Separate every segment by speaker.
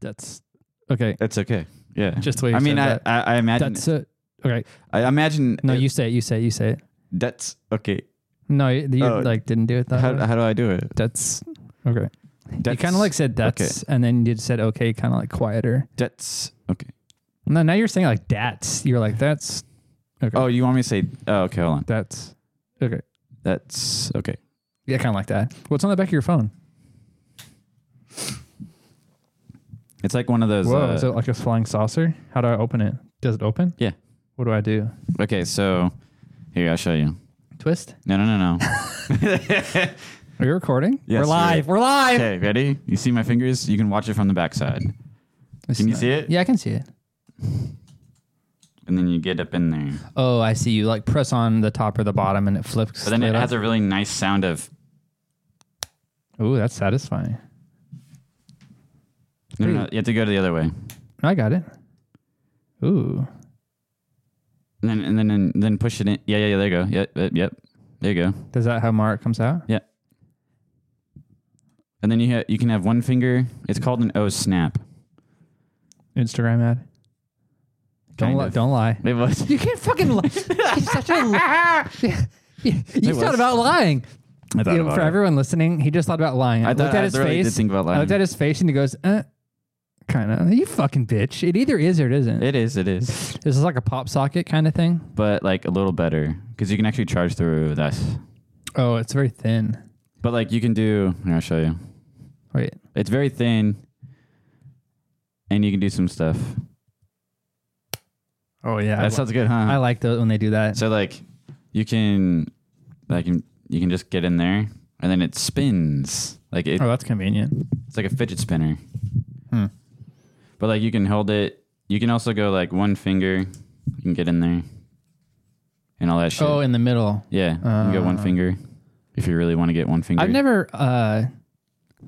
Speaker 1: That's okay.
Speaker 2: That's okay. Yeah.
Speaker 1: Just the way you
Speaker 2: I mean,
Speaker 1: said
Speaker 2: I,
Speaker 1: that.
Speaker 2: I I imagine
Speaker 1: That's it. Okay.
Speaker 2: I imagine
Speaker 1: No,
Speaker 2: it-
Speaker 1: you say it. You say it. You say it.
Speaker 2: that's okay.
Speaker 1: No, you
Speaker 2: Oh.
Speaker 1: like didn't do it that
Speaker 2: How,
Speaker 1: way.
Speaker 2: how do I do it?
Speaker 1: That's okay.
Speaker 2: That's,
Speaker 1: you kind of like said that's, and then you said okay, kind of like quieter.
Speaker 2: that's okay.
Speaker 1: No, now you're saying like that's. You're like that's. Okay.
Speaker 2: Oh, you want me to say? Oh, okay, hold on.
Speaker 1: That's. Okay.
Speaker 2: That's okay.
Speaker 1: Yeah, kind of like that. What's on the back of your phone?
Speaker 2: It's like one of those.
Speaker 1: Whoa,
Speaker 2: uh,
Speaker 1: is it like a flying saucer? How do I open it? Does it open?
Speaker 2: Yeah.
Speaker 1: What do I do?
Speaker 2: okay, so here I'll show you.
Speaker 1: Twist?
Speaker 2: No, no, no, no.
Speaker 1: Are you recording?
Speaker 2: Yes,
Speaker 1: we're live. We're live.
Speaker 2: okay, ready? You see my fingers? You can watch it from the backside,
Speaker 1: It's
Speaker 2: Can you
Speaker 1: not-
Speaker 2: see it?
Speaker 1: Yeah, I can see it.
Speaker 2: and then you get up in there.
Speaker 1: Oh, I see you. Like press on the top or the bottom, and it flips.
Speaker 2: But then it has a really nice sound of.
Speaker 1: Ooh, that's satisfying.
Speaker 2: No, no, no, you have to go to the other way,
Speaker 1: I got it. Ooh.
Speaker 2: and then and then and then push it in. Yeah, yeah, yeah. There you go. Yep, yep, yep. There you go.
Speaker 1: Is that how Mark comes out?
Speaker 2: And then you ha- you can have one finger. It's called an O snap.
Speaker 1: Instagram ad. Don't
Speaker 2: Kind
Speaker 1: li-
Speaker 2: of.
Speaker 1: don't lie.
Speaker 2: It was.
Speaker 1: You can't fucking lie. You're such a li- you thought
Speaker 2: was.
Speaker 1: about lying.
Speaker 2: I
Speaker 1: You know, for everyone listening, he just thought about lying. I,
Speaker 2: I
Speaker 1: looked
Speaker 2: thought
Speaker 1: at
Speaker 2: I
Speaker 1: his
Speaker 2: really did
Speaker 1: face.
Speaker 2: think about
Speaker 1: I looked
Speaker 2: lying.
Speaker 1: at his face, and he goes, "Uh, kind of." You fucking bitch. It either is or it isn't.
Speaker 2: It is. It is.
Speaker 1: this is like a pop socket kind of thing.
Speaker 2: But like a little better because you can actually charge through that.
Speaker 1: Oh, it's very thin.
Speaker 2: But like you can do. Here, I'll show you.
Speaker 1: Wait.
Speaker 2: It's very thin, and you can do some stuff.
Speaker 1: Oh yeah.
Speaker 2: that sounds good, huh?
Speaker 1: I like those when they do that.
Speaker 2: so like, you can, like you you can just get in there, and then it spins. Like it,
Speaker 1: oh, that's convenient.
Speaker 2: it's like a fidget spinner.
Speaker 1: Hmm.
Speaker 2: But like you can hold it. You can also go like one finger. You can get in there, and all that shit.
Speaker 1: Oh, in the middle.
Speaker 2: Yeah, you can go one
Speaker 1: Uh.
Speaker 2: finger if you really want to get one finger.
Speaker 1: I've never. uh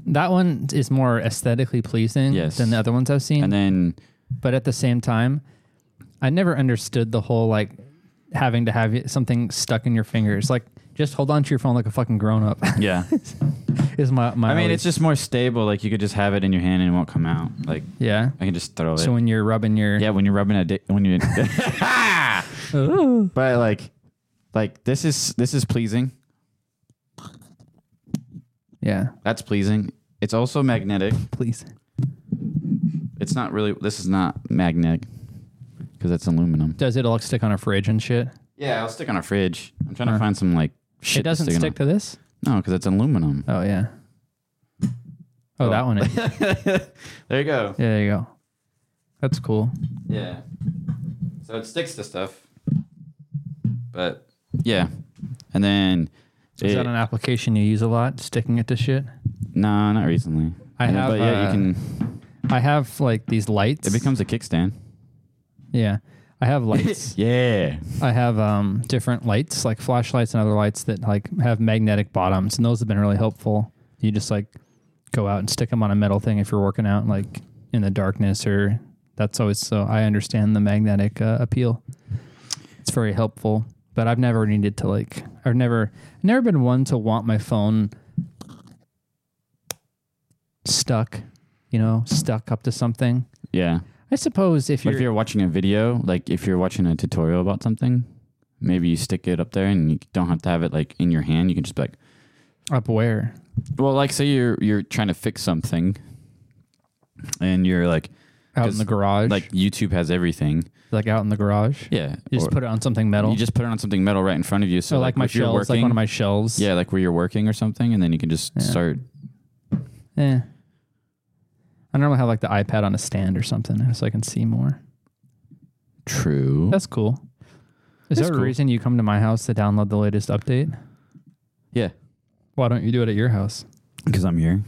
Speaker 1: That one is more aesthetically pleasing
Speaker 2: Yes.
Speaker 1: than the other ones I've seen.
Speaker 2: And then
Speaker 1: but at the same time, I never understood the whole like having to have it- something stuck in your fingers. Like just hold on to your phone like a fucking grown up.
Speaker 2: yeah,
Speaker 1: is my my.
Speaker 2: I mean
Speaker 1: only-
Speaker 2: it's just more stable. Like you could just have it in your hand and it won't come out. Like
Speaker 1: yeah.
Speaker 2: I can just throw it.
Speaker 1: So when you're rubbing your
Speaker 2: yeah, when you're rubbing a dick, when you.
Speaker 1: Ooh.
Speaker 2: but like, like this is this is pleasing.
Speaker 1: yeah,
Speaker 2: That's pleasing. It's also magnetic.
Speaker 1: please.
Speaker 2: It's not really. This is not magnetic because that's aluminum.
Speaker 1: Does it all stick on a fridge and shit?
Speaker 2: Yeah, I'll stick on a fridge. I'm trying
Speaker 1: Huh.
Speaker 2: to find some like shit.
Speaker 1: it doesn't
Speaker 2: to
Speaker 1: stick,
Speaker 2: stick,
Speaker 1: to this.
Speaker 2: On. No, because it's aluminum.
Speaker 1: Oh yeah. Oh,
Speaker 2: Oh.
Speaker 1: that one. Is. yeah,
Speaker 2: There you go.
Speaker 1: there you go. That's cool.
Speaker 2: Yeah. So it sticks to stuff. But yeah. And then
Speaker 1: Is
Speaker 2: it-
Speaker 1: that an application you use a lot? Sticking it to shit.
Speaker 2: No, not recently.
Speaker 1: I
Speaker 2: And-
Speaker 1: have,
Speaker 2: but yeah,
Speaker 1: uh,
Speaker 2: you can
Speaker 1: I have like these lights.
Speaker 2: it becomes a kickstand.
Speaker 1: yeah. I have lights.
Speaker 2: Yeah.
Speaker 1: I have um, different lights, like flashlights and other lights that like have magnetic bottoms, and those have been really helpful. You just like go out and stick them on a metal thing if you're working out, like in the darkness, or that's always so. I understand the magnetic uh, appeal. It's very helpful, but I've never needed to like. I've never never been one to want my phone stuck, you know, stuck up to something.
Speaker 2: Yeah.
Speaker 1: I suppose if
Speaker 2: But
Speaker 1: you're,
Speaker 2: if you're watching a video, like if you're watching a tutorial about something, maybe you stick it up there and you don't have to have it like in your hand. You can just be like
Speaker 1: up where,
Speaker 2: well, like say you're you're trying to fix something and you're like
Speaker 1: out in
Speaker 2: 'Cause,
Speaker 1: the garage,
Speaker 2: like YouTube has everything.
Speaker 1: like out in the garage.
Speaker 2: Yeah.
Speaker 1: You just
Speaker 2: Or-
Speaker 1: put it on something metal.
Speaker 2: You just put it on something metal right in front of you. So
Speaker 1: so like, my
Speaker 2: if you're
Speaker 1: shelves, like
Speaker 2: working-
Speaker 1: one of my shelves.
Speaker 2: Yeah, like where you're working or something, and then you can just
Speaker 1: Yeah.
Speaker 2: start.
Speaker 1: Eh. I normally have like the iPad on a stand or something so I can see more.
Speaker 2: True.
Speaker 1: That's cool. Is
Speaker 2: That's
Speaker 1: there
Speaker 2: cool.
Speaker 1: a reason you come to my house to download the latest update?
Speaker 2: yeah,
Speaker 1: Why don't you do it at your house?
Speaker 2: because I'm here.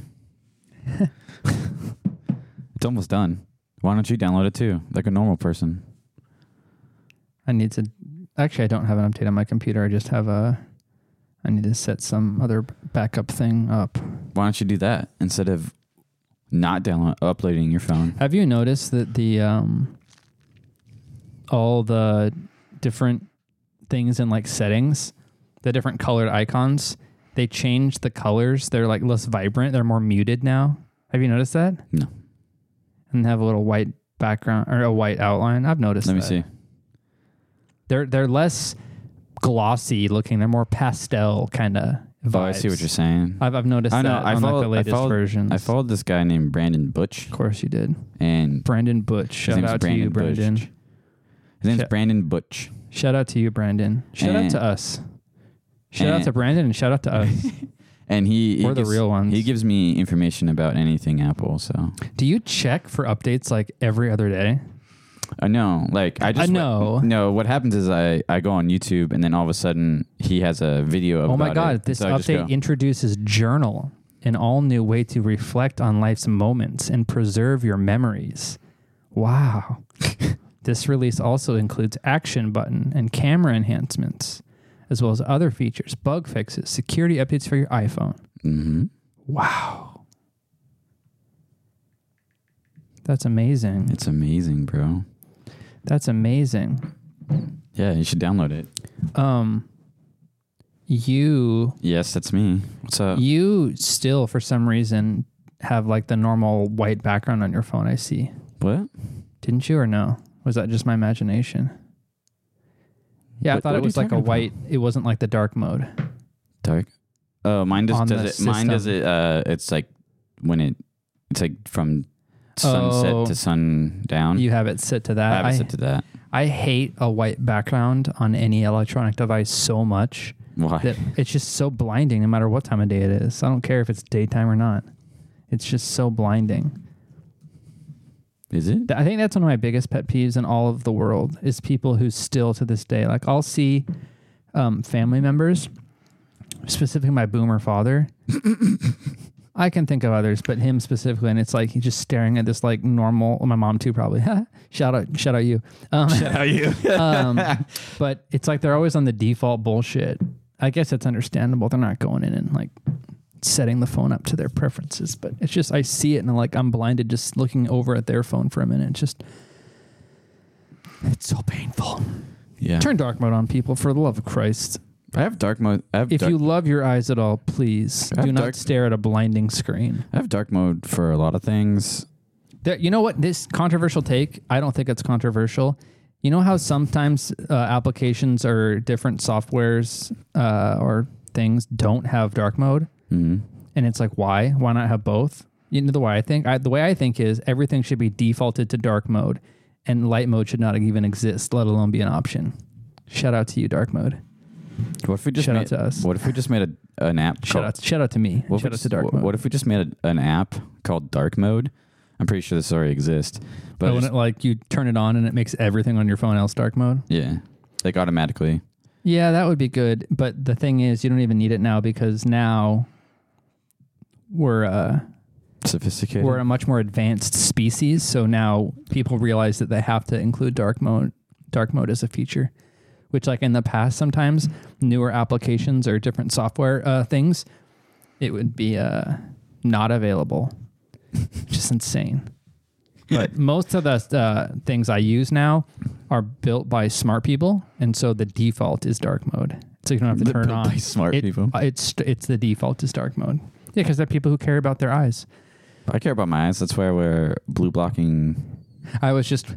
Speaker 2: it's almost done. Why don't you download it too, like a normal person?
Speaker 1: I need to. Actually, I don't have an update on my computer. I just have a. I need to set some other backup thing up.
Speaker 2: Why don't you do that instead of not download uploading your phone?
Speaker 1: Have you noticed that the um, all the different things in like settings, the different colored icons, they change the colors. They're like less vibrant. They're more muted now. Have you noticed that?
Speaker 2: No.
Speaker 1: and have a little white background or a white outline. I've noticed.
Speaker 2: Let me
Speaker 1: that.
Speaker 2: see.
Speaker 1: They're they're less glossy looking. They're more pastel kind of.
Speaker 2: Oh, I see what you're saying.
Speaker 1: I've I've noticed
Speaker 2: I know.
Speaker 1: that
Speaker 2: I
Speaker 1: on
Speaker 2: followed-
Speaker 1: like
Speaker 2: I
Speaker 1: the latest
Speaker 2: followed-
Speaker 1: versions.
Speaker 2: I followed this guy named Brandon Butch,
Speaker 1: Of course you did.
Speaker 2: and
Speaker 1: Brandon Butch.
Speaker 2: his
Speaker 1: Shout
Speaker 2: name's
Speaker 1: out to you,
Speaker 2: Brandon Butch.
Speaker 1: Brandon.
Speaker 2: His name's
Speaker 1: Shit.
Speaker 2: Brandon Butch.
Speaker 1: Shout out to you, Brandon. Shout out
Speaker 2: And-
Speaker 1: to us. Shout out
Speaker 2: and-
Speaker 1: to Brandon and shout out to us.
Speaker 2: And he, he
Speaker 1: We're the
Speaker 2: gives-
Speaker 1: real ones.
Speaker 2: He gives me information about anything Apple. So
Speaker 1: Do you check for updates like every other day?
Speaker 2: I know, like I just
Speaker 1: know.
Speaker 2: No, what happens is I I go on YouTube and then all of a sudden he has a video.
Speaker 1: oh my
Speaker 2: about
Speaker 1: God,
Speaker 2: it,
Speaker 1: this
Speaker 2: so I just
Speaker 1: update
Speaker 2: go,
Speaker 1: introduces Journal, an all new way to reflect on life's moments and preserve your memories. Wow. this release also includes action button and camera enhancements, as well as other features, bug fixes, security updates for your iPhone.
Speaker 2: Mhm.
Speaker 1: Wow. That's amazing.
Speaker 2: It's amazing, bro.
Speaker 1: That's amazing.
Speaker 2: Yeah, you should download it.
Speaker 1: Um, you
Speaker 2: Yes, that's me. What's up?
Speaker 1: you still for some reason have like the normal white background on your phone. I see.
Speaker 2: What?
Speaker 1: Didn't you or no? Was that just my imagination? Yeah, I
Speaker 2: What-
Speaker 1: thought
Speaker 2: what
Speaker 1: it
Speaker 2: are
Speaker 1: was
Speaker 2: you
Speaker 1: like a
Speaker 2: talking about?
Speaker 1: white. It wasn't like the dark mode.
Speaker 2: Dark. Oh, mine just
Speaker 1: On
Speaker 2: does
Speaker 1: the
Speaker 2: it. Mine does
Speaker 1: system.
Speaker 2: it. Uh, it's like when it. It's like from sunset
Speaker 1: Oh.
Speaker 2: to sundown.
Speaker 1: You have it set to
Speaker 2: I
Speaker 1: that.
Speaker 2: have
Speaker 1: I,
Speaker 2: it set to that.
Speaker 1: I hate a white background on any electronic device so much
Speaker 2: Why?
Speaker 1: that it's just so blinding no matter what time of day it is. I don't care if it's daytime or not. It's just so blinding.
Speaker 2: Is it?
Speaker 1: Th- I think that's one of my biggest pet peeves in all of the world is people who still to this day, like I'll see um, family members, specifically my boomer father. I can think of others, but him specifically, and it's like he's just staring at this like normal. My mom too, probably. shout out, shout out you. Um,
Speaker 2: How you?
Speaker 1: um, but it's like they're always on the default bullshit. I guess that's understandable. They're not going in and like setting the phone up to their preferences, but it's just I see it and I'm like I'm blinded just looking over at their phone for a minute. It's just it's so painful.
Speaker 2: yeah.
Speaker 1: Turn dark mode on, people, for the love of Christ.
Speaker 2: I have dark mode. I have
Speaker 1: If
Speaker 2: dark,
Speaker 1: you love your eyes at all, please
Speaker 2: I have
Speaker 1: do not
Speaker 2: dark-
Speaker 1: stare at a blinding screen.
Speaker 2: I have dark mode for a lot of things.
Speaker 1: There, you know what? This controversial take, I don't think it's controversial. You know how sometimes uh, applications or different softwares uh, or things don't have dark mode,
Speaker 2: Mm-hmm.
Speaker 1: and it's like, why? Why not have both? You know the way I think. I, the way I think is everything should be defaulted to dark mode, and light mode should not even exist, let alone be an option. Shout out to you, dark mode.
Speaker 2: What if we just
Speaker 1: Shout out
Speaker 2: made,
Speaker 1: to us.
Speaker 2: What if we just made a, an app?
Speaker 1: Shout
Speaker 2: called-
Speaker 1: out, shout out to me.
Speaker 2: What if, we
Speaker 1: shout out
Speaker 2: just-
Speaker 1: to dark
Speaker 2: what,
Speaker 1: mode.
Speaker 2: what if we just made a, an app called Dark Mode? I'm pretty sure this already exists, but
Speaker 1: Oh,
Speaker 2: I
Speaker 1: when
Speaker 2: just-
Speaker 1: it, like you turn it on and it makes everything on your phone else dark mode.
Speaker 2: yeah, like automatically.
Speaker 1: Yeah, that would be good. But the thing is, you don't even need it now because now we're uh,
Speaker 2: Sophisticated.
Speaker 1: we're a much more advanced species. So now people realize that they have to include dark mode dark mode as a feature, which like in the past, sometimes newer applications or different software uh, things, it would be uh, not available. Just insane. But most of the uh, things I use now are built by smart people, and so the default is dark mode. So you don't have to turn
Speaker 2: Built
Speaker 1: it on
Speaker 2: by smart
Speaker 1: It-
Speaker 2: people.
Speaker 1: uh, It's it's the default is dark mode. Yeah, because they're people who care about their eyes.
Speaker 2: I care about my eyes. That's why I wear blue blocking.
Speaker 1: I was just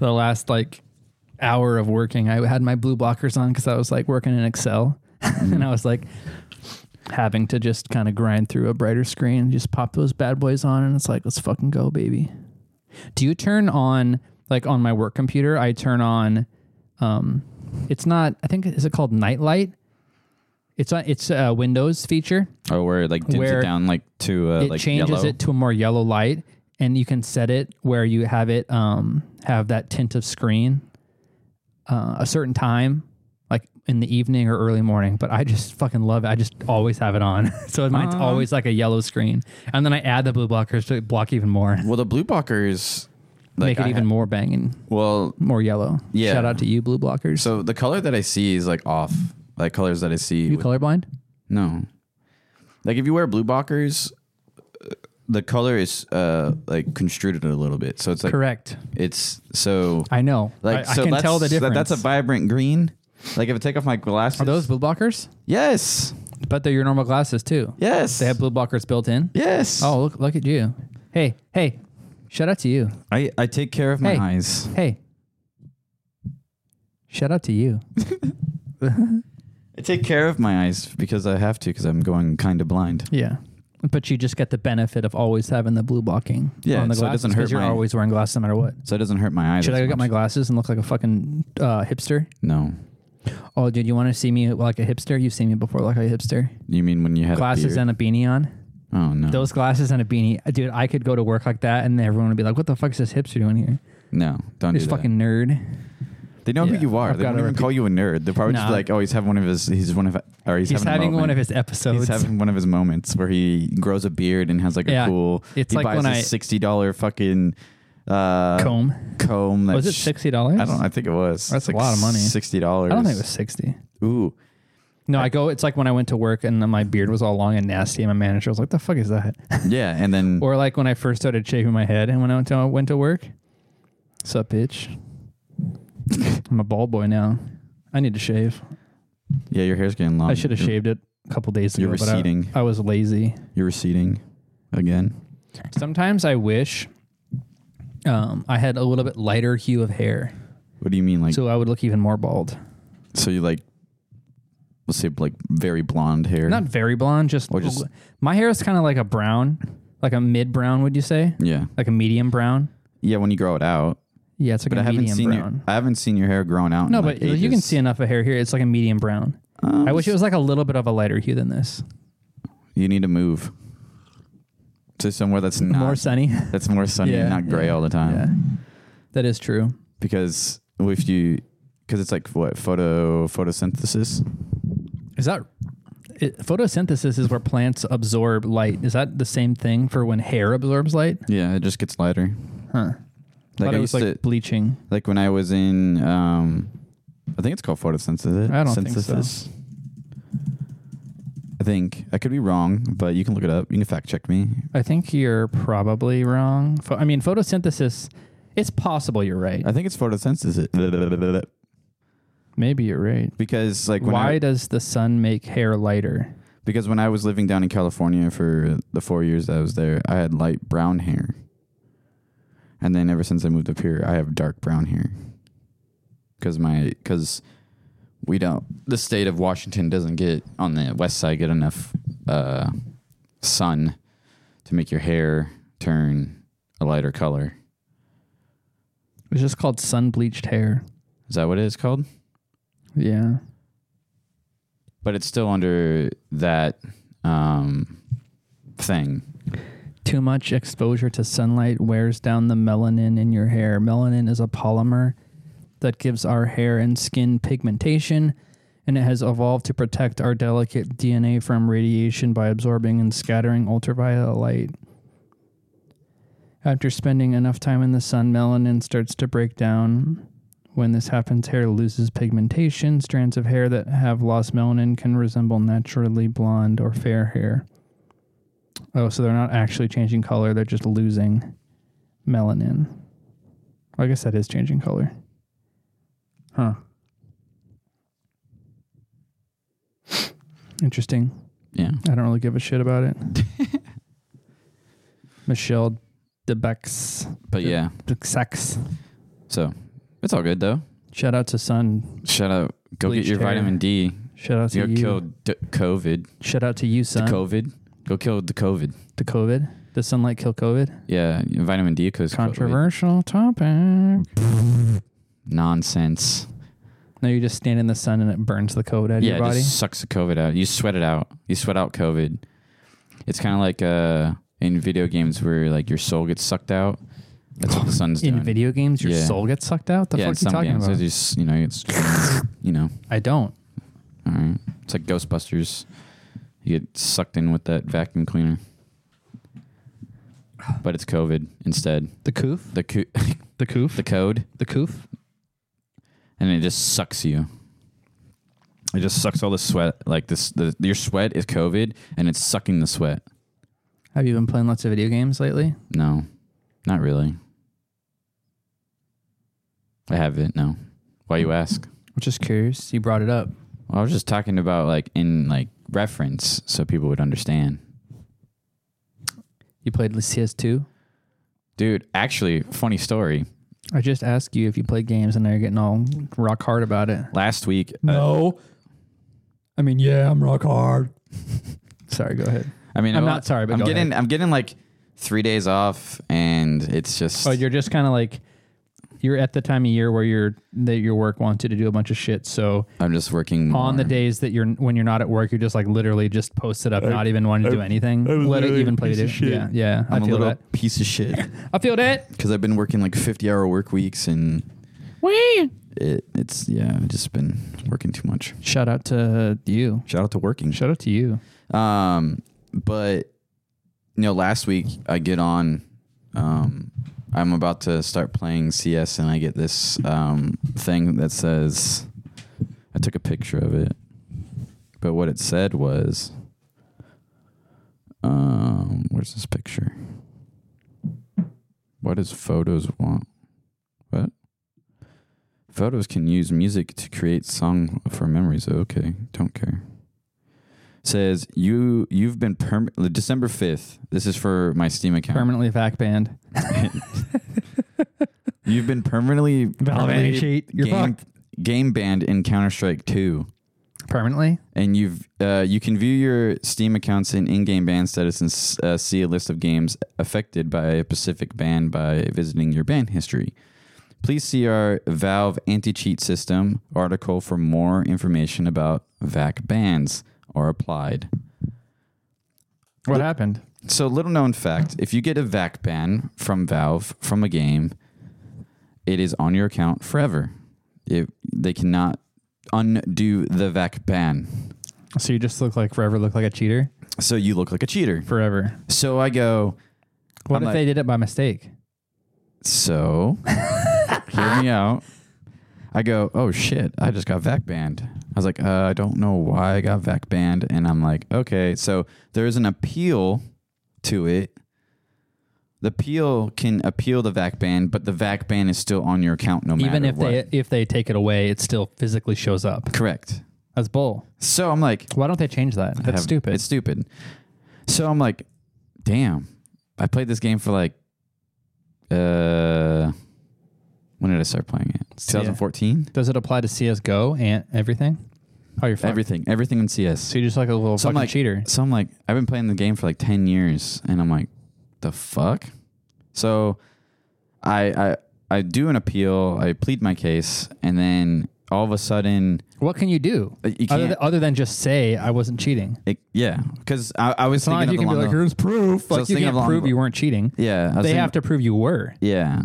Speaker 1: the last like hour of working. I had my blue blockers on because I was like working in Excel, and I was like having to just kind of grind through a brighter screen. Just pop those bad boys on, and it's like let's fucking go, baby. Do you turn on like on my work computer? I turn on. Um, it's not. I think is it called Nightlight? It's on. It's a Windows feature
Speaker 2: Oh, where it like dims
Speaker 1: Where
Speaker 2: it down like to uh,
Speaker 1: it
Speaker 2: like
Speaker 1: changes
Speaker 2: yellow.
Speaker 1: it to a more yellow light and you can set it where you have it um, have that tint of screen uh, a certain time like in the evening or early morning but i just fucking love it i just always have it on so mine's
Speaker 2: Um.
Speaker 1: always like a yellow screen and then i add the blue blockers to block even more
Speaker 2: Well, the blue blockers
Speaker 1: make it even more banging
Speaker 2: well.
Speaker 1: more yellow
Speaker 2: Yeah.
Speaker 1: shout out to you blue blockers
Speaker 2: So the color that I see is like off. Like colors that I see.
Speaker 1: you
Speaker 2: with-
Speaker 1: colorblind
Speaker 2: No. Like if you wear blue blockers, uh, the color is uh like construed a little bit. So it's like
Speaker 1: correct
Speaker 2: it's so
Speaker 1: i know
Speaker 2: like
Speaker 1: I,
Speaker 2: so
Speaker 1: I can
Speaker 2: that's,
Speaker 1: tell the
Speaker 2: that-
Speaker 1: difference
Speaker 2: that's a vibrant green. Like if I take off my glasses,
Speaker 1: are those blue blockers
Speaker 2: yes,
Speaker 1: but they're your normal glasses too
Speaker 2: yes,
Speaker 1: they have blue blockers built in
Speaker 2: yes.
Speaker 1: Oh, look, look at you. Hey, hey, Shout out to you.
Speaker 2: I, I take care of my
Speaker 1: Hey.
Speaker 2: eyes.
Speaker 1: Hey. Shout out to you.
Speaker 2: I take care of my eyes because I have to because I'm going kind of blind.
Speaker 1: Yeah. But you just get the benefit of always having the blue blocking
Speaker 2: Yeah,
Speaker 1: on the
Speaker 2: so it
Speaker 1: glasses
Speaker 2: doesn't hurt
Speaker 1: you're
Speaker 2: my-
Speaker 1: always wearing glasses no matter what.
Speaker 2: So it doesn't hurt my eyes.
Speaker 1: Should I
Speaker 2: as
Speaker 1: go get my
Speaker 2: much.
Speaker 1: glasses and look like a fucking uh, hipster?
Speaker 2: No.
Speaker 1: Oh, dude, you want to see me like a hipster? You've seen me before like a hipster.
Speaker 2: You mean when you had
Speaker 1: Glasses
Speaker 2: a beard?
Speaker 1: and a beanie on.
Speaker 2: Oh no.
Speaker 1: Those glasses and a beanie, uh, dude. I could go to work like that, and everyone would be like, "What the fuck is this hipster doing here?
Speaker 2: no, don't
Speaker 1: This
Speaker 2: do that.
Speaker 1: fucking nerd."
Speaker 2: They know
Speaker 1: Yeah,
Speaker 2: who you are.
Speaker 1: I've
Speaker 2: they
Speaker 1: got
Speaker 2: don't
Speaker 1: a
Speaker 2: even
Speaker 1: repu-
Speaker 2: call you a nerd. They're probably just
Speaker 1: Nah.
Speaker 2: like, oh, he's having one of his. He's one of or he's,
Speaker 1: He's, having,
Speaker 2: having, a
Speaker 1: one of
Speaker 2: moment.
Speaker 1: his episodes.
Speaker 2: He's having one of his moments where he grows a beard and has like
Speaker 1: Yeah.
Speaker 2: a cool.
Speaker 1: It's
Speaker 2: he
Speaker 1: like
Speaker 2: buys
Speaker 1: when
Speaker 2: a
Speaker 1: I-
Speaker 2: sixty dollar fucking uh,
Speaker 1: comb.
Speaker 2: Comb. That
Speaker 1: Was it
Speaker 2: sh-
Speaker 1: sixty dollars?
Speaker 2: I don't. I think it was.
Speaker 1: That's
Speaker 2: It's
Speaker 1: a lot of money.
Speaker 2: Sixty dollars.
Speaker 1: I don't think it was sixty.
Speaker 2: Ooh,
Speaker 1: No, I go. It's like when I went to work and my beard was all long and nasty, and my manager was like, "The fuck is that?"
Speaker 2: yeah, and then
Speaker 1: Or like when I first started shaving my head and when I went to, went to work. Sup, bitch? I'm a bald boy now. I need to shave.
Speaker 2: yeah, your hair's getting long.
Speaker 1: I should have
Speaker 2: Um, You're-
Speaker 1: shaved it a couple days ago.
Speaker 2: You're
Speaker 1: but I-
Speaker 2: receding.
Speaker 1: I was lazy.
Speaker 2: You're receding again.
Speaker 1: Sometimes I wish um, I had a little bit lighter hue of hair,
Speaker 2: What do you mean, like? So,
Speaker 1: so I would look even more bald.
Speaker 2: you like, let's say like very blonde hair.
Speaker 1: Not very blonde, just,
Speaker 2: Or just-
Speaker 1: my hair is kind of like a brown, like a mid brown. Would you say
Speaker 2: yeah,
Speaker 1: like a medium brown?
Speaker 2: yeah. When you grow it out,
Speaker 1: Yeah, it's like
Speaker 2: but
Speaker 1: a
Speaker 2: I haven't
Speaker 1: medium
Speaker 2: seen
Speaker 1: brown.
Speaker 2: your I haven't seen your hair grown out.
Speaker 1: no,
Speaker 2: in,
Speaker 1: but
Speaker 2: like,
Speaker 1: you can
Speaker 2: ages.
Speaker 1: see enough of hair here. It's like a medium brown.
Speaker 2: Um,
Speaker 1: I wish it was like a little bit of a lighter hue than this,
Speaker 2: You need to move to somewhere that's not
Speaker 1: more sunny.
Speaker 2: that's more sunny
Speaker 1: Yeah,
Speaker 2: and not gray
Speaker 1: yeah,
Speaker 2: all the time.
Speaker 1: yeah, that is true.
Speaker 2: Because if you because it's like what photo photosynthesis.
Speaker 1: Is that it, photosynthesis is where plants absorb light? Is that the same thing for when hair absorbs light?
Speaker 2: Yeah, it just gets lighter.
Speaker 1: Huh.
Speaker 2: Like
Speaker 1: Thought
Speaker 2: I
Speaker 1: it
Speaker 2: used
Speaker 1: was like
Speaker 2: to
Speaker 1: bleaching.
Speaker 2: like when I was in um, I think it's called photosynthesis.
Speaker 1: I don't think so.
Speaker 2: Synthesis. I think I could be wrong, but you can look it up. You can fact check me.
Speaker 1: I think you're probably wrong. Pho- I mean, photosynthesis. It's possible you're right.
Speaker 2: I think it's photosynthesis
Speaker 1: Maybe you're right.
Speaker 2: because like when
Speaker 1: Why
Speaker 2: I,
Speaker 1: does the sun make hair lighter?
Speaker 2: because when I was living down in California for the four years that I was there, I had light brown hair, and then ever since I moved up here, I have dark brown hair. Because my because we don't the state of Washington doesn't get on the west side get enough uh, sun to make your hair turn a lighter color.
Speaker 1: It's just called sun bleached hair.
Speaker 2: Is that what it is called?
Speaker 1: Yeah.
Speaker 2: But it's still under that um, thing.
Speaker 1: Too much exposure to sunlight wears down the melanin in your hair. Melanin is a polymer that gives our hair and skin pigmentation, and it has evolved to protect our delicate DNA from radiation by absorbing and scattering ultraviolet light. After spending enough time in the sun, melanin starts to break down. When this happens, hair loses pigmentation. Strands of hair that have lost melanin can resemble naturally blonde or fair hair. Oh, so they're not actually changing color; they're just losing melanin. Well, I guess that is changing color, huh? Interesting.
Speaker 2: Yeah.
Speaker 1: I don't really give a shit about it. Michelle DeBex,
Speaker 2: But
Speaker 1: Yeah.
Speaker 2: yeah.
Speaker 1: DeBex.
Speaker 2: So it's all good though.
Speaker 1: Shout out to Sun.
Speaker 2: Shout out. Go
Speaker 1: Bleached
Speaker 2: get your
Speaker 1: hair.
Speaker 2: vitamin D.
Speaker 1: Shout out to
Speaker 2: Go
Speaker 1: you.
Speaker 2: kill d- COVID.
Speaker 1: Shout out to you,
Speaker 2: The
Speaker 1: Sun.
Speaker 2: COVID. Go kill the COVID.
Speaker 1: to COVID. Does sunlight kill COVID?
Speaker 2: Yeah, vitamin D kills COVID.
Speaker 1: Controversial topic.
Speaker 2: Nonsense.
Speaker 1: No, you just stand in the sun and it burns the COVID out of
Speaker 3: Yeah,
Speaker 1: your body.
Speaker 2: It sucks the COVID out. You sweat it out. You sweat out COVID. It's kind of like uh, in video games where like your soul gets sucked out. That's what the sun's
Speaker 1: in
Speaker 2: doing.
Speaker 1: video games, your
Speaker 2: Yeah.
Speaker 1: soul gets sucked out. The
Speaker 2: yeah, in
Speaker 1: fuck are you
Speaker 2: some
Speaker 1: talking
Speaker 2: games,
Speaker 1: about?
Speaker 2: It's just, you know, it's you know,
Speaker 1: I don't.
Speaker 2: all right. It's like Ghostbusters. You get sucked in with that vacuum cleaner. But it's COVID instead.
Speaker 1: The coof,
Speaker 2: The co-
Speaker 1: the coof,
Speaker 2: the code.
Speaker 1: the coof.
Speaker 2: and it just sucks you. It just sucks all the sweat. Like this, the, your sweat is COVID, and it's sucking the sweat.
Speaker 1: Have you been playing lots of video games lately?
Speaker 2: No, not really. I have it. No, why you ask?
Speaker 1: I'm just curious. You brought it up.
Speaker 2: Well, I was just talking about like in like reference, so people would understand.
Speaker 1: You played CS2.
Speaker 3: Dude, actually, funny story.
Speaker 1: I just asked you if you play games, and now you're getting all rock hard about it.
Speaker 3: Last week, uh,
Speaker 1: No. I mean, yeah, I'm rock hard. Sorry, go ahead.
Speaker 3: I mean,
Speaker 1: I'm
Speaker 3: well,
Speaker 1: not sorry, but
Speaker 3: I'm
Speaker 1: go
Speaker 3: getting I'm getting like three days off, and it's just
Speaker 1: Oh, you're just kind of like you're at the time of year where you're that your work wants you to do a bunch of shit. So
Speaker 3: I'm just working more.
Speaker 1: on the days that you're when you're not at work, you're just like literally just posted up, not even wanting to do anything. Let it even play it. Yeah, yeah. I
Speaker 2: I'm a
Speaker 1: feel
Speaker 2: little
Speaker 1: that.
Speaker 2: piece of shit
Speaker 1: I feel that.
Speaker 2: because I've been working like 50 hour work weeks and
Speaker 1: Wee.
Speaker 2: it, it's, yeah, I've just been working too much.
Speaker 1: Shout out to you.
Speaker 2: Shout out to working.
Speaker 1: Shout out to you.
Speaker 2: Um, but you know, last week I get on. Um, I'm about to start playing CS, and I get this um, thing that says. I took a picture of it, but what it said was, um, "Where's this picture? What does photos want? What? Photos can use music to create song for memories. Okay, don't care." says you you've been perm- December 5th. This is for my Steam account.
Speaker 1: Permanently vac banned.
Speaker 2: you've been permanently
Speaker 1: Validate sheet. You're
Speaker 2: game,
Speaker 1: fucked.
Speaker 2: game banned in Counter-Strike 2
Speaker 1: Permanently.
Speaker 2: and you've uh, you can view your Steam accounts in in-game ban status and s- uh, see a list of games affected by a specific ban by visiting your ban history. Please see our Valve anti-cheat system article for more information about VAC bans are applied.
Speaker 1: What
Speaker 2: The-
Speaker 1: happened?
Speaker 2: So, little known fact if you get a VAC ban from Valve from a game, it is on your account forever. It, they cannot undo the VAC ban.
Speaker 1: So you just look like forever look like a cheater
Speaker 2: So, you look like a cheater.
Speaker 1: forever.
Speaker 2: So, I go,
Speaker 1: What
Speaker 2: I'm
Speaker 1: if
Speaker 2: like-
Speaker 1: they did it by mistake?
Speaker 2: so hear me out. I go, oh shit, I just got VAC banned. I was like, uh, I don't know why I got VAC banned. And I'm like, okay, so there is an appeal to it. The appeal can appeal the VAC ban, but the VAC ban is still on your account no matter
Speaker 1: Even if
Speaker 2: what.
Speaker 1: they if they take it away, it still physically shows up.
Speaker 2: Correct.
Speaker 1: That's bull.
Speaker 2: So I'm like,
Speaker 1: Why don't they change that? That's
Speaker 2: have-
Speaker 1: stupid.
Speaker 2: It's stupid. So I'm like, damn. I played this game for like, uh, when did I start playing it? 2014?
Speaker 1: Does it apply to CS:GO and everything? Oh, you're fucked.
Speaker 2: Everything, everything in CS.
Speaker 1: So you're just like a little
Speaker 2: So I'm
Speaker 1: fucking
Speaker 2: like-
Speaker 1: cheater.
Speaker 2: So I'm like, I've been playing the game for like 10 years and I'm like, the fuck? So I, I, I do an appeal, I plead my case, and then all of a sudden,
Speaker 1: What can you do
Speaker 2: uh,
Speaker 1: other
Speaker 2: you can't.
Speaker 1: than, other than just say I wasn't cheating?
Speaker 2: it, yeah, because I, I was
Speaker 1: As long as
Speaker 2: thinking
Speaker 1: you
Speaker 2: of
Speaker 1: can be
Speaker 2: the
Speaker 1: like,
Speaker 2: long
Speaker 1: here's proof.
Speaker 2: So I
Speaker 1: Like
Speaker 2: was
Speaker 1: you
Speaker 2: thinking
Speaker 1: can't
Speaker 2: of
Speaker 1: prove
Speaker 2: long-
Speaker 1: you weren't cheating.
Speaker 2: yeah, I was
Speaker 1: They
Speaker 2: thinking-
Speaker 1: have to prove you were.
Speaker 2: Yeah.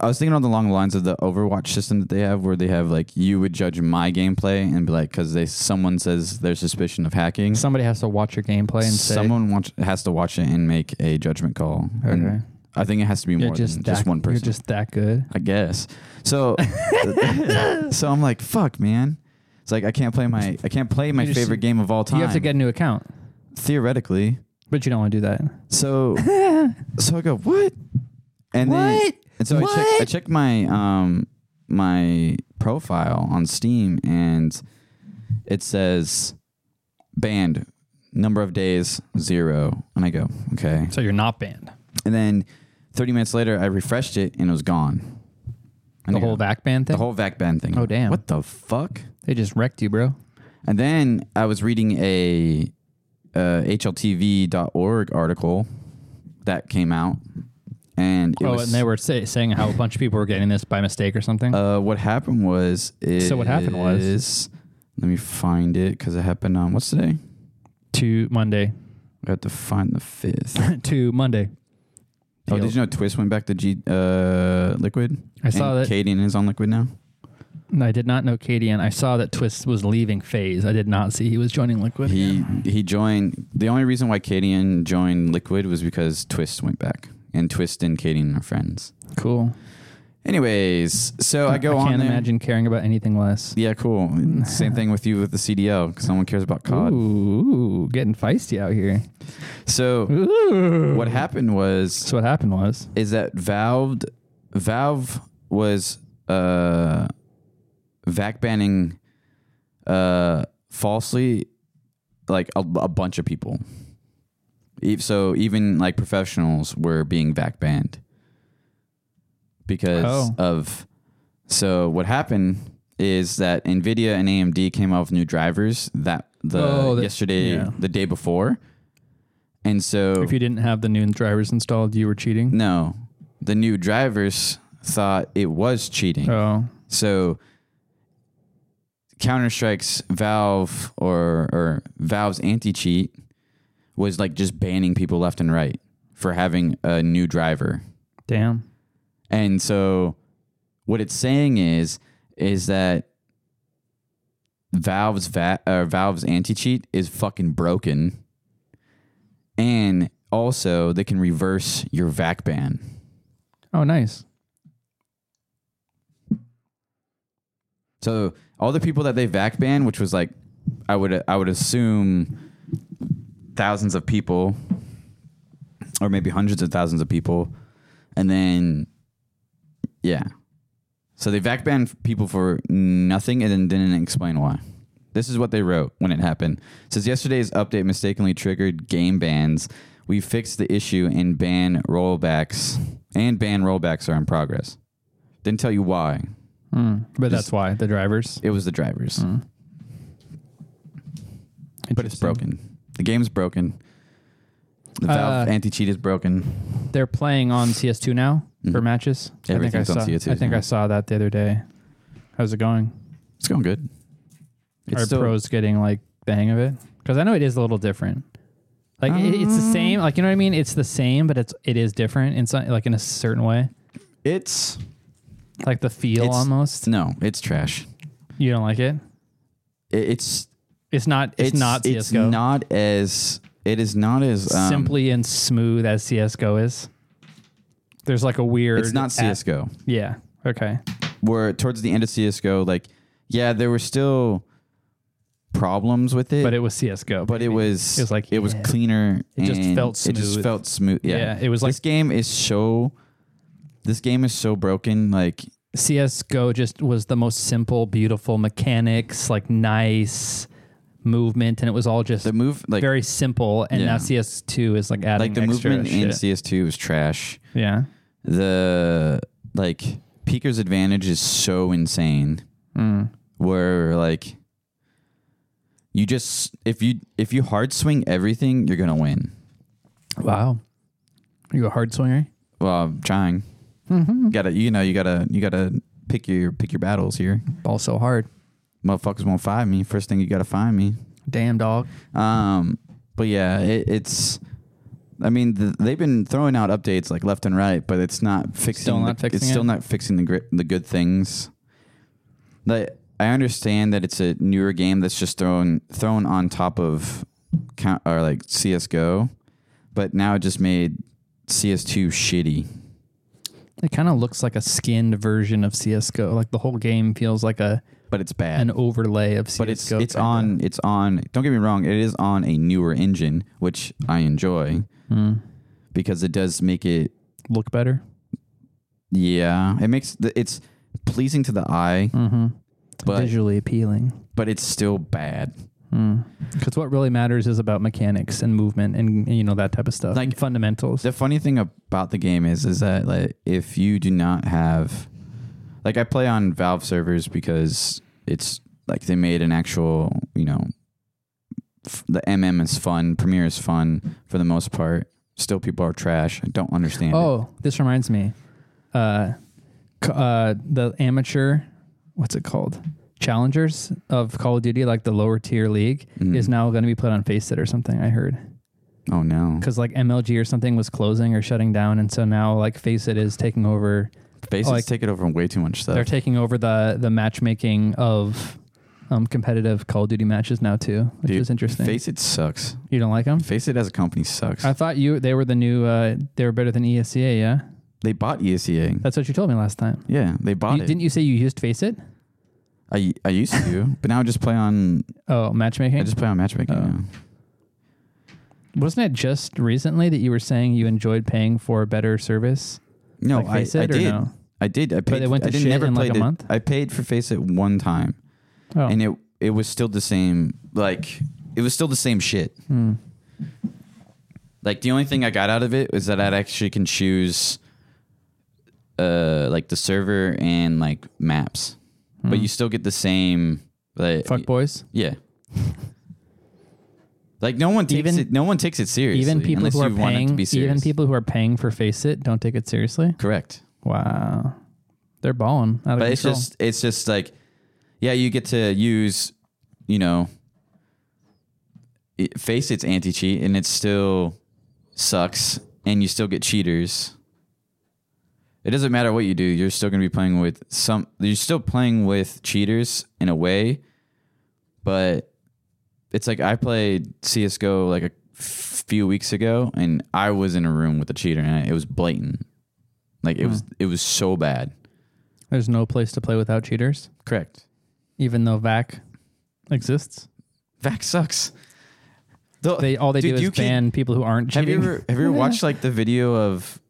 Speaker 2: I was thinking on the long lines of the Overwatch system that they have, where they have like you would judge my gameplay and be like, because they someone says their suspicion of hacking,
Speaker 1: Somebody has to watch your gameplay and say
Speaker 2: someone watch, has to watch it and make a judgment call. And
Speaker 1: Okay.
Speaker 2: I think it has to be
Speaker 1: you're
Speaker 2: more
Speaker 1: just
Speaker 2: than
Speaker 1: that,
Speaker 2: just one person.
Speaker 1: You're just that good.
Speaker 2: I guess. So, so I'm like, fuck, man. It's like I can't play my I can't play my
Speaker 1: You just-
Speaker 2: favorite game of all time.
Speaker 1: You have to get a new account,
Speaker 2: theoretically.
Speaker 1: but you don't want to do that.
Speaker 2: So, so I go what? And then
Speaker 1: What?
Speaker 2: and so I check I
Speaker 1: What?
Speaker 2: check my um my profile on Steam and it says banned number of days zero and I go okay
Speaker 1: So you're not banned.
Speaker 2: and then 30 minutes later I refreshed it and it was gone And
Speaker 1: The
Speaker 2: I go,
Speaker 1: whole back ban thing.
Speaker 2: the whole vac ban thing
Speaker 1: Oh, damn.
Speaker 2: what the fuck
Speaker 1: they just wrecked you, bro.
Speaker 2: and then I was reading a uh, HLTV.org article that came out, and it
Speaker 1: oh,
Speaker 2: was
Speaker 1: and they were say, saying how a bunch of people were getting this by mistake or something.
Speaker 2: uh, what happened was is
Speaker 1: So what happened was-
Speaker 2: let me find it because it happened on what's today?
Speaker 1: to Monday.
Speaker 2: I have to find the fifth.
Speaker 1: to Monday.
Speaker 2: oh,
Speaker 1: Deal.
Speaker 2: did you know Twist went back to G uh, Liquid?
Speaker 1: I saw that.
Speaker 2: Kaden is on Liquid now.
Speaker 1: I did not know Katie, and I saw that Twist was leaving Phase. I did not see he was joining Liquid.
Speaker 2: He he joined. The only reason why Kadian joined Liquid was because Twist went back, and Twist and Kadian are friends.
Speaker 1: cool.
Speaker 2: Anyways, so I go
Speaker 1: I
Speaker 2: on
Speaker 1: can't
Speaker 2: there.
Speaker 1: imagine caring about anything less.
Speaker 2: Yeah, cool. Same thing with you with the CDL because no one cares about COD.
Speaker 1: Ooh, getting feisty out here.
Speaker 2: So
Speaker 1: Ooh.
Speaker 2: what happened was
Speaker 1: So what happened was
Speaker 2: is that Valve Valve was uh vac banning uh falsely like a, a bunch of E-, people. Eve- So even like professionals were being vac banned. because
Speaker 1: Oh.
Speaker 2: of. So what happened is that Nvidia and AMD came out with new drivers that the
Speaker 1: Oh, that-
Speaker 2: yesterday,
Speaker 1: yeah.
Speaker 2: the day before, and so
Speaker 1: If you didn't have the new drivers installed, you were cheating.
Speaker 2: no, the new drivers thought it was cheating.
Speaker 1: Oh,
Speaker 2: So Counter Strike's Valve or or Valve's anti cheat was like just banning people left and right for having a new driver.
Speaker 1: damn.
Speaker 2: And so what it's saying is is that Valve's va- uh, Valve's anti-cheat is fucking broken. And also they can reverse your vac ban.
Speaker 1: Oh, nice.
Speaker 2: So all the people that they vac ban, which was like I would I would assume thousands of people or maybe hundreds of thousands of people and then yeah. So they vac banned people for nothing and then didn't explain why. This is what they wrote when it happened. It says yesterday's update mistakenly triggered game bans. We fixed the issue and ban rollbacks and ban rollbacks are in progress. Didn't tell you why.
Speaker 1: Mm. But that's why the drivers.
Speaker 2: It was the drivers.
Speaker 1: Mm.
Speaker 2: But it's
Speaker 1: Interesting.
Speaker 2: broken. The game's broken. The Valve
Speaker 1: Uh,
Speaker 2: anti cheat is broken.
Speaker 1: They're playing on CS2 now for
Speaker 2: Mhm.
Speaker 1: matches.
Speaker 2: Everything's
Speaker 1: I
Speaker 2: on
Speaker 1: think I saw,
Speaker 2: CS2
Speaker 1: I think
Speaker 2: now.
Speaker 1: I saw that the other day. How's it going?
Speaker 2: It's going good. It's
Speaker 1: Are
Speaker 2: still-
Speaker 1: pros getting like the hang of it? Because I know it is a little different. Like it, it's
Speaker 2: Um.
Speaker 1: the same. Like you know what I mean? It's the same, but it's it is different in some like in a certain way.
Speaker 2: It's
Speaker 1: Like the feel
Speaker 2: It's-
Speaker 1: almost.
Speaker 2: no, it's trash.
Speaker 1: You don't like it?
Speaker 2: It, it's,
Speaker 1: It's not. It's, not CS:GO.
Speaker 2: It's not as it is not as um,
Speaker 1: simply and smooth as CS:GO is. There's like a weird.
Speaker 2: It's not
Speaker 1: CS.
Speaker 2: CS:GO.
Speaker 1: yeah. Okay.
Speaker 2: Where towards the end of CS:GO, like yeah, there were still problems with it,
Speaker 1: But it was CS:GO.
Speaker 2: but it
Speaker 1: baby.
Speaker 2: was
Speaker 1: It was like,
Speaker 2: it was
Speaker 1: yeah.
Speaker 2: cleaner.
Speaker 1: It just
Speaker 2: and
Speaker 1: felt
Speaker 2: It just
Speaker 1: smooth.
Speaker 2: felt smooth. Yeah.
Speaker 1: Yeah, it was
Speaker 2: this
Speaker 1: like-
Speaker 2: game is so. This game is so broken. Like
Speaker 1: CS:GO just was the most simple, beautiful mechanics, like nice movement, and it was all just
Speaker 2: the move, like
Speaker 1: very simple. And now
Speaker 2: Yeah.
Speaker 1: CS2 is like adding
Speaker 2: like the
Speaker 1: extra
Speaker 2: movement in
Speaker 1: shit.
Speaker 2: CS2 is trash.
Speaker 1: yeah.
Speaker 2: The like Peeker's advantage is so insane.
Speaker 1: Mm.
Speaker 2: Where like you just if you if you hard swing everything, you're gonna win.
Speaker 1: Wow. Are you a hard swinger? Mm-hmm.
Speaker 2: Well, I'm trying. Gotta you know you gotta you gotta pick your pick your battles here.
Speaker 1: Ball so hard.
Speaker 2: Motherfuckers won't find me. First thing you gotta find me.
Speaker 1: Damn dog.
Speaker 2: Um, but yeah, it, it's. I mean, th they've been throwing out updates like left and right, but it's not fixing.
Speaker 1: Still
Speaker 2: the-
Speaker 1: not fixing
Speaker 2: It's still
Speaker 1: it?
Speaker 2: not fixing the gri- the good things. Like I understand that it's a newer game that's just thrown thrown on top of, count or like CS:GO, but now it just made CS2 shitty.
Speaker 1: It kind of looks like a skinned version of CS:GO. Like the whole game feels like a
Speaker 2: But it's bad.
Speaker 1: an overlay of CS:GO.
Speaker 2: but it's it's
Speaker 1: kinda.
Speaker 2: on it's on. Don't get me wrong, it is on a newer engine, which I enjoy
Speaker 1: Mm.
Speaker 2: because it does make it
Speaker 1: look better.
Speaker 2: Yeah, it makes the, it's pleasing to the eye,
Speaker 1: Mm-hmm.
Speaker 2: but
Speaker 1: Visually appealing.
Speaker 2: but it's still bad.
Speaker 1: Because what really matters is about mechanics and movement and, and, you know that type of stuff,
Speaker 2: Like-
Speaker 1: like fundamentals.
Speaker 2: The funny thing about the game is is that like if you do not have like I play on Valve servers because it's like they made an actual, you know, f- the MM is fun, Premiere is fun for the most part. Still people are trash. I don't understand. it.
Speaker 1: oh, this reminds me, uh, c- uh, the amateur, what's it called? Challengers of Call of Duty, like the lower tier league,
Speaker 2: Mhm.
Speaker 1: is now going to be put on Faceit or something. I heard
Speaker 2: Oh no.
Speaker 1: because like MLG or something was closing or shutting down, and so now like Faceit is taking over.
Speaker 2: Faces
Speaker 1: oh, like-
Speaker 2: take it over way too much stuff.
Speaker 1: They're taking over the the matchmaking of um, competitive Call of Duty matches now too, which
Speaker 2: Dude,
Speaker 1: is interesting.
Speaker 2: Face it sucks.
Speaker 1: you don't like them?
Speaker 2: Face it as a company sucks.
Speaker 1: I thought you they were the new uh, they were better than ESCA, yeah?
Speaker 2: they bought E ESEA.
Speaker 1: That's what you told me last time.
Speaker 2: yeah, they bought
Speaker 1: You-
Speaker 2: it.
Speaker 1: didn't you say you used Face It?
Speaker 2: I I used to, but now I just play on
Speaker 1: Oh, matchmaking.
Speaker 2: I just play on matchmaking.
Speaker 1: Oh.
Speaker 2: now.
Speaker 1: Wasn't it just recently that you were saying you enjoyed paying for a better service?
Speaker 2: No,
Speaker 1: like Face
Speaker 2: I, I
Speaker 1: It or
Speaker 2: did.
Speaker 1: no?
Speaker 2: I did. I paid.
Speaker 1: it went to
Speaker 2: I didn't
Speaker 1: shit
Speaker 2: never
Speaker 1: in, like,
Speaker 2: played
Speaker 1: a
Speaker 2: it.
Speaker 1: month?
Speaker 2: I paid for Face It one time,
Speaker 1: Oh.
Speaker 2: and it it was still the same. Like it was still the same shit.
Speaker 1: Hmm.
Speaker 2: Like the only thing I got out of it was that I actually can choose, uh, like the server and like maps, but you still get the same. Like,
Speaker 1: Hmm. fuck boys.
Speaker 2: Yeah. Like no one takes
Speaker 1: Even-
Speaker 2: it. No one takes it seriously.
Speaker 1: Even people
Speaker 2: unless
Speaker 1: who are
Speaker 2: you want it to
Speaker 1: paying,
Speaker 2: be serious.
Speaker 1: even people who are paying for Face It don't take it seriously.
Speaker 2: Correct.
Speaker 1: Wow, they're balling out of
Speaker 2: But
Speaker 1: control.
Speaker 2: it's just it's just like, yeah, you get to use, you know, it, face it's anti cheat and it still sucks, and you still get cheaters. It doesn't matter what you do; you're still going to be playing with some. You're still playing with cheaters in a way, but it's like I played CS:GO like a few weeks ago, and I was in a room with a cheater, and it was blatant. Like it was, it was so bad.
Speaker 1: There's no place to play without cheaters,
Speaker 2: Correct.
Speaker 1: even though VAC exists.
Speaker 2: Vax sucks. The-
Speaker 1: They all they
Speaker 2: dude,
Speaker 1: do
Speaker 2: you
Speaker 1: is
Speaker 2: can-
Speaker 1: ban people who aren't
Speaker 2: Have
Speaker 1: cheating.
Speaker 2: you ever have you ever watched like the video of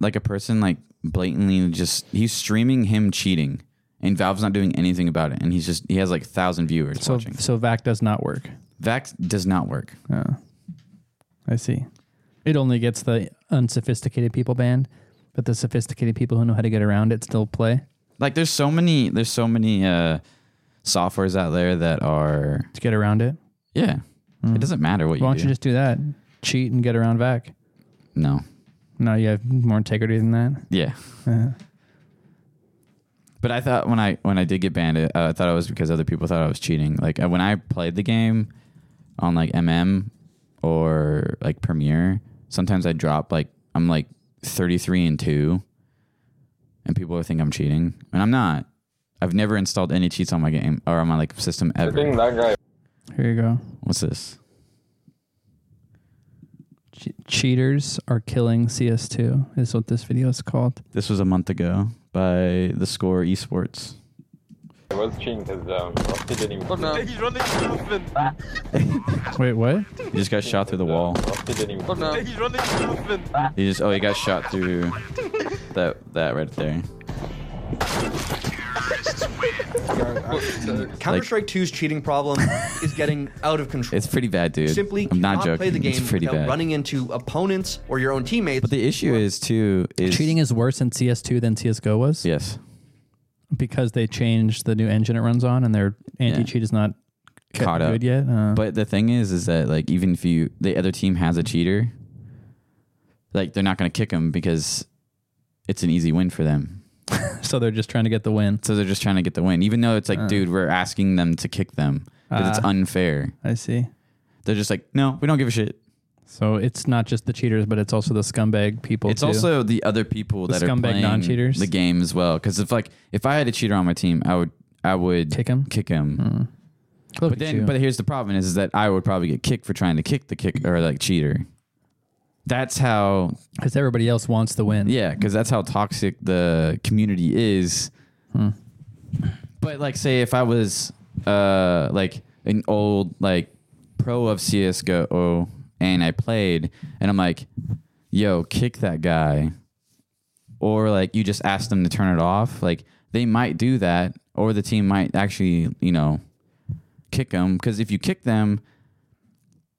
Speaker 2: like a person like blatantly just he's streaming him cheating and Valve's not doing anything about it and he's just he has like thousand viewers
Speaker 1: so
Speaker 2: watching.
Speaker 1: so VAC does not work.
Speaker 2: Vax does not work.
Speaker 1: Oh, I see. It only gets the unsophisticated people banned, but the sophisticated people who know how to get around it still play.
Speaker 2: Like there's so many there's so many uh softwares out there that are
Speaker 1: To get around it,
Speaker 2: yeah.
Speaker 1: Mm.
Speaker 2: It doesn't matter what
Speaker 1: why
Speaker 2: you
Speaker 1: don't
Speaker 2: do.
Speaker 1: you just do that? Cheat and get around VAC.
Speaker 2: no.
Speaker 1: No, you have more integrity than that.
Speaker 2: Yeah.
Speaker 1: Uh,
Speaker 2: But I thought when I when I did get banned, uh, I thought it was because other people thought I was cheating. Like uh, when I played the game on like MM or like Premiere, sometimes I drop like I'm like 33 and two, and people think I'm cheating, and I'm not. I've never installed any cheats on my game or on my like system ever.
Speaker 4: that guy.
Speaker 1: here you go.
Speaker 2: What's this?
Speaker 1: Che- cheaters are killing CS2 is what this video is called.
Speaker 2: This was a month ago by the Score Esports.
Speaker 4: I was cheating because um, Rusty didn't even.
Speaker 5: He's running movement.
Speaker 1: Wait, what?
Speaker 2: He just got shot through the wall.
Speaker 4: Rusty didn't even.
Speaker 5: He's running movement.
Speaker 2: He just oh he got shot through that that right there.
Speaker 6: Counter Strike 2's cheating problem is getting out of control.
Speaker 2: It's pretty bad, dude.
Speaker 6: Simply
Speaker 2: I'm not
Speaker 6: cannot
Speaker 2: joking.
Speaker 6: play the game
Speaker 2: it's pretty
Speaker 6: without
Speaker 2: bad.
Speaker 6: running into opponents or your own teammates.
Speaker 2: But the issue is too is
Speaker 1: Cheating is worse in CS2 than CS:GO was
Speaker 2: yes
Speaker 1: because they changed the new engine it runs on, and their anti-cheat is not kept
Speaker 2: caught up.
Speaker 1: good yet. Uh,
Speaker 2: But the thing is, is that like even if you the other team has a cheater, like they're not going to kick him because it's an easy win for them.
Speaker 1: so they're just trying to get the win.
Speaker 2: So they're just trying to get the win, even though it's like, dude, we're asking them to kick them because it's
Speaker 1: Ah.
Speaker 2: unfair.
Speaker 1: I see.
Speaker 2: They're just like, no, we don't give a shit.
Speaker 1: So it's not just the cheaters, but it's also the scumbag people.
Speaker 2: It's
Speaker 1: too.
Speaker 2: also the other people
Speaker 1: The
Speaker 2: that are
Speaker 1: scumbag
Speaker 2: playing
Speaker 1: non-cheaters?
Speaker 2: the game as well. Because if like if I had a cheater on my team, I would I would
Speaker 1: Kick him?
Speaker 2: kick him.
Speaker 1: Look
Speaker 2: But
Speaker 1: at
Speaker 2: then,
Speaker 1: you.
Speaker 2: but here's the problem: is, is that I would probably get kicked for trying to kick the kick or like cheater. That's how,
Speaker 1: because everybody else wants the win.
Speaker 2: yeah, because that's how toxic the community is. But like, say if I was uh like an old like pro of CS:GO and I played, and I'm like, yo, kick that guy, or like you just ask them to turn it off, like they might do that, or the team might actually, you know, kick them because if you kick them,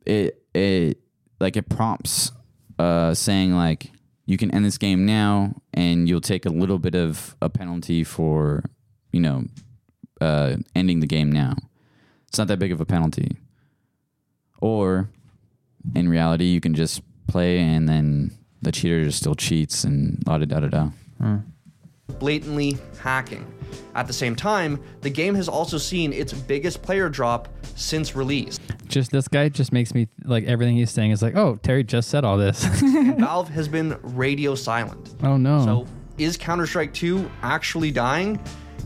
Speaker 2: it it like it prompts uh saying like you can end this game now and you'll take a little bit of a penalty for you know uh ending the game now. It's not that big of a penalty. Or in reality, you can just play and then the cheater just still cheats and la da da da da.
Speaker 6: blatantly hacking. At the same time, the game has also seen its biggest player drop since release.
Speaker 1: Just this guy just makes me like everything he's saying is like, oh, Terry just said all this.
Speaker 6: Valve has been radio silent.
Speaker 1: oh no.
Speaker 6: So, is Counter Strike 2 actually dying?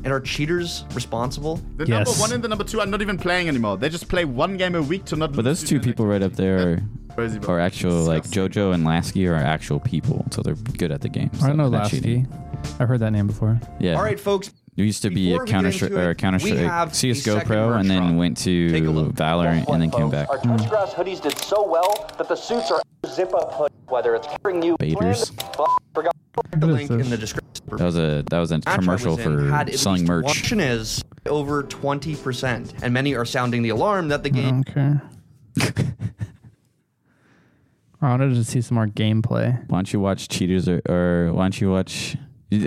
Speaker 6: And are cheaters responsible?
Speaker 7: The
Speaker 1: Yes.
Speaker 7: number one and the number two are not even playing anymore. They just play one game a week to not.
Speaker 2: But those two people right up there are,
Speaker 7: Crazy, bro.
Speaker 2: are actual, like
Speaker 7: Disgusting.
Speaker 2: JoJo and Lasky are actual people, so they're good at the game.
Speaker 1: I
Speaker 2: so
Speaker 1: don't know
Speaker 2: they're not
Speaker 1: Lasky.
Speaker 2: cheating.
Speaker 1: I've heard that name before.
Speaker 2: Yeah.
Speaker 6: All right, folks.
Speaker 2: We used to be
Speaker 6: Before
Speaker 2: a
Speaker 6: we
Speaker 2: Counter
Speaker 6: get
Speaker 2: Strike,
Speaker 6: into
Speaker 2: or
Speaker 6: it,
Speaker 2: Counter
Speaker 6: we
Speaker 2: Strike,
Speaker 6: have the
Speaker 2: CS:GO
Speaker 6: second
Speaker 2: Pro, and then
Speaker 6: workshop.
Speaker 2: went to
Speaker 6: Take a look.
Speaker 2: Valorant, and then came back.
Speaker 8: Our touchgrass hoodies did so well that the suits are zip up hood. Whether it's covering you,
Speaker 2: Baiters.
Speaker 8: forgot
Speaker 6: The
Speaker 1: is
Speaker 6: link
Speaker 1: this?
Speaker 6: in the description.
Speaker 2: That was a that was a
Speaker 6: match I
Speaker 2: commercial
Speaker 6: was in had
Speaker 2: for
Speaker 6: at
Speaker 2: selling
Speaker 6: least
Speaker 2: merch.
Speaker 6: one Option is over 20%, and many are sounding the alarm that the game
Speaker 2: Oh.
Speaker 1: Okay. I wanted to see some more gameplay.
Speaker 2: Why don't you watch cheaters or, or why don't you watch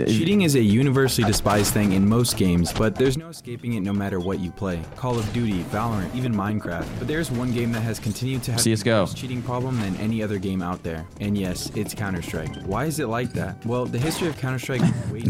Speaker 9: Cheating is a universally despised thing in most games, but there's no escaping it no matter what you play. Call of Duty, Valorant, even Minecraft. But there's one game that has continued to have a
Speaker 2: CS:GO.
Speaker 9: worse cheating problem than any other game out there. And yes, it's Counter-Strike. Why is it like that? Well, the history of Counter-Strike is way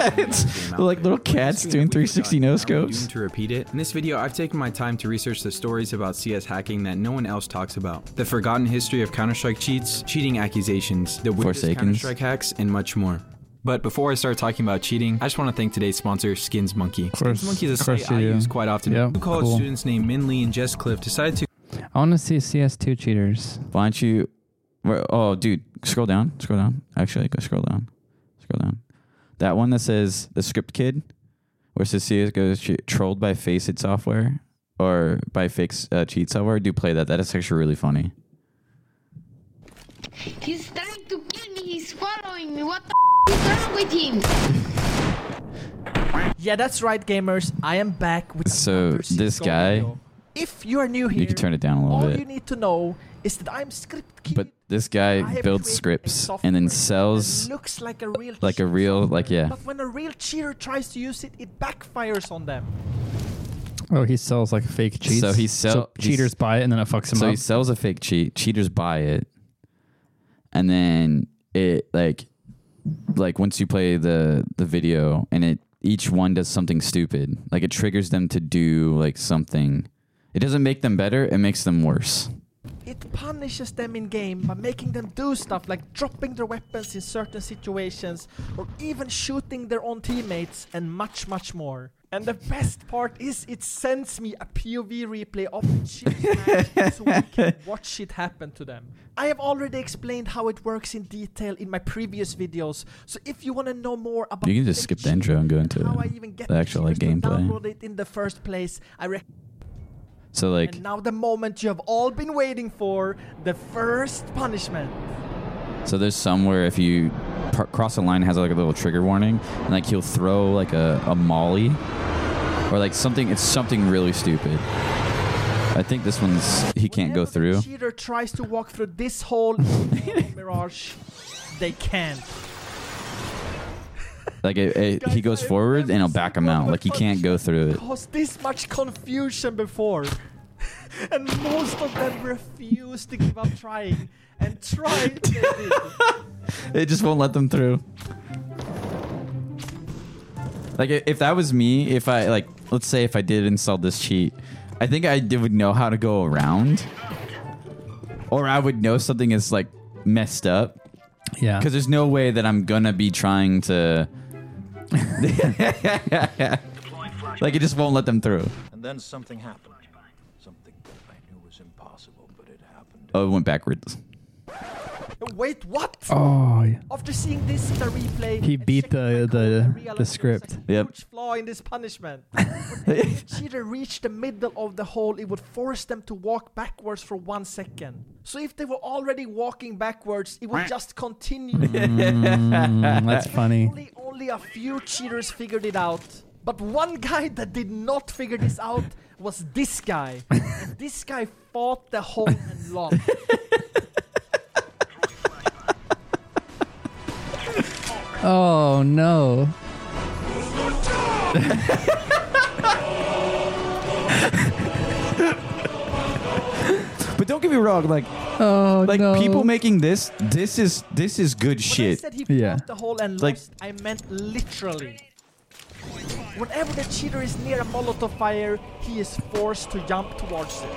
Speaker 2: It's like little cats doing 360 no scopes.
Speaker 9: to repeat it. In this video, I've taken my time to research the stories about CS hacking that no one else talks about. The forgotten history of Counter-Strike cheats, cheating accusations, the weirdest
Speaker 2: Forsakens.
Speaker 9: Counter-Strike hacks, and much more. But before I start talking about cheating, I just want to thank today's sponsor, Skins Monkey.
Speaker 1: course-
Speaker 9: Skins Monkey is a
Speaker 1: of course
Speaker 9: site
Speaker 1: you
Speaker 9: I
Speaker 1: do.
Speaker 9: use quite often.
Speaker 1: Yeah,
Speaker 9: Two college
Speaker 1: cool.
Speaker 9: students named Min Lee and Jess Cliff decided to
Speaker 1: I want to see CS2 cheaters.
Speaker 2: Why don't you? where- Oh, dude, scroll down, scroll down. Actually, go scroll down, scroll down. That one that says the script kid, where it says CS:GO is che- trolled by Faceit software or by fake uh, cheat software. Do play that. That is actually really funny.
Speaker 10: He's trying to kill me. He's following me. What the f- is wrong with him?
Speaker 11: Yeah, that's right, gamers. I am back with
Speaker 2: So,
Speaker 11: another
Speaker 2: this
Speaker 11: CSGO
Speaker 2: guy-
Speaker 11: video. If you are new here,
Speaker 2: You can turn it down a little
Speaker 11: all
Speaker 2: bit.
Speaker 11: you need to know is that I'm script kid.
Speaker 2: But this
Speaker 11: I
Speaker 2: guy
Speaker 11: have created
Speaker 2: builds
Speaker 11: a
Speaker 2: scripts
Speaker 11: software
Speaker 2: and then
Speaker 11: that
Speaker 2: sells
Speaker 11: looks like a real
Speaker 2: like a
Speaker 11: cheat
Speaker 2: real like
Speaker 11: software.
Speaker 2: yeah.
Speaker 11: But when a real cheater tries to use it, it backfires on them.
Speaker 1: Oh, he sells like fake cheats.
Speaker 2: So he sell- he's-
Speaker 1: cheaters buy it and then it fucks him
Speaker 2: So
Speaker 1: up.
Speaker 2: he sells a fake cheat. Cheaters buy it, and then it like like once you play the the video and it each one does something stupid. Like it triggers them to do like something. It doesn't make them better. It makes them worse.
Speaker 11: It punishes them in game by making them do stuff like dropping their weapons in certain situations or even shooting their own teammates and much, much more. And the best part is it sends me a POV replay of the cheat match so we can watch it happen to them. I have already explained how it works in detail in my previous videos, so if you want to know more about
Speaker 2: You can just
Speaker 11: fake
Speaker 2: skip the intro and go
Speaker 11: cheating
Speaker 2: into
Speaker 11: how I
Speaker 2: the
Speaker 11: even get
Speaker 2: actual, like,
Speaker 11: cheaters to
Speaker 2: gameplay.
Speaker 11: download it in the first place, I recommend
Speaker 2: So like
Speaker 11: and now the moment you have all been waiting for, the first punishment.
Speaker 2: so there's some where if you par- cross a line it has like a little trigger warning and like he'll throw like a, a molly or like something it's something really stupid. I think this one's he can't go
Speaker 11: Whenever the
Speaker 2: through.
Speaker 11: cheater tries to walk through this hole in Mirage, they can't.
Speaker 2: Like it, it, he
Speaker 11: Guys,
Speaker 2: goes
Speaker 11: I
Speaker 2: forward and
Speaker 11: remember
Speaker 2: he'll back
Speaker 11: seeing
Speaker 2: him
Speaker 11: one
Speaker 2: out.
Speaker 11: that
Speaker 2: Like he can't go through it.
Speaker 11: Caused this much confusion before. and most of them refuse to give up trying. And tried they did.
Speaker 2: It just won't let them through. Like i- if that was me, if I like, let's say if I did install this cheat, I think I did, would know how to go around, or I would know something is like messed up
Speaker 1: yeah.
Speaker 2: because there's no way that I'm gonna be trying to. like it just won't let them through.
Speaker 3: And then something happened. Something that I knew was impossible, but it happened.
Speaker 2: Oh, it went backwards.
Speaker 11: Wait, what?
Speaker 1: Oh, yeah.
Speaker 11: After seeing this in the replay,
Speaker 1: He
Speaker 11: and
Speaker 1: beat the-
Speaker 11: checking my code,
Speaker 1: the-
Speaker 11: I
Speaker 1: the
Speaker 11: realized there was a
Speaker 1: script.
Speaker 2: Yep.
Speaker 11: Huge flaw in this punishment. Whenever the cheater reached the middle of the hole, it would force them to walk backwards for one second. So if they were already walking backwards, it would just continue.
Speaker 1: Mm, that's funny.
Speaker 11: only, only a few cheaters figured it out. But one guy that did not figure this out was this guy. And this guy fought the hole and lost.
Speaker 1: Oh no.
Speaker 2: But don't get me wrong, like
Speaker 1: Oh
Speaker 2: like
Speaker 1: no.
Speaker 2: people making this, this is this is good
Speaker 11: When I
Speaker 2: shit.
Speaker 11: said he
Speaker 1: Yeah.
Speaker 11: fought the hole and
Speaker 2: Like-
Speaker 11: lost, I meant literally. Whenever the cheater is near a Molotov fire, he is forced to jump towards it.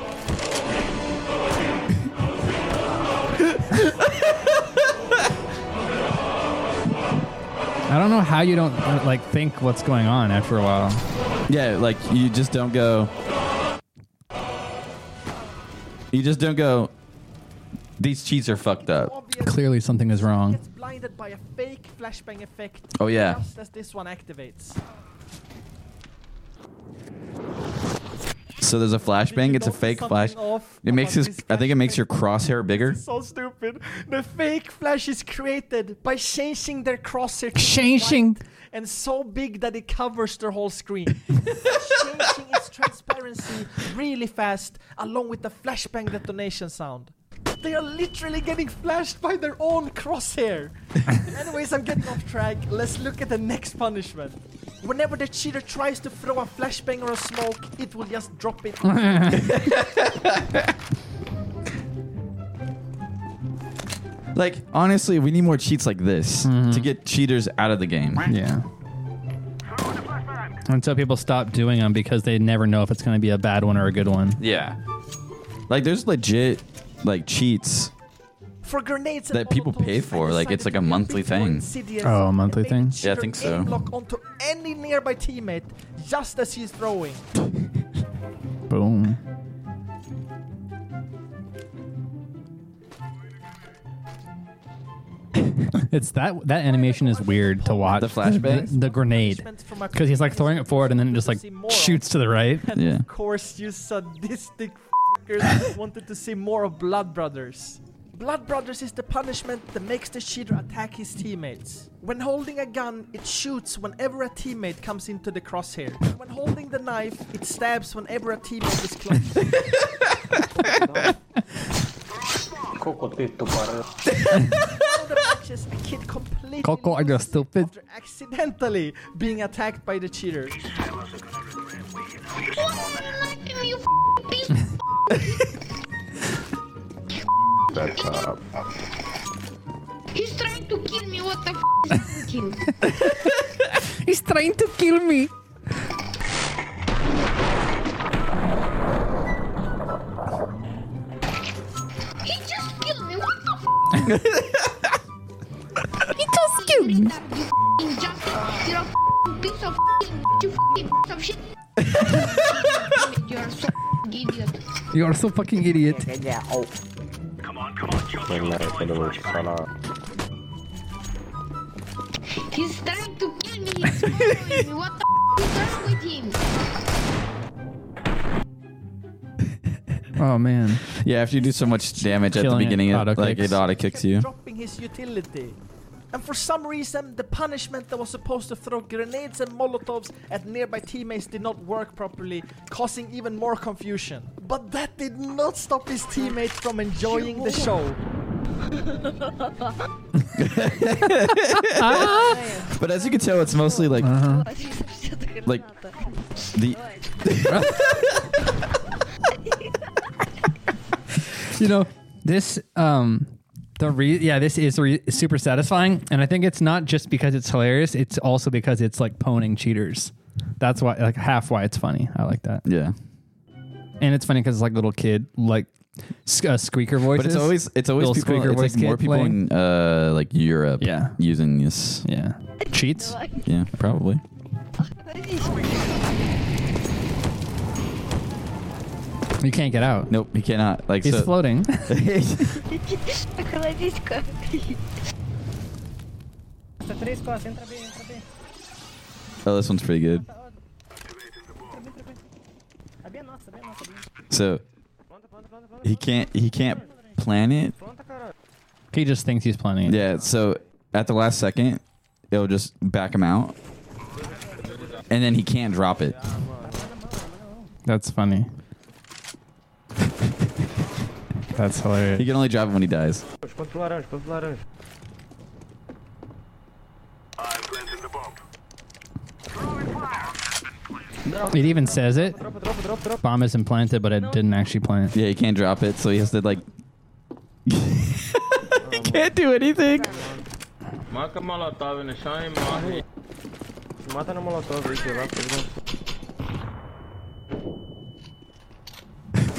Speaker 1: I don't know how you don't uh, like think what's going on after a while.
Speaker 2: Yeah, like you just don't go. You just don't go. These cheats are fucked up.
Speaker 11: Obvious
Speaker 1: Clearly something is Uh, wrong.
Speaker 11: Gets blinded by a fake flashbang effect.
Speaker 2: Oh, yeah.
Speaker 11: Just as this one activates.
Speaker 2: So there's a
Speaker 11: Did
Speaker 2: flashbang.
Speaker 11: you
Speaker 2: It's a
Speaker 11: notice
Speaker 2: fake
Speaker 11: something
Speaker 2: flash.
Speaker 11: off
Speaker 2: It makes
Speaker 11: about
Speaker 2: his.
Speaker 11: this
Speaker 2: I think it makes
Speaker 11: flashbang?
Speaker 2: your crosshair bigger.
Speaker 11: So stupid. The fake flash is created by changing their crosshair to
Speaker 1: Changing.
Speaker 11: white and so big that it covers their whole screen. changing its transparency really fast, along with the flashbang detonation sound. They are literally getting flashed by their own crosshair. Anyways, I'm getting off track. Let's look at the next punishment. Whenever the cheater tries to throw a flashbang or a smoke, it will just drop it.
Speaker 2: Like honestly, we need more cheats like this to get cheaters out of the game.
Speaker 1: Yeah. Until people stop doing them because they never know if it's going to be a bad one or a good one.
Speaker 2: Yeah. Like there's legit like cheats.
Speaker 11: for grenades
Speaker 2: That people pay for, like, it's like a monthly thing.
Speaker 1: Oh, a monthly thing?
Speaker 2: Yeah, I think so.
Speaker 11: Block onto any nearby teammate just as he's throwing.
Speaker 1: Boom. it's that that animation is weird to watch.
Speaker 2: The flashbang?
Speaker 1: the, the grenade, because he's like throwing it forward and then it just like shoots to the right.
Speaker 11: And
Speaker 2: Yeah.
Speaker 11: of course, you sadistic fuckers wanted to see more of Blood Brothers. Blood Brothers is the punishment that makes the cheater attack his teammates. When holding a gun, it shoots whenever a teammate comes into the crosshair. when holding the knife, it stabs whenever a teammate is clutching. All the matches, a kid completely
Speaker 1: Coco, are you
Speaker 11: loses
Speaker 1: stupid?
Speaker 11: after accidentally being attacked by the cheater.
Speaker 10: What's the life of you f***ing piece of
Speaker 3: That's uh,
Speaker 10: He's trying to kill me. What the f*** is wrong with him?
Speaker 1: He's trying to kill me.
Speaker 10: He just killed me. What the f***? he just killed me. You f***ing justice. You're a f***ing piece of f***ing. You f***ing piece of shit. You're so f***ing idiot.
Speaker 1: You are so fucking idiot.
Speaker 10: He's trying to kill me. He's following me. What the f- is wrong with him?
Speaker 1: Oh man.
Speaker 2: Yeah, after you do so much damage at the
Speaker 1: Killing it,
Speaker 2: beginning, it,
Speaker 1: auto
Speaker 2: like
Speaker 1: kicks.
Speaker 2: it auto kicks you.
Speaker 11: dropping his utility. And for some reason, the punishment that was supposed to throw grenades and molotovs at nearby teammates did not work properly, causing even more confusion. But that did not stop his teammates from enjoying the show.
Speaker 2: But as you can tell, it's mostly like
Speaker 1: Uh-huh.
Speaker 2: like the
Speaker 1: you know this um the re- yeah this is re- super satisfying and i think it's not just because it's hilarious it's also because it's like poning cheaters that's why like half why it's funny i like that
Speaker 2: yeah.
Speaker 1: and it's funny because it's like little kid like s- uh, squeaker voices
Speaker 2: But it's always it's always
Speaker 1: Little
Speaker 2: people. It's like
Speaker 1: kid
Speaker 2: more people
Speaker 1: playing.
Speaker 2: in uh like Europe.
Speaker 1: Yeah.
Speaker 2: using this.
Speaker 1: yeah cheats
Speaker 2: Yeah, probably.
Speaker 1: you can't get out
Speaker 2: Nope, he cannot. Like
Speaker 1: he's
Speaker 2: so,
Speaker 1: floating
Speaker 10: Охладись-ка.
Speaker 2: Oh, this one's pretty good. So he can't he can't plan it.
Speaker 1: he just thinks he's planning it.
Speaker 2: Yeah, so at the last second, it'll just back him out. And then he can't drop it.
Speaker 1: that's funny that's hilarious
Speaker 2: He can only drop it when he dies.
Speaker 1: It even says it. Bomb isn't planted, but it didn't actually plant.
Speaker 2: Yeah, he can't drop it, so he has to like He can't do anything.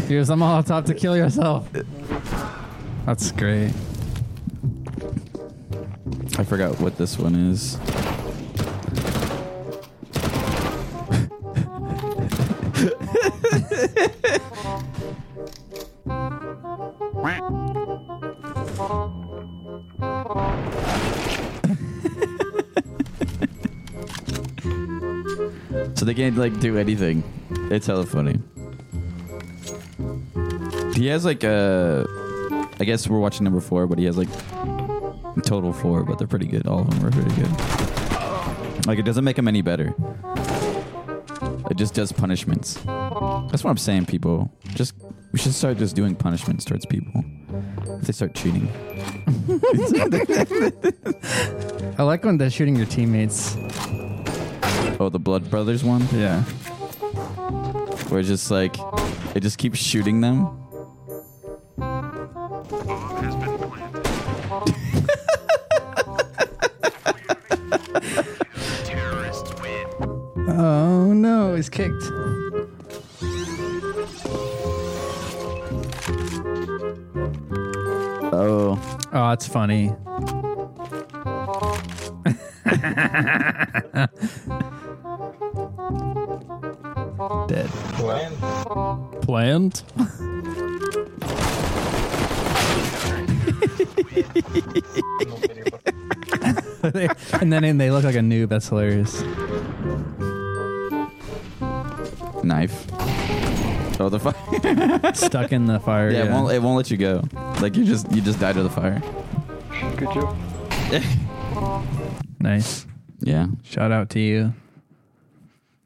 Speaker 1: Use the Molotov to kill yourself. That's great.
Speaker 2: I forgot what this one is. so they can't like do anything. It's hella funny. He has like a. I guess we're watching number four, but he has like total four, but they're pretty good. All of them are pretty good. Like it doesn't make them any better. It just does punishments. That's what I'm saying, people. Just we should start just doing punishments towards people. If they start cheating.
Speaker 1: I like when they're shooting your teammates.
Speaker 2: Oh, the Blood Brothers one?
Speaker 1: Yeah.
Speaker 2: Where it's just like, it just keeps shooting them.
Speaker 1: Oh no, he's kicked.
Speaker 2: Oh.
Speaker 1: Oh, that's funny. Dead. Plant. Plant? and then and they look like a noob. That's hilarious.
Speaker 2: Knife. Oh, the fire.
Speaker 1: Stuck in the fire.
Speaker 2: Yeah, It, won't, it won't let you go. Like, you just you just died to the fire.
Speaker 3: Good job.
Speaker 1: Nice.
Speaker 2: Yeah.
Speaker 1: Shout out to you.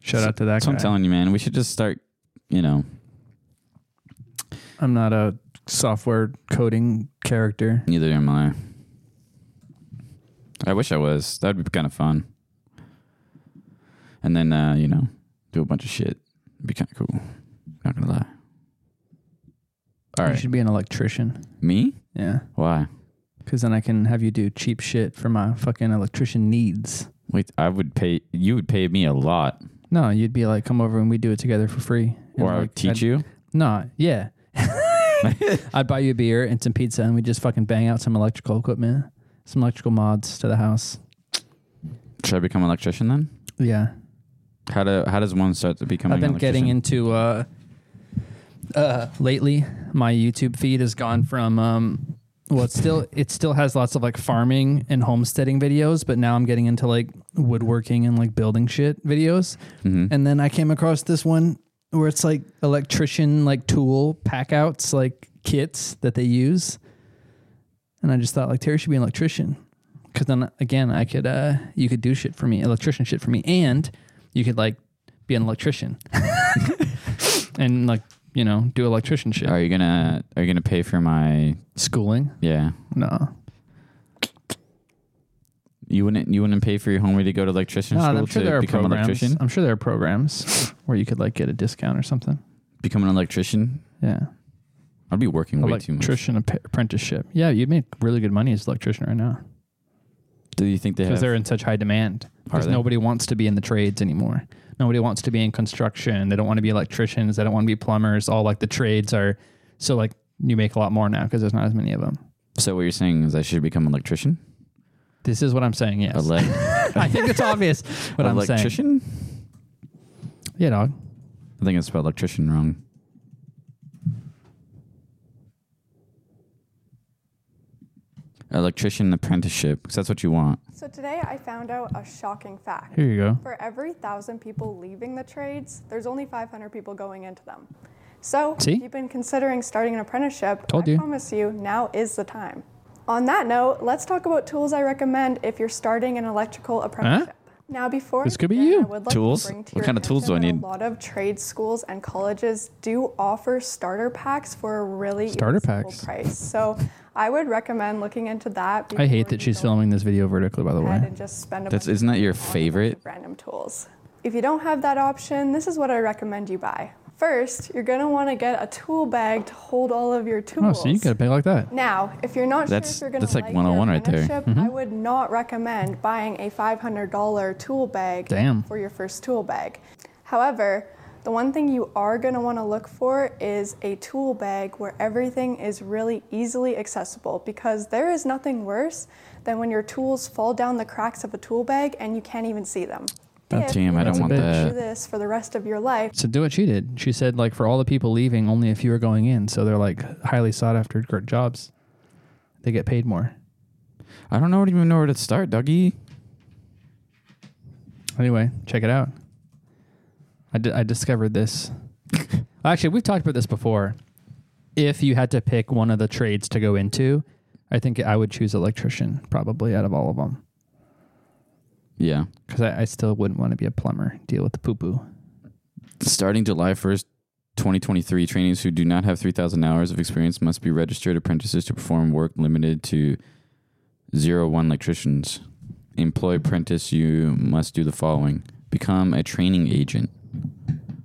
Speaker 1: Shout out to that
Speaker 2: That's what I'm
Speaker 1: guy.
Speaker 2: telling you, man. We should just start, you know.
Speaker 1: I'm not a software coding character.
Speaker 2: Neither am I. I wish I was. That'd be kind of fun. And then, uh, you know, do a bunch of shit. It'd be kind of cool. Not gonna lie. All
Speaker 1: You
Speaker 2: right,
Speaker 1: should be an electrician.
Speaker 2: me?
Speaker 1: Yeah.
Speaker 2: Why?
Speaker 1: Because then I can have you do cheap shit for my fucking electrician needs.
Speaker 2: Wait, I would pay. You would pay me a lot,
Speaker 1: No, you'd be like, come over and we do it together for free. And
Speaker 2: or I
Speaker 1: like,
Speaker 2: would teach
Speaker 1: I'd-
Speaker 2: you.
Speaker 1: No, yeah. I'd buy you a beer and some pizza and we just fucking bang out some electrical equipment, some electrical mods to the house.
Speaker 2: Should I become an electrician then?
Speaker 1: Yeah.
Speaker 2: How do how does one start to become?
Speaker 1: I've been getting into uh, uh, lately. My YouTube feed has gone from um, well, it's still it still has lots of like farming and homesteading videos, but now I'm getting into like woodworking and like building shit videos.
Speaker 2: Mm-hmm.
Speaker 1: And then I came across this one where it's like electrician like tool packouts like kits that they use, and I just thought like Terry should be an electrician. Cause then again, I could, uh, you could do shit for me, electrician shit for me, and you could like be an electrician and like you know do electrician shit.
Speaker 2: Are you gonna Are you gonna pay for my?
Speaker 1: Schooling?
Speaker 2: Yeah,
Speaker 1: No,
Speaker 2: you wouldn't. You wouldn't pay for your homie to go to electrician
Speaker 1: no.
Speaker 2: school
Speaker 1: I'm sure
Speaker 2: to
Speaker 1: there are
Speaker 2: become an
Speaker 1: programs.
Speaker 2: electrician.
Speaker 1: I'm sure there are programs where you could like get a discount or something.
Speaker 2: Become an electrician.
Speaker 1: Yeah,
Speaker 2: I'd be working way too much.
Speaker 1: electrician ap- apprenticeship. Yeah, you'd make really good money as an electrician right now
Speaker 2: Do you think they
Speaker 1: because
Speaker 2: have?
Speaker 1: they're in such high demand. Because
Speaker 2: they?
Speaker 1: nobody wants to be in the trades anymore. Nobody wants to be in construction. They don't want to be electricians. They don't want to be plumbers. All like the trades are. So like you make a lot more now because there's not as many of them.
Speaker 2: So what you're saying is I should become an electrician?
Speaker 1: This is what I'm saying. Yes,
Speaker 2: Elec-
Speaker 1: I think it's obvious what I'm saying.
Speaker 2: electrician?
Speaker 1: Yeah, dog.
Speaker 2: I think I spelled electrician wrong. Electrician apprenticeship, 'cause that's what you want.
Speaker 12: So today I found out a shocking fact.
Speaker 2: Here you go.
Speaker 12: For every thousand people leaving the trades, there's only 500 people going into them. So
Speaker 1: See?
Speaker 12: if you've been considering starting an apprenticeship,
Speaker 1: Told
Speaker 12: I
Speaker 1: you.
Speaker 12: promise you now is the time. On that note, let's talk about tools I recommend if you're starting an electrical apprenticeship. Now, before
Speaker 2: This could
Speaker 12: I
Speaker 2: be
Speaker 12: begin,
Speaker 2: you.
Speaker 12: I would like
Speaker 2: Tools?
Speaker 12: To bring to
Speaker 2: What
Speaker 12: your
Speaker 2: kind of tools do I
Speaker 12: attention
Speaker 2: need?
Speaker 12: that A lot of trade schools and colleges do offer starter packs for a really
Speaker 1: Starter
Speaker 12: reasonable
Speaker 1: packs.
Speaker 12: price. So I would recommend looking into that.
Speaker 1: I
Speaker 12: before
Speaker 1: hate that she's filming this video vertically. By the
Speaker 12: ahead
Speaker 1: way,
Speaker 12: and just spend a
Speaker 2: That's
Speaker 12: bunch
Speaker 2: isn't that your
Speaker 12: of
Speaker 2: favorite?
Speaker 12: random tools. If you don't have that option, this is what I recommend you buy. First, you're gonna want to get a tool bag to hold all of your
Speaker 1: oh,
Speaker 12: tools.
Speaker 1: so you got a bag like that?
Speaker 12: Now, if you're not
Speaker 2: That's-
Speaker 12: sure if you're going
Speaker 2: that's
Speaker 12: to
Speaker 2: like
Speaker 12: like, your
Speaker 2: 101 right there. Mm-hmm.
Speaker 12: apprenticeship, I would not recommend buying a $500 tool bag
Speaker 2: Damn.
Speaker 12: for your first tool bag. However, the one thing you are going to want to look for is a tool bag where everything is really easily accessible because there is nothing worse than when your tools fall down the cracks of a tool bag and you can't even see them.
Speaker 2: Oh,
Speaker 12: If
Speaker 2: damn, I
Speaker 12: you
Speaker 2: don't
Speaker 12: want
Speaker 2: want
Speaker 12: to
Speaker 2: that.
Speaker 12: Do this for the rest of your life.
Speaker 1: So do what she did. She said like for all the people leaving, only a few are going in. So they're like highly sought after gr- jobs. They get paid more.
Speaker 2: I don't know even know where to start, Dougie.
Speaker 1: Anyway, check it out. I di- I discovered this. Actually, we've talked about this before. If you had to pick one of the trades to go into, I think I would choose electrician probably out of all of them
Speaker 2: Yeah.
Speaker 1: because I, I still wouldn't want to be a plumber. Deal with the poo poo.
Speaker 2: Starting July first, 2023, trainees who do not have 3,000 hours of experience must be registered apprentices to perform work limited to zero one electricians. Employ apprentice, you must do the following become a training agent.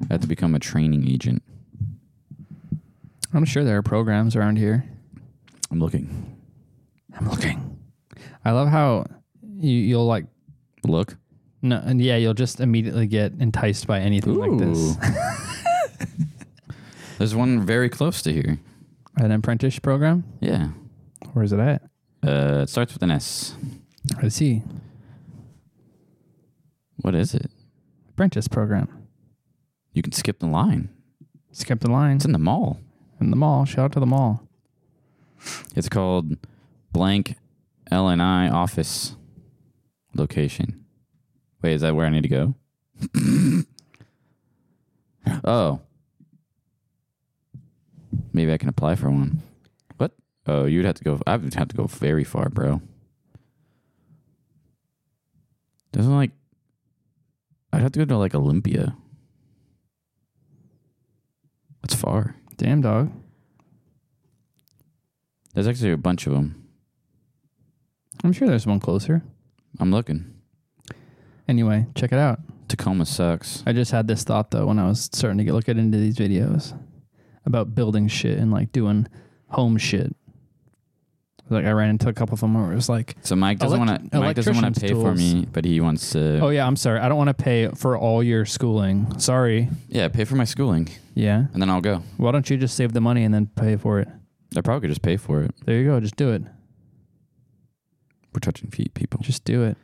Speaker 2: I have to become a training agent.
Speaker 1: I'm sure there are programs around here.
Speaker 2: I'm looking.
Speaker 1: I'm looking. I love how you, you'll like
Speaker 2: look.
Speaker 1: No, and yeah, you'll just immediately get enticed by anything like this.
Speaker 2: There's one very close to here.
Speaker 1: An apprentice program?
Speaker 2: Yeah.
Speaker 1: Where is it at?
Speaker 2: Uh, it starts with an S.
Speaker 1: I see.
Speaker 2: What is it?
Speaker 1: Apprentice program.
Speaker 2: You can skip the line.
Speaker 1: Skip the line. It's
Speaker 2: in the mall.
Speaker 1: In the mall. Shout out to the mall.
Speaker 2: It's called blank LNI office location. Wait, is that where I need to go? oh. Maybe I can apply for one. What? Oh, you'd have to go I would have to go very far, bro. Doesn't like I'd have to go to like Olympia. That's far.
Speaker 1: Damn dog.
Speaker 2: There's actually a bunch of them.
Speaker 1: I'm sure there's one closer.
Speaker 2: I'm looking.
Speaker 1: Anyway, check it out.
Speaker 2: Tacoma sucks.
Speaker 1: I just had this thought though when I was starting to get look into these videos about building shit and like doing home shit. Like I ran into a couple of them where it was like
Speaker 2: So Mike doesn't
Speaker 1: elect-
Speaker 2: want to. Mike doesn't want to
Speaker 1: electrician's
Speaker 2: pay for
Speaker 1: tools.
Speaker 2: me, but he wants to.
Speaker 1: Oh yeah, I'm sorry. I don't want to pay for all your schooling. Sorry.
Speaker 2: Yeah, pay for my schooling,
Speaker 1: Yeah.
Speaker 2: and then I'll go.
Speaker 1: Why don't you just save the money and then pay for it?
Speaker 2: I probably could just pay for it.
Speaker 1: There you go. Just do it.
Speaker 2: We're touching feet, people.
Speaker 1: Just do it.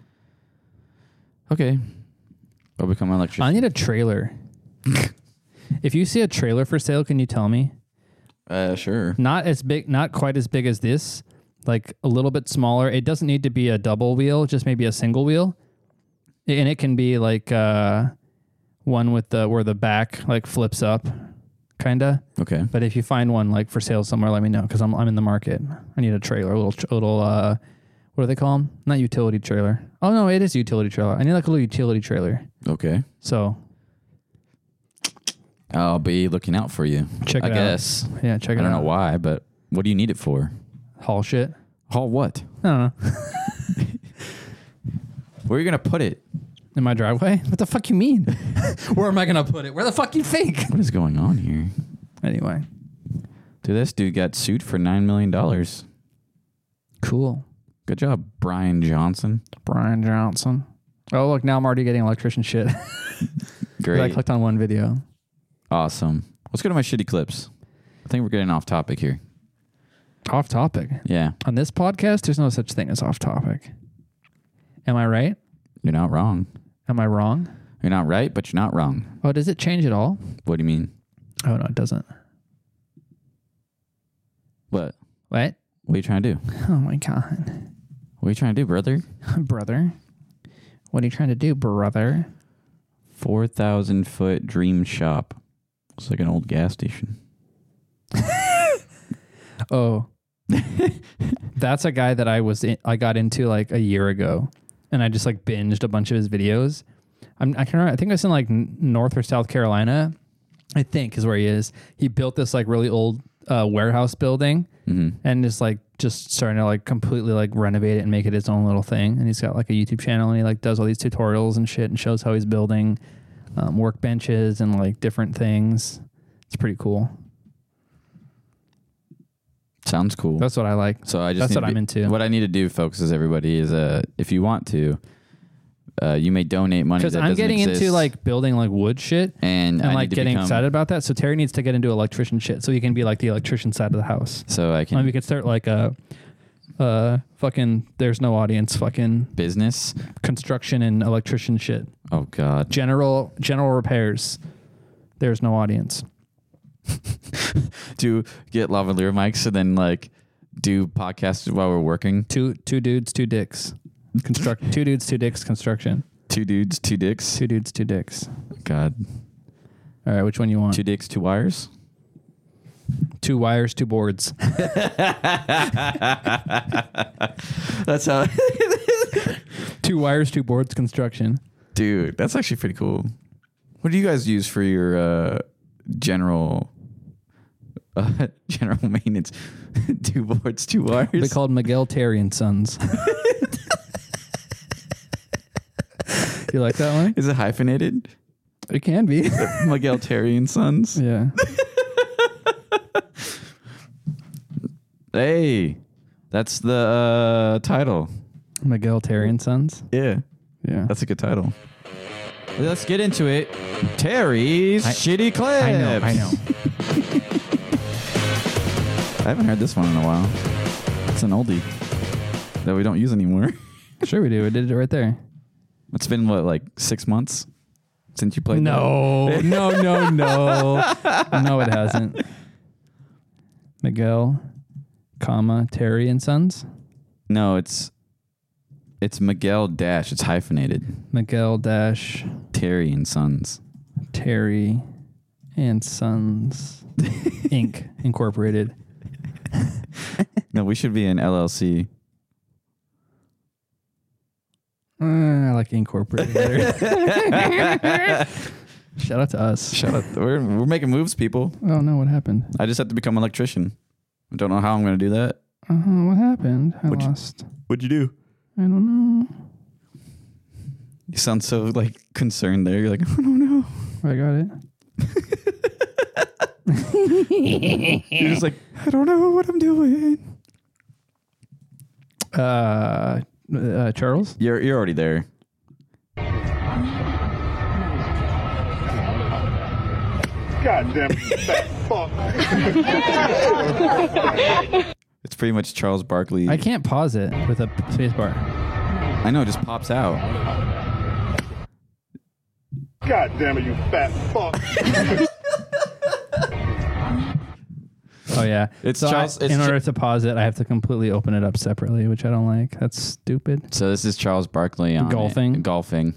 Speaker 2: Okay. I'll become an electrician.
Speaker 1: I need a trailer. if you see a trailer for sale, can you tell me?
Speaker 2: Uh, sure.
Speaker 1: Not as big, not quite as big as this. Like a little bit smaller. It doesn't need to be a double wheel, just maybe a single wheel. And it can be like uh one with the where the back like flips up kinda.
Speaker 2: Okay.
Speaker 1: But if you find one like for sale somewhere, let me know because I'm I'm in the market. I need a trailer, a little tr- a little uh, what do they call them? Not utility trailer. Oh no, it is utility trailer. I need like a little utility trailer.
Speaker 2: Okay.
Speaker 1: So
Speaker 2: I'll be looking out for you.
Speaker 1: Check
Speaker 2: I
Speaker 1: it out.
Speaker 2: guess.
Speaker 1: Yeah, check it
Speaker 2: I don't
Speaker 1: out.
Speaker 2: know why, but what do you need it for?
Speaker 1: haul shit.
Speaker 2: Haul what?
Speaker 1: I don't know.
Speaker 2: Where are you gonna put it?
Speaker 1: In my driveway? What the fuck you mean? Where am I gonna put it? Where the fuck you think?
Speaker 2: What is going on here?
Speaker 1: Anyway,
Speaker 2: Dude, this dude got sued for nine million dollars.
Speaker 1: cool.
Speaker 2: Good job, Brian Johnson.
Speaker 1: Brian Johnson. Oh look, now I'm already getting electrician shit. 'Cause
Speaker 2: Great.
Speaker 1: I clicked on one video.
Speaker 2: Awesome. Let's go to my shitty clips. I think we're getting off topic here.
Speaker 1: Off topic.
Speaker 2: Yeah,
Speaker 1: On this podcast, there's no such thing as off topic. Am I right?
Speaker 2: you're not wrong.
Speaker 1: Am I wrong?
Speaker 2: You're not right, but you're not wrong.
Speaker 1: Oh, does it change at all?
Speaker 2: What do you mean?
Speaker 1: Oh no, it doesn't.
Speaker 2: What?
Speaker 1: What?
Speaker 2: What are you trying to do?
Speaker 1: Oh my god,
Speaker 2: What are you trying to do, brother?
Speaker 1: brother! What are you trying to do, brother?
Speaker 2: Four thousand foot dream shop. Looks like an old gas station.
Speaker 1: Oh, that's a guy that I was in, I got into like a year ago, and I just like binged a bunch of his videos. I'm, I can remember. I think I was in like n- North or South Carolina. I think is where he is. He built this like really old uh, warehouse building,
Speaker 2: Mm-hmm.
Speaker 1: and is like just starting to like completely like renovate it and make it his own little thing. And he's got like a YouTube channel and he like does all these tutorials and shit and shows how he's building um, workbenches and like different things. It's pretty cool.
Speaker 2: Sounds cool.
Speaker 1: That's what I like.
Speaker 2: so I just
Speaker 1: that's
Speaker 2: need
Speaker 1: what
Speaker 2: to
Speaker 1: I'm
Speaker 2: be-
Speaker 1: into.
Speaker 2: What I need to do, folks, is everybody is uh, if you want to, uh, you may donate money.
Speaker 1: Because
Speaker 2: That
Speaker 1: I'm
Speaker 2: doesn't
Speaker 1: getting
Speaker 2: exist,
Speaker 1: into like building like wood shit
Speaker 2: and,
Speaker 1: and
Speaker 2: I
Speaker 1: like
Speaker 2: need to
Speaker 1: getting
Speaker 2: become-
Speaker 1: excited about that. So Terry needs to get into electrician shit so he can be like the electrician side of the house.
Speaker 2: So I can
Speaker 1: and we could start like a uh fucking there's no audience fucking
Speaker 2: business.
Speaker 1: construction and electrician shit.
Speaker 2: Oh God.
Speaker 1: general general repairs. There's no audience.
Speaker 2: to get lavalier mics and then like do podcasts while we're working.
Speaker 1: Two two dudes, two dicks. Construct two dudes, two dicks. Construction.
Speaker 2: Two dudes, two dicks.
Speaker 1: Two dudes, two dicks.
Speaker 2: God,
Speaker 1: All right, which one you want?
Speaker 2: two
Speaker 1: Two,
Speaker 2: dicks, two wires.
Speaker 1: wires, two boards.
Speaker 2: That's how,
Speaker 1: two wires, two boards. Construction.
Speaker 2: dude. That's actually pretty cool. What do you guys use for your uh, general uh, general maintenance. two boards, two wires.
Speaker 1: They called Miguel Terry and Sons. you like that one?
Speaker 2: Is it hyphenated?
Speaker 1: It can be.
Speaker 2: Miguel Terry and Sons.
Speaker 1: Yeah.
Speaker 2: Hey, that's the uh, title.
Speaker 1: Miguel Terry and Sons.
Speaker 2: Yeah.
Speaker 1: Yeah.
Speaker 2: That's a good title. Let's get into it. Terry's
Speaker 1: I-
Speaker 2: shitty clips.
Speaker 1: I know, I know.
Speaker 2: I haven't heard this one in a while. It's an oldie that we don't use anymore.
Speaker 1: sure we do. We did it right there.
Speaker 2: It's been what, like six months since you played.
Speaker 1: No,
Speaker 2: that?
Speaker 1: no, no, no, no. It hasn't. Miguel, comma Terry and Sons.
Speaker 2: no. It's it's Miguel Dash. It's hyphenated.
Speaker 1: Miguel dash
Speaker 2: Terry and Sons.
Speaker 1: Terry and Sons Inc. Incorporated.
Speaker 2: No, we should be an LLC.
Speaker 1: Uh, I like Incorporated better. Shout out to us.
Speaker 2: Shut up. We're we're making moves, people.
Speaker 1: Oh no, what happened?
Speaker 2: I just have to become an electrician. I don't know how I'm going to do that.
Speaker 1: Uh, what happened? I
Speaker 2: What'd you-
Speaker 1: lost.
Speaker 2: What'd you do?
Speaker 1: I don't know.
Speaker 2: You sound so like concerned there. You're like, oh no no.
Speaker 1: I got it.
Speaker 2: You're just like, I don't know what I'm doing.
Speaker 1: Uh, uh, Charles.
Speaker 2: You're you're already there.
Speaker 13: Goddamn fat fuck.
Speaker 2: It's pretty much Charles Barkley.
Speaker 1: I can't pause it with a p- space bar.
Speaker 2: I know. It just pops out.
Speaker 13: Goddamn it, you fat fuck.
Speaker 1: Oh yeah,
Speaker 2: It's
Speaker 1: I-
Speaker 2: Charles- it's
Speaker 1: in
Speaker 2: Ch-
Speaker 1: order to pause it, I have to completely open it up separately, which I don't like. That's stupid.
Speaker 2: So this is Charles Barkley on it.
Speaker 1: Golfing?
Speaker 2: Golfing.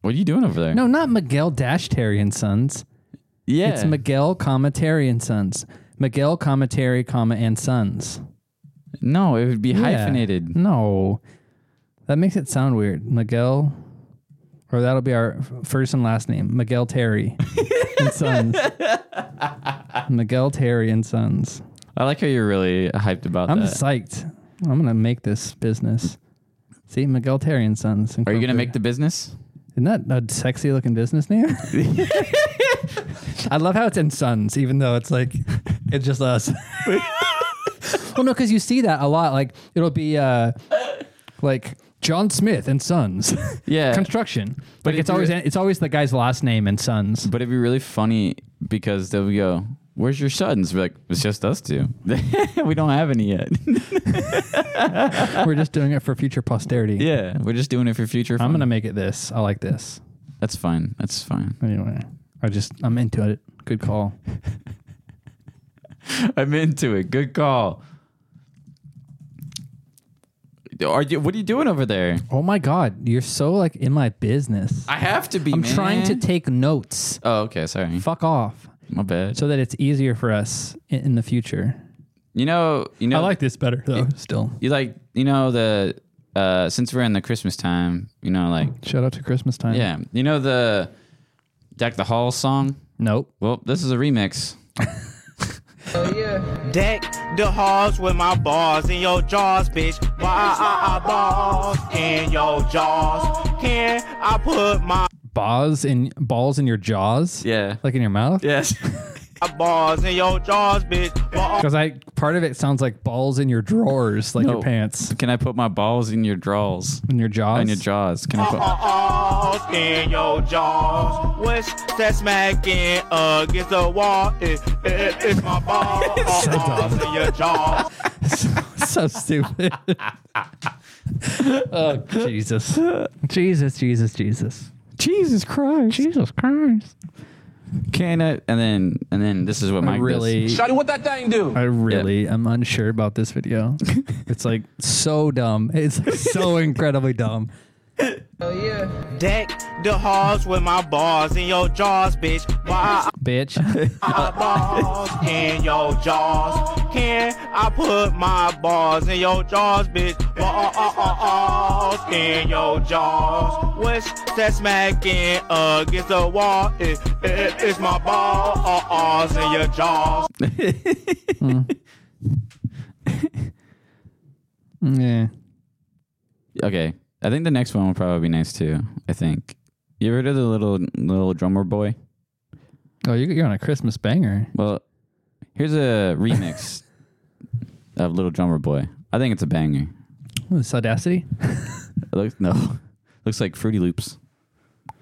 Speaker 2: What are you doing over there?
Speaker 1: No, not Miguel Dash Terry and Sons.
Speaker 2: Yeah.
Speaker 1: It's Miguel, comma Terry and Sons. Miguel, comma Terry, comma and Sons.
Speaker 2: no, it would be
Speaker 1: Yeah.
Speaker 2: hyphenated.
Speaker 1: No, that makes it sound weird. Miguel, or that'll be our f- first and last name. Miguel Terry and Sons. Miguel Terry and Sons.
Speaker 2: I like how you're really hyped about
Speaker 1: I'm
Speaker 2: that.
Speaker 1: psyched. I'm gonna make this business. See, Miguel Terry and Sons.
Speaker 2: Are you gonna make the business?
Speaker 1: Isn't that a sexy looking business name? I love how it's in Sons, even though it's like it's just us. well, no, because you see that a lot. Like it'll be uh, like John Smith and Sons.
Speaker 2: Yeah.
Speaker 1: construction.
Speaker 2: But
Speaker 1: But like,
Speaker 2: if
Speaker 1: it's always
Speaker 2: you're-
Speaker 1: it's always the guy's last name and Sons.
Speaker 2: But it'd be really funny because they'll go, "Where's your sons?" We're like, "It's just us two. we don't have any yet."
Speaker 1: We're just doing it for future posterity.
Speaker 2: yeah, we're just doing it for future.
Speaker 1: I'm
Speaker 2: fun.
Speaker 1: gonna make it this. I like this.
Speaker 2: That's fine. That's fine.
Speaker 1: Anyway, I just I'm into it. Good call.
Speaker 2: I'm into it. Good call. Are you? What are you doing over there?
Speaker 1: Oh my god, you're so like in my business.
Speaker 2: I have to be.
Speaker 1: I'm
Speaker 2: man.
Speaker 1: trying to take notes.
Speaker 2: Oh, okay. Sorry.
Speaker 1: Fuck off.
Speaker 2: My bad.
Speaker 1: So that it's easier for us i- in the future.
Speaker 2: you know. You know.
Speaker 1: I like this better though. still,
Speaker 2: You like. You know the. Uh, since we're in the Christmas time, you know, like
Speaker 1: shout out to Christmas time.
Speaker 2: yeah, you know the Jack the Hall song.
Speaker 1: Nope.
Speaker 2: Well, this is a remix.
Speaker 14: Deck the halls with my balls in your jaws, bitch. Why are balls in your jaws? Can I put my
Speaker 1: Balls in balls in your jaws.
Speaker 2: Yeah.
Speaker 1: Like in your mouth.
Speaker 2: Yes.
Speaker 14: balls in your jaws, bitch? Why
Speaker 1: Because I part of it sounds like balls in your drawers, like
Speaker 2: No.
Speaker 1: your pants
Speaker 2: Can I put my balls in your draws?
Speaker 1: and your jaws.
Speaker 2: In your jaws. Can I put?
Speaker 14: are balls in your jaws? What's that smacking against the wall? It, it, it's my balls in your jaws.
Speaker 1: so stupid. oh Jesus, Jesus, Jesus, Jesus,
Speaker 2: Jesus Christ.
Speaker 1: Jesus Christ!
Speaker 2: Can I? And then and then this is what
Speaker 1: I
Speaker 2: Mike
Speaker 1: really,
Speaker 2: Does.
Speaker 1: what that thing do? I really am unsure about this video. it's like so dumb. It's like so incredibly dumb.
Speaker 14: Deck the halls with my balls in your jaws, bitch. Why
Speaker 1: Bitch,
Speaker 14: my balls in your jaws. Can I put my balls in your jaws, bitch? Balls in your jaws. What's that smacking against the wall? It, it, it's my balls in your jaws.
Speaker 1: Yeah.
Speaker 2: Okay. I think the next one will probably be nice too. I think. You ever heard of the little little drummer boy?
Speaker 1: Oh, you- you're on a Christmas banger.
Speaker 2: Well, here's a remix of Little Drummer Boy. I think it's a banger.
Speaker 1: What is Audacity?
Speaker 2: It looks no. Looks like Fruity Loops.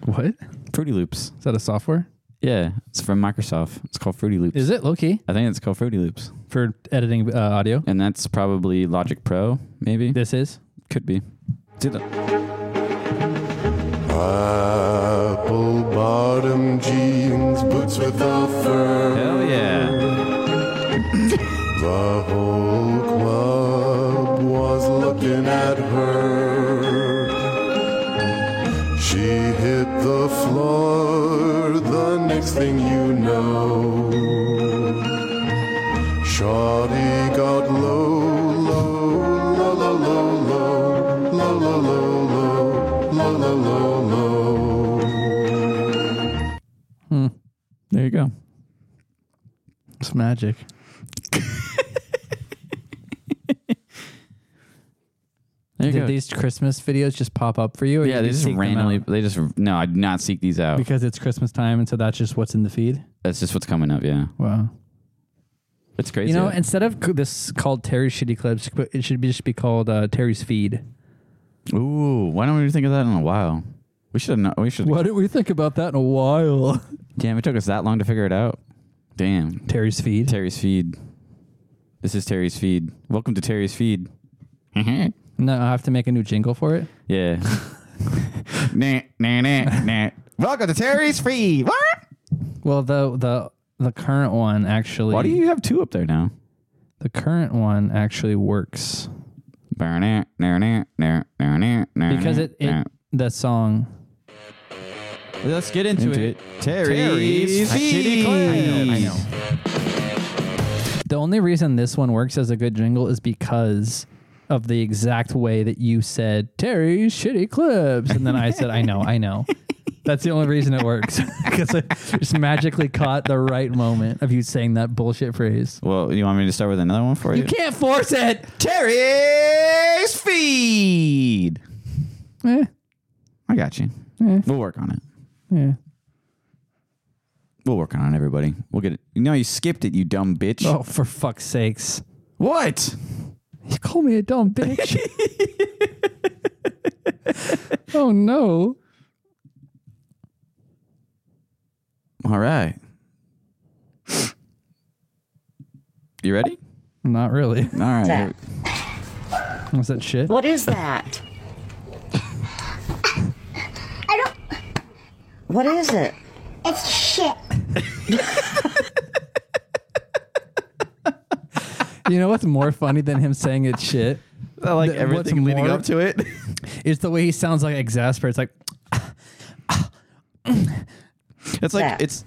Speaker 1: What?
Speaker 2: Fruity Loops.
Speaker 1: Is that a software?
Speaker 2: Yeah, it's from Microsoft. It's called Fruity Loops.
Speaker 1: Is it low key
Speaker 2: I think it's called Fruity Loops.
Speaker 1: for editing uh, audio?
Speaker 2: And that's probably Logic Pro, maybe.
Speaker 1: This is?
Speaker 2: Could be. Did
Speaker 3: Apple bottom jeans, boots without fur.
Speaker 2: Hell yeah.
Speaker 3: the whole club was looking at her. She hit the floor, the next thing you know. Shawty got low, low, low, low, low, low, low, low, low, low, low, low, low, low.
Speaker 1: Hmm.
Speaker 2: There you go.
Speaker 1: It's magic.
Speaker 2: There you
Speaker 1: Did
Speaker 2: go.
Speaker 1: these Christmas videos just pop up for you? Or
Speaker 2: yeah,
Speaker 1: you
Speaker 2: they
Speaker 1: just
Speaker 2: just
Speaker 1: seek them
Speaker 2: randomly.
Speaker 1: out?
Speaker 2: They just no. I did not seek these out.
Speaker 1: Because it's Christmas time, and so that's just what's in the feed.
Speaker 2: that's just what's coming up. Yeah,
Speaker 1: Wow.
Speaker 2: it's crazy.
Speaker 1: You know, instead of c- this called Terry's Shitty Clips, it should be just be called uh, Terry's Feed.
Speaker 2: Ooh, why don't we think of that in a while? We should have. kno- We should.
Speaker 1: didn't we think about that in a while?
Speaker 2: Damn, it took us that long to figure it out. Damn.
Speaker 1: Terry's feed.
Speaker 2: Terry's feed. This is Terry's feed. Welcome to Terry's feed. yeah.
Speaker 1: No, I have to make a new jingle for it.
Speaker 2: nah, nah, nah, nah. Welcome to Terry's feed. What?
Speaker 1: Well, the the the current one actually.
Speaker 2: Why do you have two up there now?
Speaker 1: The current one actually works because
Speaker 2: Because
Speaker 1: it, it that song.
Speaker 2: Let's get into,
Speaker 1: Into
Speaker 2: it.
Speaker 1: it.
Speaker 2: Terry's,
Speaker 1: Terry's
Speaker 2: feed.
Speaker 1: feed. I know, I know. The only reason this one works as a good jingle is because of the exact way that you said Terry's shitty clips, and then I said, "I know, I know." That's the only reason it works because I just magically caught the right moment of you saying that bullshit phrase.
Speaker 2: Well, you want me to start with another one for you?
Speaker 1: You can't force it.
Speaker 2: Terry's feed.
Speaker 1: Eh,
Speaker 2: I got you.
Speaker 1: Yeah.
Speaker 2: We'll work on it.
Speaker 1: yeah.
Speaker 2: We'll work on it, everybody. We'll get it. No, you skipped it, you dumb bitch.
Speaker 1: Oh, for fuck's sakes!
Speaker 2: What?
Speaker 1: You call me a dumb bitch. oh no.
Speaker 2: All right. You ready?
Speaker 1: Not really.
Speaker 2: All right. here-
Speaker 1: What's that shit?
Speaker 15: What is that?
Speaker 10: I don't.
Speaker 15: What is it?
Speaker 10: It's shit.
Speaker 1: You know what's more funny than him saying it's shit?
Speaker 2: I like
Speaker 1: Th- what's
Speaker 2: everything leading
Speaker 1: more-
Speaker 2: up to it.
Speaker 1: It's the way he sounds like exasperated. It's like
Speaker 2: It's like
Speaker 15: That.
Speaker 2: it's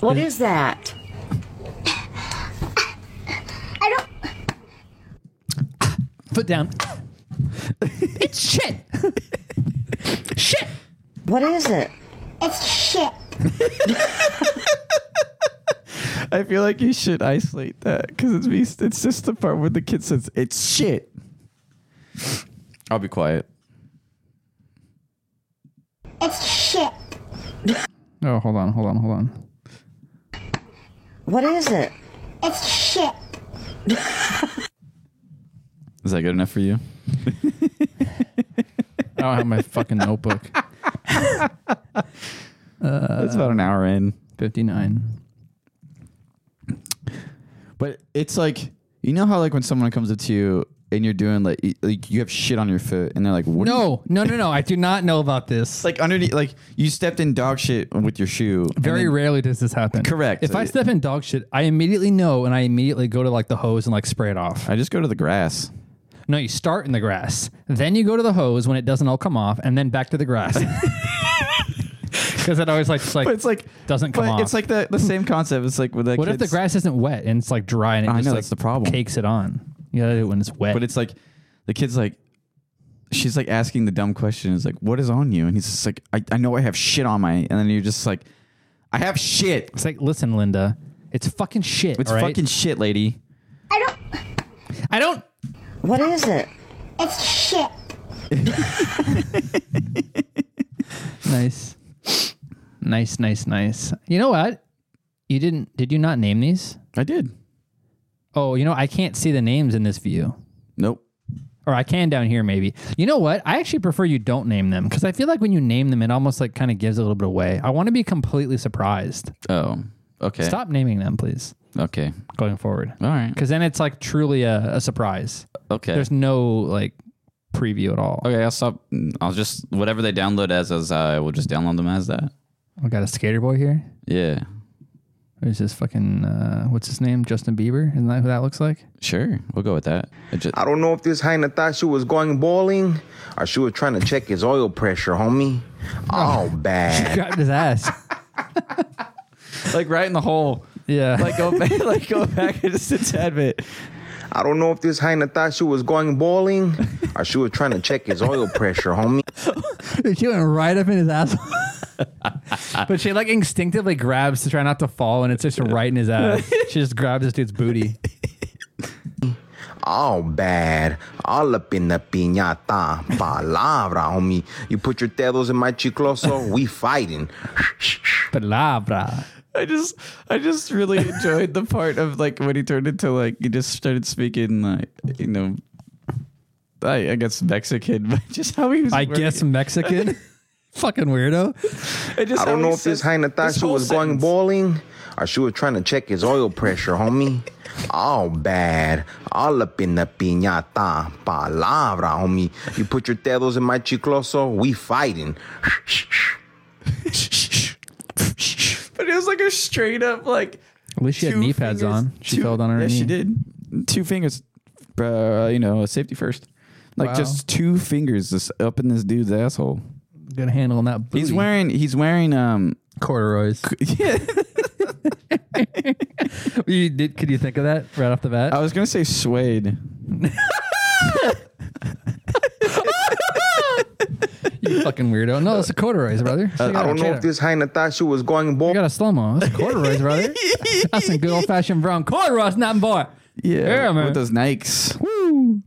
Speaker 15: What is that?
Speaker 10: I don't.
Speaker 1: foot down. it's shit. shit.
Speaker 15: What is it?
Speaker 10: It's shit.
Speaker 16: I feel like you should isolate that because it's me. It's just the part where the kid says it's shit.
Speaker 2: I'll be quiet.
Speaker 10: It's shit.
Speaker 1: Oh, hold on, hold on, hold on.
Speaker 15: What is it?
Speaker 10: It's shit.
Speaker 2: Is that good enough for you?
Speaker 1: I don't have my fucking notebook. Uh,
Speaker 2: That's about an hour in.
Speaker 1: 59.
Speaker 2: But it's like you know how like when someone comes up to you and you're doing like y- like you have shit on your foot and they're like what are you-
Speaker 1: No, no, no, no. I do not know about this.
Speaker 2: like underneath like you stepped in dog shit with your shoe. and
Speaker 1: Very
Speaker 2: then-
Speaker 1: rarely does this happen.
Speaker 2: Correct.
Speaker 1: If I step in dog shit, I immediately know and I immediately go to like the hose and like spray it off.
Speaker 2: I just go to the grass.
Speaker 1: No, you start in the grass, then you go to the hose when it doesn't all come off, and then back to the grass. Because it always like just like,
Speaker 2: But it's like
Speaker 1: doesn't come
Speaker 2: but
Speaker 1: off.
Speaker 2: It's like the, the same concept. It's like with the
Speaker 1: what if the
Speaker 2: kids-
Speaker 1: grass isn't wet and it's like dry and it
Speaker 2: I
Speaker 1: just
Speaker 2: know
Speaker 1: like
Speaker 2: that's the problem.
Speaker 1: cakes it on? You gotta do it when it's wet.
Speaker 2: But it's like the kid's like,
Speaker 17: she's like asking the dumb question. It's like, what is on you? And he's just like, I, I know I have shit on my. And then you're just like, I have shit.
Speaker 1: It's like, listen, Linda, it's fucking shit.
Speaker 17: It's
Speaker 1: all right?
Speaker 17: fucking shit, lady.
Speaker 1: I don't.
Speaker 18: What is it?
Speaker 19: It's shit.
Speaker 1: Nice. Nice, nice, nice. You know what? You didn't did you not name these?
Speaker 17: I did.
Speaker 1: Oh, you know, I can't see the names in this view.
Speaker 17: Nope.
Speaker 1: Or I can down here maybe. You know what? I actually prefer you don't name them because I feel like when you name them it almost like kind of gives a little bit away. I want to be completely surprised.
Speaker 2: Oh, okay.
Speaker 1: Stop naming them, please.
Speaker 2: Okay.
Speaker 1: Going forward.
Speaker 2: All right.
Speaker 1: Because then it's like truly a, a surprise.
Speaker 2: Okay.
Speaker 1: There's no like preview at all.
Speaker 2: Okay, I'll stop. I'll just whatever they download as as I will just download them as that.
Speaker 1: We got a skater boy here.
Speaker 2: Yeah.
Speaker 1: There's this fucking uh, what's his name? Justin Bieber. Isn't that who that looks like?
Speaker 2: Sure, we'll go with that.
Speaker 20: I don't know if this hyena thought she was going bowling or she was trying to check his oil pressure, homie. Oh, bad.
Speaker 1: Grabbed his ass.
Speaker 2: like right in the hole.
Speaker 1: Yeah.
Speaker 2: Like go back, like go back just a tad bit.
Speaker 20: I don't know if this hyena thought she was going bowling or she was trying to check his oil pressure, homie.
Speaker 1: she went right up in his ass. but she like instinctively grabs to try not to fall, and it's just right in his ass. She just grabs this dude's booty.
Speaker 20: All bad. All up in the piñata. Palabra, homie. You put your dedos in my chicloso, we fighting.
Speaker 1: Palabra.
Speaker 2: I just I just really enjoyed the part of like when he turned into like he just started speaking like you know I, I guess Mexican, but just how he was.
Speaker 1: I
Speaker 2: wording
Speaker 1: guess
Speaker 2: it.
Speaker 1: Mexican. Fucking weirdo.
Speaker 2: I, just
Speaker 20: I
Speaker 2: how
Speaker 20: don't know
Speaker 2: he
Speaker 20: if this
Speaker 2: says-
Speaker 20: hyena thought
Speaker 2: this
Speaker 20: she
Speaker 2: whole
Speaker 20: was going
Speaker 2: sentence.
Speaker 20: bowling or she was trying to check his oil pressure, homie. All bad. All up in the piñata. Palabra, homie. You put your dedos in my chicloso, we fighting.
Speaker 2: But it was like a straight up like.
Speaker 1: At least she had
Speaker 2: two
Speaker 1: knee pads
Speaker 2: fingers-
Speaker 1: on. She
Speaker 2: two-
Speaker 1: fell down on her
Speaker 2: yeah,
Speaker 1: knee.
Speaker 2: she did. Two fingers, uh, you know, safety first. Like
Speaker 1: Wow.
Speaker 2: just two fingers just up in this dude's asshole.
Speaker 1: Good handle on that booty.
Speaker 2: He's wearing he's wearing um
Speaker 1: corduroys.
Speaker 2: Yeah.
Speaker 1: you did, could you think of that right off the bat?
Speaker 20: Oh.
Speaker 2: I was gonna say suede.
Speaker 1: you fucking weirdo. No, it's a corduroys, brother.
Speaker 20: Uh, I don't know if this hyena thought she was going bowling.
Speaker 1: got a slow mo. That's corduroys, brother. That's some good old fashioned brown corduroys, nothing boy.
Speaker 2: Yeah,
Speaker 1: man.
Speaker 2: with those Nikes.
Speaker 1: Woo.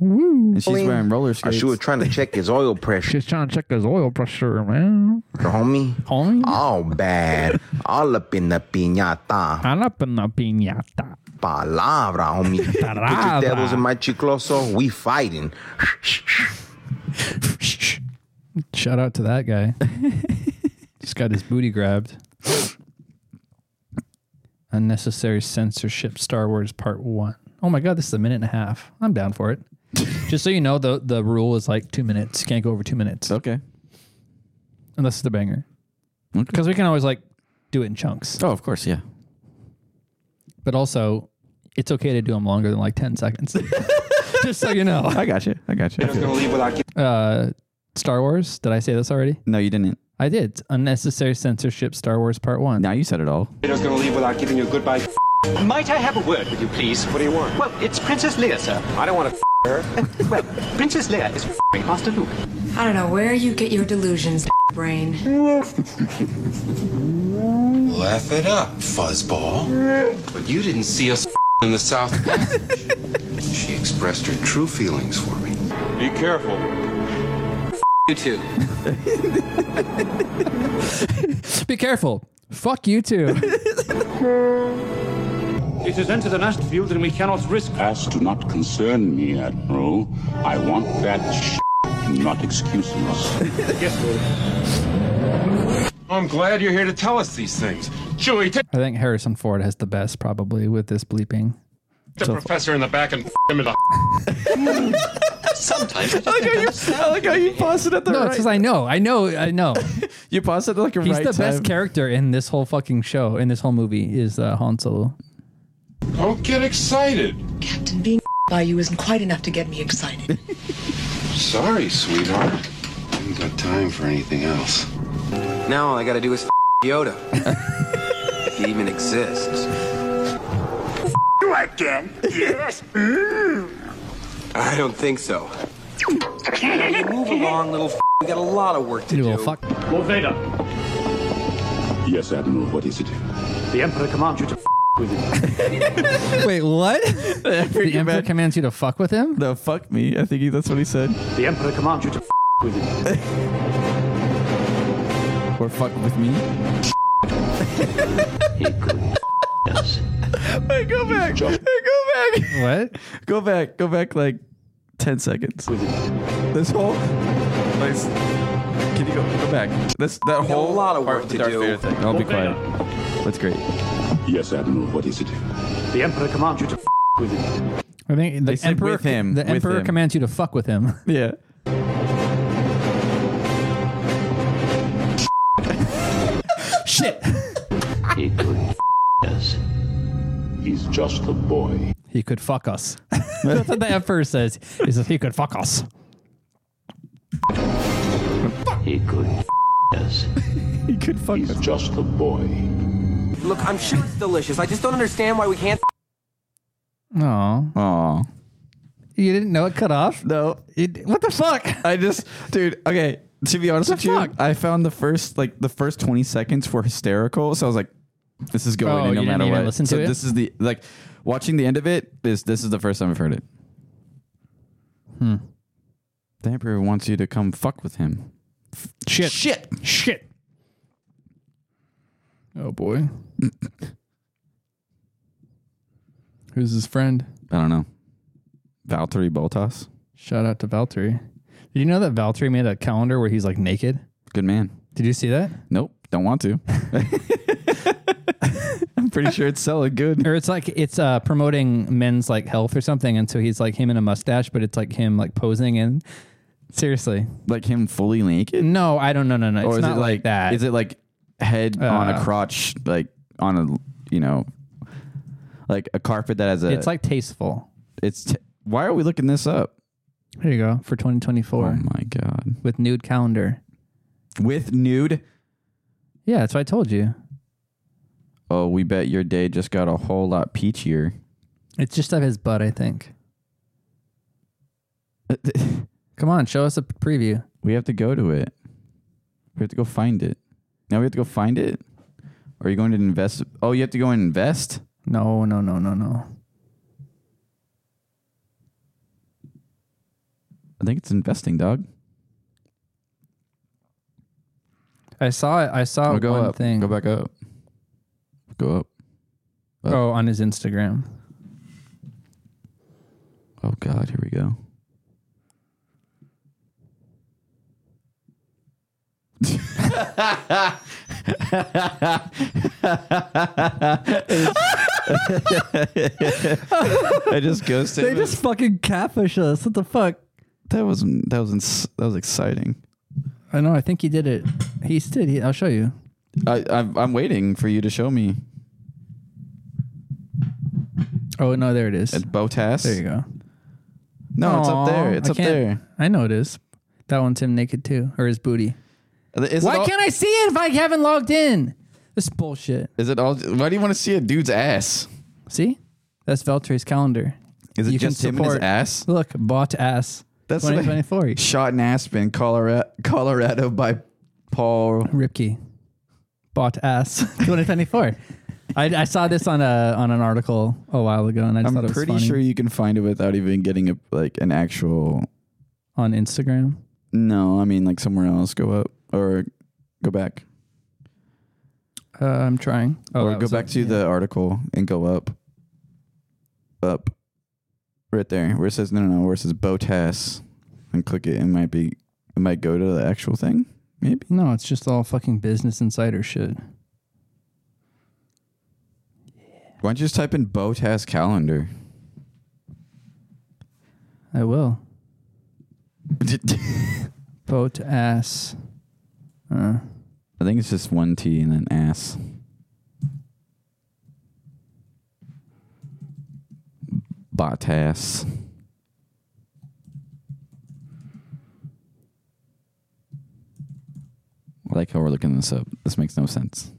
Speaker 1: Woo.
Speaker 2: And she's wearing roller
Speaker 20: Or
Speaker 2: skates.
Speaker 20: she was trying to check his oil pressure,
Speaker 1: She's trying to check his oil pressure, man.
Speaker 20: homie.
Speaker 1: Homie?
Speaker 20: All bad. All up in the piñata.
Speaker 1: I'm up in the piñata.
Speaker 20: Palabra, homie. You
Speaker 1: Palabra.
Speaker 20: Put your dedos in my chicloso, we fighting.
Speaker 1: Shout out to that guy. Just got his booty grabbed. Unnecessary censorship Star Wars Part 1. Oh my God, this is a minute and a half. I'm down for it. Just so you know, the, the rule is like two minutes. You can't go over two minutes.
Speaker 2: Okay.
Speaker 1: Unless it's a banger. Because we can always like do it in chunks.
Speaker 2: Oh, of course, yeah.
Speaker 1: But also, it's okay to do them longer than like 10 seconds. Just so you know.
Speaker 2: I got you. I got you.
Speaker 1: Uh, Star Wars. Did I say this already?
Speaker 2: No, you didn't.
Speaker 1: I did. Unnecessary censorship Star Wars Part 1.
Speaker 2: Now you said it all.
Speaker 3: Plato's gonna leave without giving you a goodbye. Might I have a word with you, please? What do you want? Well, it's Princess Leia, sir. I don't want to her. well, Princess Leia is f***ing Master Luke.
Speaker 12: I don't know where you get your delusions, brain.
Speaker 11: Laugh it up, fuzzball. But you didn't see us in the South Passage. she expressed her true feelings for me. Be careful.
Speaker 3: You too.
Speaker 1: Be careful. Fuck you too.
Speaker 21: It has entered an asteroid and we cannot risk.
Speaker 22: Ask do not concern me, Admiral. I want that sh- not excuses.
Speaker 3: yes, sir. I'm glad you're here to tell us these things. Chewie, take
Speaker 1: I think Harrison Ford has the best probably with this bleeping.
Speaker 3: the professor in the back and f- him in the. Sometimes.
Speaker 2: I like how you, I like how you paused it at the
Speaker 1: No, it's
Speaker 2: right.
Speaker 1: because I know, I know, I know.
Speaker 2: you paused it like a
Speaker 1: He's
Speaker 2: right
Speaker 1: the
Speaker 2: time.
Speaker 1: best character in this whole fucking show, in this whole movie, is uh, Han Solo.
Speaker 3: Don't get excited.
Speaker 12: Captain, being by you isn't quite enough to get me excited.
Speaker 11: Sorry, sweetheart. I haven't got time for anything else.
Speaker 6: Now all I gotta do is f- Yoda. if he even exists.
Speaker 23: You again? Yes.
Speaker 6: I don't think so.
Speaker 24: You move along, little f- We got a lot of work to do. Fuck.
Speaker 25: Lord Vader,
Speaker 26: Yes, Admiral, what is it?
Speaker 25: the Emperor commands you to f- with him.
Speaker 1: Wait, what? the emperor commands you to fuck with him?
Speaker 2: The fuck me. I think he, that's what he said.
Speaker 25: The Emperor commands you to f- with him.
Speaker 2: Or fuck with me. Wait, go back. Go back.
Speaker 1: What?
Speaker 2: Go back. Go back like 10 seconds. This whole. Like, can you go, go back? This That whole lot of work to do. Thing. I'll be quiet. That's great.
Speaker 26: Yes, Admiral, what is it?
Speaker 25: The Emperor commands you to f- with him.
Speaker 1: I think the
Speaker 2: They said
Speaker 1: emperor
Speaker 2: with him,
Speaker 1: the
Speaker 2: with
Speaker 1: emperor
Speaker 2: him.
Speaker 1: commands you to fuck with him.
Speaker 2: Yeah.
Speaker 1: Shit.
Speaker 26: He could f- us. He's just a boy.
Speaker 1: He could fuck us. That's what the emperor says. He says he could fuck us.
Speaker 26: He could f- us.
Speaker 2: he could fuck
Speaker 26: He's just a boy.
Speaker 24: Look, I'm sure it's delicious. I just don't understand why we can't.
Speaker 1: Oh.
Speaker 2: Oh.
Speaker 1: You didn't know it cut off?
Speaker 2: No.
Speaker 1: what the fuck?
Speaker 2: I just, dude. Okay, to be honest
Speaker 1: The
Speaker 2: with you,
Speaker 1: fuck?
Speaker 2: I found the first like the first twenty seconds were hysterical. So I was like, this is going
Speaker 1: Oh,
Speaker 2: in
Speaker 1: you
Speaker 2: no
Speaker 1: didn't
Speaker 2: matter
Speaker 1: even
Speaker 2: what.
Speaker 1: listen
Speaker 2: so
Speaker 1: to it?
Speaker 2: this is the like watching the end of it. This this is the first time I've heard it.
Speaker 1: Hmm.
Speaker 2: The emperor wants you to come fuck with him.
Speaker 1: Shit. Shit. Shit. Oh boy. Who's his friend?
Speaker 2: I don't know. Valtteri Boltas,
Speaker 1: Shout out to Valtteri. Did you know that Valtteri made a calendar where he's like naked?
Speaker 2: good man.
Speaker 1: Did you see that?
Speaker 2: Nope, don't want to. I'm pretty sure it's selling good.
Speaker 1: Or it's like it's uh, promoting men's like health or something, and so he's like him in a mustache, but it's like him like posing and seriously.
Speaker 2: Like him fully naked,
Speaker 1: No, I don't. No, no, no.
Speaker 2: or
Speaker 1: it's
Speaker 2: is
Speaker 1: not
Speaker 2: it like
Speaker 1: that.
Speaker 2: Is it like head on a
Speaker 1: Uh,
Speaker 2: crotch, like on a you know, like a carpet that has a.
Speaker 1: it's like tasteful.
Speaker 2: it's. T- why are we looking this up?
Speaker 1: Here you go for 2024
Speaker 2: Oh my god!
Speaker 1: with nude calendar.
Speaker 2: With nude.
Speaker 1: Yeah, that's what I told you.
Speaker 2: Oh, we bet your day just got a whole lot peachier.
Speaker 1: It's just of his butt, I think. Come on, show us a preview.
Speaker 2: We have to go to it. We have to go find it. Now we have to go find it. Are you going to invest? Oh, you have to go and invest.
Speaker 1: No, no, no, no, no.
Speaker 2: I think it's investing, dog.
Speaker 1: I saw it. I saw
Speaker 2: Oh, go
Speaker 1: one
Speaker 2: up.
Speaker 1: thing.
Speaker 2: Go back up. Go up. up.
Speaker 1: Oh, on his Instagram.
Speaker 2: Oh God, here we go. I just ghosted.
Speaker 1: They
Speaker 2: him.
Speaker 1: just fucking catfish us. What the fuck?
Speaker 2: that was that was ins- that was exciting.
Speaker 1: I know. I think he did it. He did. He, I'll show you.
Speaker 2: I I'm, I'm waiting for you to show me.
Speaker 1: Oh no, there it is.
Speaker 2: It's Botas.
Speaker 1: There you go.
Speaker 2: No, it's up
Speaker 1: Aw,
Speaker 2: there. It's
Speaker 1: I
Speaker 2: up
Speaker 1: can't-
Speaker 2: there.
Speaker 1: I know it is. That one's him naked too, or his booty.
Speaker 2: Is
Speaker 1: Why
Speaker 2: it all,
Speaker 1: can't I see it if I haven't logged in? This bullshit.
Speaker 2: Is it all? Why do you want to see a dude's ass?
Speaker 1: See, that's Valtteri's calendar.
Speaker 2: Is it
Speaker 1: You can
Speaker 2: just him and his
Speaker 1: support-
Speaker 2: ass?
Speaker 1: Look, bought ass.
Speaker 2: That's what I-
Speaker 1: 2024.
Speaker 2: Shot in Aspen, Colorado, Colorado by Paul.
Speaker 1: Ripkey. Bought ass 2024. I, I saw this on a on an article a while ago, and I just
Speaker 2: I'm
Speaker 1: thought it was
Speaker 2: pretty
Speaker 1: funny.
Speaker 2: sure you can find it without even getting a like an actual.
Speaker 1: on Instagram.
Speaker 2: No, I mean like somewhere else. Go up or go back,
Speaker 1: Uh, I'm trying.
Speaker 2: or
Speaker 1: that
Speaker 2: go
Speaker 1: was
Speaker 2: back
Speaker 1: it.
Speaker 2: to the article and go up, up, right there where it says no, no, no, where it says Botas, and click it. It might be, it might go to the actual thing. Maybe
Speaker 1: No, it's just all fucking business insider shit.
Speaker 2: why don't you just type in Botas calendar?
Speaker 1: I will. Boat ass. Uh,
Speaker 2: I think it's just one T and an ass. Bot ass. I like how we're looking this up. This makes no sense.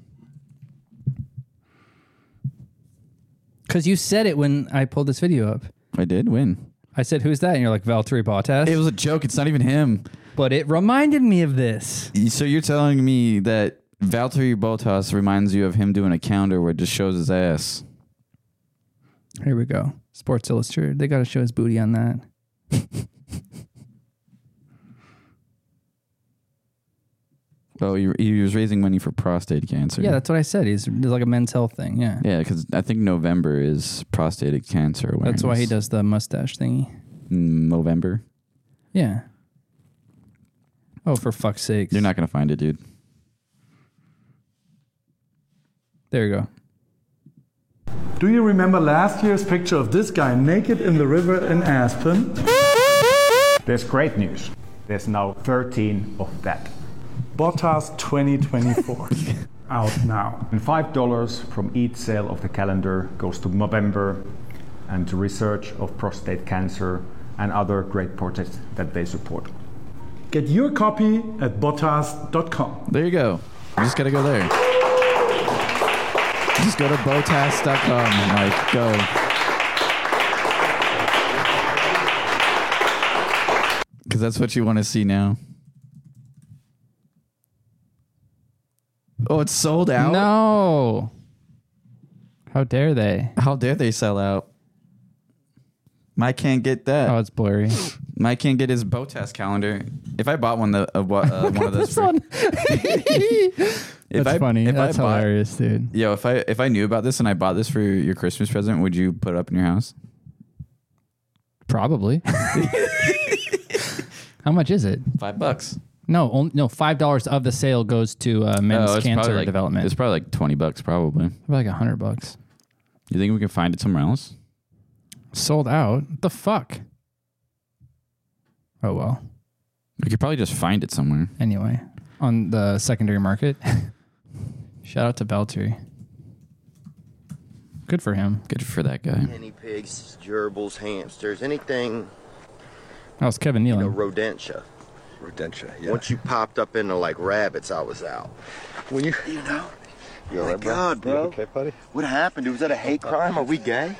Speaker 1: Cause you said it when I pulled this video up.
Speaker 2: I did win.
Speaker 1: I said, "Who's that?" And you're like, "Valtteri Bottas." It
Speaker 2: was a joke. It's not even him.
Speaker 1: But it reminded me of this.
Speaker 2: So you're telling me that Valtteri Bottas reminds you of him doing a counter where it just shows his ass.
Speaker 1: Here we go. Sports Illustrated. They got to show his booty on that.
Speaker 2: Oh, he, he was raising money for prostate cancer.
Speaker 1: Yeah, that's what I said. He's, he's like a men's health thing. Yeah.
Speaker 2: Yeah, because I think November is prostate cancer awareness.
Speaker 1: That's why he does the mustache thingy.
Speaker 2: Mm, November.
Speaker 1: Yeah. Oh, for fuck's sake.
Speaker 2: You're not going to find it, dude.
Speaker 1: There you go.
Speaker 5: Do you remember last year's picture of this guy naked in the river in Aspen?
Speaker 7: There's great news. There's now 13 of that.
Speaker 5: Bottas 2024. Out now.
Speaker 7: And $5 from each sale of the calendar goes to November and to research of prostate cancer and other great projects that they support.
Speaker 5: Get your copy at bottas.com.
Speaker 2: There you go. You just got to go there. Just go to botas.com. Like, go. Because that's what you want to see now. Oh, it's sold out?
Speaker 1: No. How dare they?
Speaker 2: How dare they sell out? Mike can't get that.
Speaker 1: Oh, it's blurry.
Speaker 2: Mike can't get his Botas calendar. If I bought one, the, uh, what, uh, one of those. for-
Speaker 1: That's funny. That's
Speaker 2: bought-
Speaker 1: hilarious, dude.
Speaker 2: Yo, if I if I knew about this and I bought this for your Christmas present, would you put it up in your house?
Speaker 1: Probably. How much is it?
Speaker 2: Five bucks.
Speaker 1: No, only, no. Five dollars of the sale goes to uh, men's
Speaker 2: Oh, it's
Speaker 1: cancer
Speaker 2: probably like,
Speaker 1: development.
Speaker 2: It's
Speaker 1: It's
Speaker 2: probably like twenty bucks, probably.
Speaker 1: probably like a hundred bucks.
Speaker 2: You think we can find it somewhere else?
Speaker 1: Sold out. What the fuck. Oh well.
Speaker 2: We could probably just find it somewhere.
Speaker 1: Anyway, on the secondary market. Shout out to Beltry. Good for him.
Speaker 2: Good for that guy.
Speaker 27: Guinea pigs, gerbils, hamsters, anything,
Speaker 1: That was Kevin
Speaker 27: you know,
Speaker 1: Nealon.
Speaker 27: rodentia.
Speaker 28: Rodentia,
Speaker 27: Once you popped up into like rabbits, I was out. When you, you know,
Speaker 28: You all
Speaker 27: my
Speaker 28: right, bro?
Speaker 27: God,
Speaker 28: You
Speaker 27: bro.
Speaker 28: okay, buddy?
Speaker 27: What happened? dude? Was that a hate crime? Are we gay?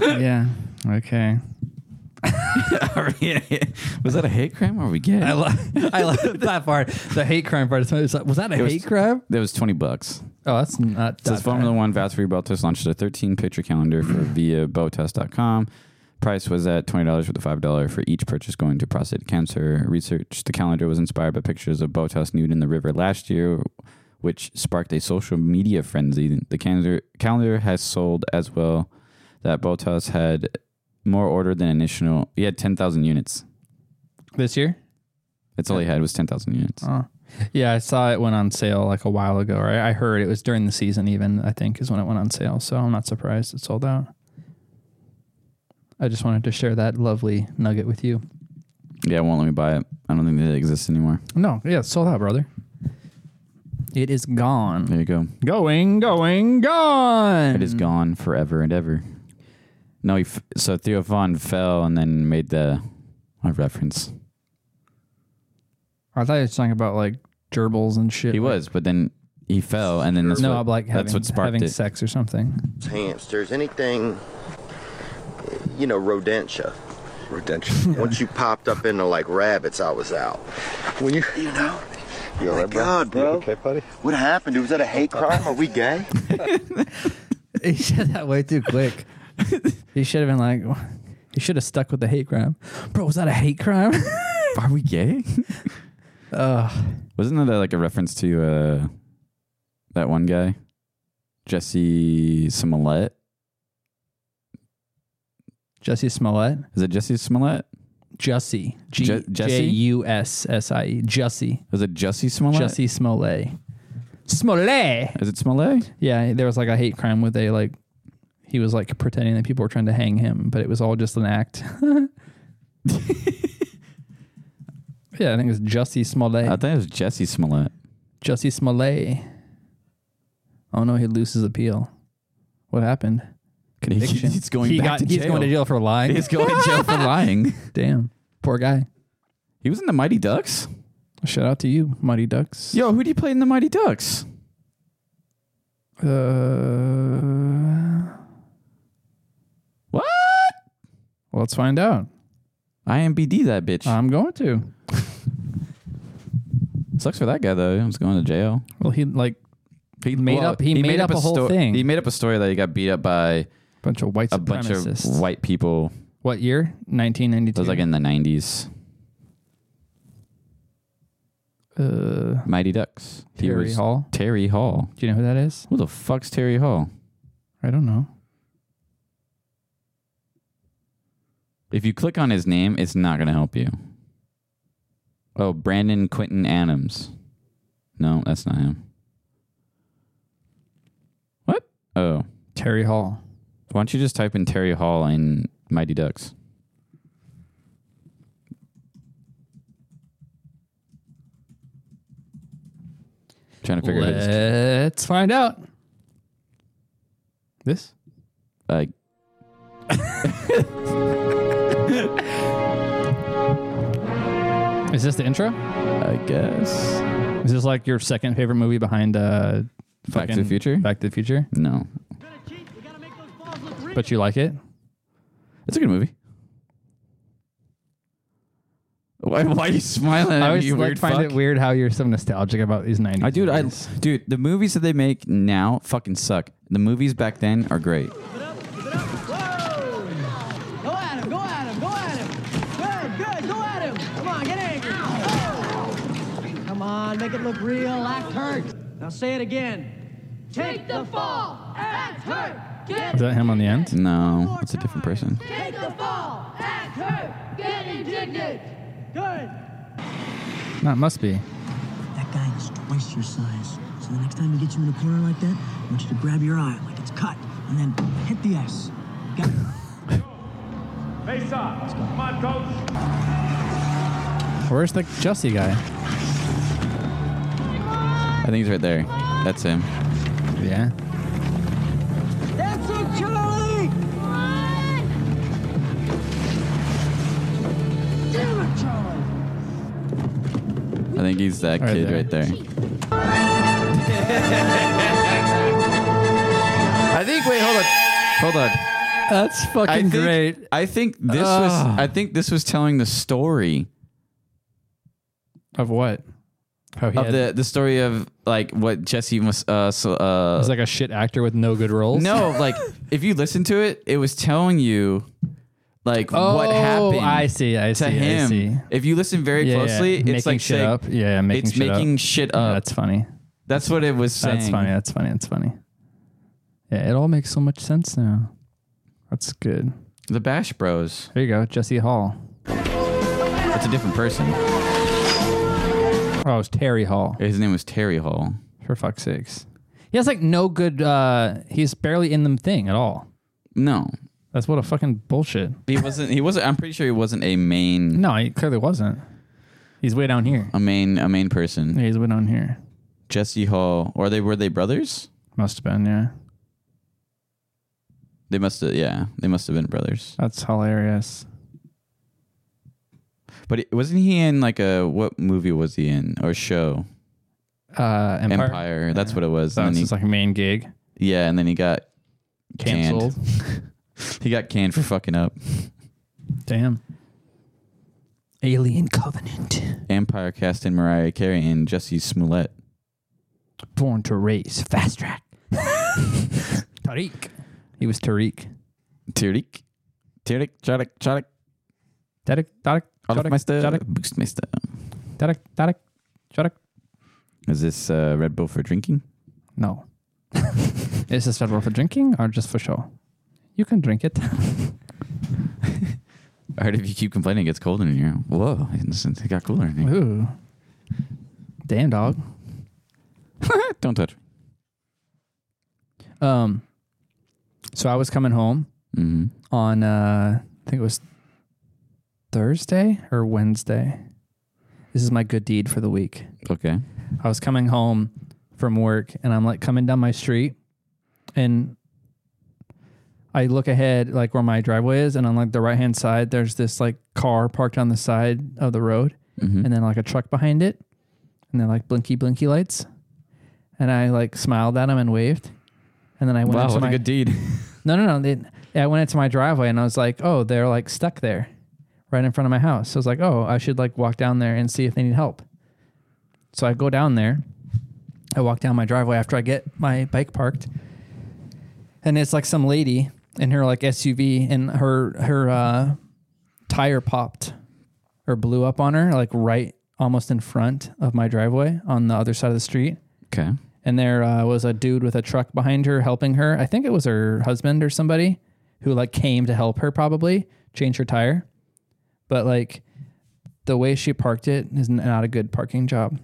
Speaker 1: yeah. Okay.
Speaker 2: was that a hate crime? Or are we getting?
Speaker 1: I love. I love that part. The hate crime part. It's like, was that a
Speaker 2: It was-
Speaker 1: hate crime?
Speaker 2: That was twenty bucks.
Speaker 1: Oh, that's not.
Speaker 2: It says
Speaker 1: that
Speaker 2: Formula One Valtteri Bottas launched a 13 picture calendar for via Botas.com. Price was at $20 with a $5 for each purchase going to prostate cancer research. The calendar was inspired by pictures of Botas nude in the river last year, which sparked a social media frenzy. The calendar, calendar has sold as well that Botas had more order than initial. He had 10,000 units.
Speaker 1: This year?
Speaker 2: That's all he had was 10,000 units.
Speaker 1: Oh. Yeah, I saw it went on sale like a while ago. Right? I heard it was during the season, even I think, is when it went on sale. So I'm not surprised it sold out. I just wanted to share that lovely nugget with you.
Speaker 2: Yeah, it won't let me buy it. I don't think that it exists anymore.
Speaker 1: No, yeah, it sold out, brother. It is gone.
Speaker 2: There you go.
Speaker 1: Going, going, gone.
Speaker 2: It is gone forever and ever. No, he f- so Theo Vaughn fell and then made the a reference.
Speaker 1: I thought you were talking about like gerbils and shit.
Speaker 2: He was, but then he fell, and then that's
Speaker 1: no,
Speaker 2: what,
Speaker 1: I'm like
Speaker 2: that's
Speaker 1: having,
Speaker 2: what sparked
Speaker 1: having
Speaker 2: it.
Speaker 1: sex or something.
Speaker 27: hamsters, anything, you know, rodentia. Rodentia. Once you popped up into like rabbits, I was out. When you, you know,
Speaker 28: You all
Speaker 27: my
Speaker 28: right, bro?
Speaker 27: God,
Speaker 28: You
Speaker 27: bro.
Speaker 28: okay, buddy?
Speaker 27: What happened? dude? Was that a hate crime? Are we gay?
Speaker 1: He said that way too quick. he should have been like, he should have stuck with the hate crime. Bro, was that a hate crime?
Speaker 2: Are we gay?
Speaker 1: uh,
Speaker 2: Wasn't that uh, like a reference to uh, that one guy, Jesse Smollett?
Speaker 1: Jesse Smollett?
Speaker 2: Is it Jesse Smollett?
Speaker 1: Jussie. G-
Speaker 2: Je- Jesse?
Speaker 1: J-U-S-S-I-E. E. Jussie.
Speaker 2: Was it Jesse Smollett?
Speaker 1: Jussie Smollett. Smollett.
Speaker 2: Is it Smollett?
Speaker 1: Yeah, there was like a hate crime where they like, he was like pretending that people were trying to hang him, but it was all just an act. yeah, I think it's Jussie Smollett.
Speaker 2: I think it was Jesse Smollett.
Speaker 1: Jussie Smollett. Oh no, he loses appeal. What happened? Conviction.
Speaker 2: He's going
Speaker 1: He
Speaker 2: back
Speaker 1: got-
Speaker 2: to
Speaker 1: he's
Speaker 2: jail.
Speaker 1: going to jail for lying.
Speaker 2: He's going to jail for lying.
Speaker 1: Damn, poor guy.
Speaker 2: He was in the Mighty Ducks.
Speaker 1: Shout out to you, Mighty Ducks.
Speaker 2: Yo, who do you play in the Mighty Ducks?
Speaker 1: Uh,
Speaker 2: What?
Speaker 1: Let's find out.
Speaker 2: IMBD that bitch.
Speaker 1: I'm going to.
Speaker 2: Sucks for that guy though. He was going to jail.
Speaker 1: Well, he like he made up he, made, up, a whole
Speaker 2: sto-
Speaker 1: thing.
Speaker 2: He made up a story that he got beat up by
Speaker 1: bunch of white
Speaker 2: a bunch
Speaker 1: supremacists.
Speaker 2: of white people.
Speaker 1: What year? 1992.
Speaker 2: It was like in the nineties.
Speaker 1: Uh,
Speaker 2: Mighty Ducks.
Speaker 1: Terry Hall?
Speaker 2: Terry Hall.
Speaker 1: Do you know who that is?
Speaker 2: Who the fuck's Terry Hall?
Speaker 1: I don't know.
Speaker 2: If you click on his name, it's not going to help you. Oh, Brandon Quinton Adams. No, that's not him. What? Oh.
Speaker 1: Terry Hall.
Speaker 2: Why don't you just type in Terry Hall in Mighty Ducks? Trying to figure out his
Speaker 1: Let's find out. This?
Speaker 2: like
Speaker 1: Is this the intro? I
Speaker 2: guess.
Speaker 1: Is this like your second favorite movie behind uh
Speaker 2: Back to the
Speaker 1: fucking
Speaker 2: Future?
Speaker 1: Back to the Future?
Speaker 2: No.
Speaker 1: But you like it?
Speaker 2: It's a good movie. Why, why are you smiling at
Speaker 1: I
Speaker 2: me,
Speaker 1: always
Speaker 2: you
Speaker 1: like,
Speaker 2: weird
Speaker 1: find
Speaker 2: fuck?
Speaker 1: it weird how you're so nostalgic about these 90s.
Speaker 2: I dude, I dude, the movies that they make now fucking suck. The movies back then are great.
Speaker 3: Go at him, go at him, go at him. Good, good, go at him. Come on, get angry. Oh. Come on, make it look real, act hurt. Now say it again. Take the fall, act hurt. Get
Speaker 1: Is that him on the end?
Speaker 2: Mm. No, it's a different person.
Speaker 3: Take the fall, act hurt. Get indignant. Good.
Speaker 1: That must be.
Speaker 29: That guy is twice your size. So the next time he gets you in a corner like that, I want you to grab your eye like it's cut and then hit the ice. Got it?
Speaker 30: Face off. Come on, coach.
Speaker 1: Where's the Jussie guy?
Speaker 2: I think he's right there. That's him.
Speaker 1: Yeah.
Speaker 3: That's it, Charlie! Damn it, Charlie!
Speaker 2: I think he's that kid right there. I think. Wait, hold on. Hold on.
Speaker 1: That's fucking
Speaker 2: I think,
Speaker 1: great. Ah.
Speaker 2: I think this was.
Speaker 1: Ugh.
Speaker 2: I think this was telling the story
Speaker 1: Of what? How he
Speaker 2: of
Speaker 1: had-
Speaker 2: the the story of like what Jesse was. Uh, so, uh,
Speaker 1: He's like a shit actor with no good roles.
Speaker 2: No, like if you listen to it, it was telling you like what
Speaker 1: Oh,
Speaker 2: happened.
Speaker 1: I see, I see,
Speaker 2: to
Speaker 1: I
Speaker 2: him.
Speaker 1: see.
Speaker 2: If you listen very
Speaker 1: Yeah, yeah,
Speaker 2: closely, it's
Speaker 1: making
Speaker 2: like
Speaker 1: shit
Speaker 2: saying-
Speaker 1: up. Yeah, yeah, making
Speaker 2: it's
Speaker 1: shit up.
Speaker 2: making shit
Speaker 1: Yeah,
Speaker 2: up.
Speaker 1: that's funny.
Speaker 2: That's what it was saying.
Speaker 1: That's funny. That's funny. That's funny. Yeah, it all makes so much sense now. That's good.
Speaker 2: The Bash Bros.
Speaker 1: There you go, Jesse Hall.
Speaker 2: That's a different person.
Speaker 1: Oh, it's Terry Hall.
Speaker 2: His name was Terry Hall.
Speaker 1: For fuck's sakes. He has like no good. uh He's barely in them thing at all.
Speaker 2: No,
Speaker 1: that's what a fucking bullshit.
Speaker 2: He wasn't. He wasn't. I'm pretty sure he wasn't a main.
Speaker 1: No, he clearly wasn't. He's way down here.
Speaker 2: A main. A main person.
Speaker 1: Yeah, he's way down here.
Speaker 2: Jesse Hall. Or they were they brothers?
Speaker 1: Must have been. Yeah,
Speaker 2: They must have. Yeah, they must have been brothers.
Speaker 1: that's hilarious.
Speaker 2: But it- wasn't he in like a what movie was he in or show?
Speaker 1: Uh, Empire.
Speaker 2: That's
Speaker 1: Yeah.
Speaker 2: what it was.
Speaker 1: That
Speaker 2: And
Speaker 1: was
Speaker 2: then
Speaker 1: his like main gig.
Speaker 2: he- yeah, and then he got canned.
Speaker 1: Canceled.
Speaker 2: he got canned for fucking up.
Speaker 1: Damn. Alien Covenant.
Speaker 2: Empire casting Mariah Carey and Jesse Smollett.
Speaker 1: Born to race. Fast track. Tariq. He was Tariq.
Speaker 2: Tariq. Tariq. Tariq. Tariq.
Speaker 1: Tariq. Tariq.
Speaker 2: Olafmeister,
Speaker 1: Tariq.
Speaker 2: Boostmeister.
Speaker 1: Tariq. Tariq. Tariq.
Speaker 2: Is this uh, Red Bull for drinking?
Speaker 1: No. Is this federal for drinking or just for show? You can drink it.
Speaker 2: I heard if you keep complaining, it gets colder in here. Whoa, it got cooler in here.
Speaker 1: Ooh. Damn dog.
Speaker 2: Don't touch.
Speaker 1: Um so I was coming home
Speaker 2: Mhm.
Speaker 1: on uh I think it was Thursday or Wednesday. This is my good deed for the week.
Speaker 2: Okay.
Speaker 1: I was coming home from work and I'm like coming down my street and I look ahead like where my driveway is and on like the right hand side there's this like car parked on the side of the road
Speaker 2: Mhm.
Speaker 1: and then like a truck behind it and they're like blinky blinky lights and I like smiled at him and waved And then I went
Speaker 2: Wow,
Speaker 1: into
Speaker 2: what a
Speaker 1: my
Speaker 2: good deed.
Speaker 1: No, no, no. They, I went into my driveway and I was like, oh, they're like stuck there, right in front of my house. So I was like, oh, I should like walk down there and see if they need help. So I go down there. I walk down my driveway after I get my bike parked, and it's like some lady in her like SUV, and her her uh, tire popped or blew up on her, like right almost in front of my driveway on the other side of the street.
Speaker 2: Okay.
Speaker 1: And there uh, was a dude with a truck behind her helping her. I think it was her husband or somebody who like came to help her probably change her tire. But like the way she parked it is n- not a good parking job.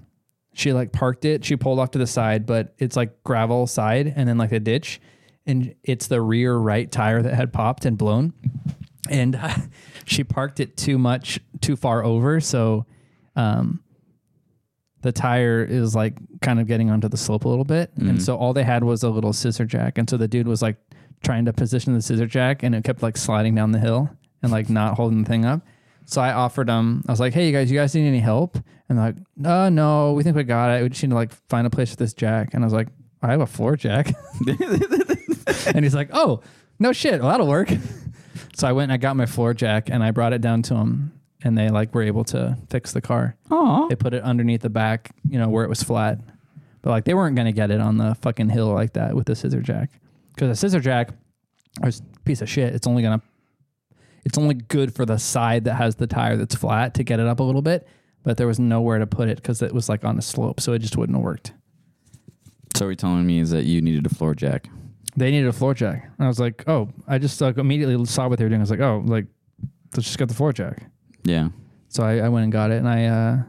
Speaker 1: She like parked it, she pulled off to the side, but it's like gravel side and then like a ditch. And it's the rear right tire that had popped and blown. And she parked it too much, too far over. So, um, the tire is like kind of getting onto the slope a little bit.
Speaker 2: Mhm.
Speaker 1: And so all they had was a little scissor jack. And so the dude was like trying to position the scissor jack and it kept like sliding down the hill and like not holding the thing up. So I offered him, I was like, hey, you guys, you guys need any help? And they're like, no, no, we think we got it. We just need to like find a place for this jack. And I was like, I have a floor jack. and he's like, oh, no shit. Well, that'll work. So I went and I got my floor jack and I brought it down to him and they like were able to fix the car.
Speaker 2: Aw.
Speaker 1: They put it underneath the back, you know, where it was flat. But like they weren't going to get it on the fucking hill like that with the scissor jack. Cuz a scissor jack is a piece of shit. It's only going to it's only good for the side that has the tire that's flat to get it up a little bit, but there was nowhere to put it cuz it was like on a slope, so it just wouldn't have worked.
Speaker 2: So what you're telling me is that you needed a floor jack.
Speaker 1: They needed a floor jack. And I was like, "Oh, I just like immediately saw what they were doing. I was like, "Oh, like let's just get the floor jack."
Speaker 2: Yeah.
Speaker 1: So I, I went and got it, and I uh,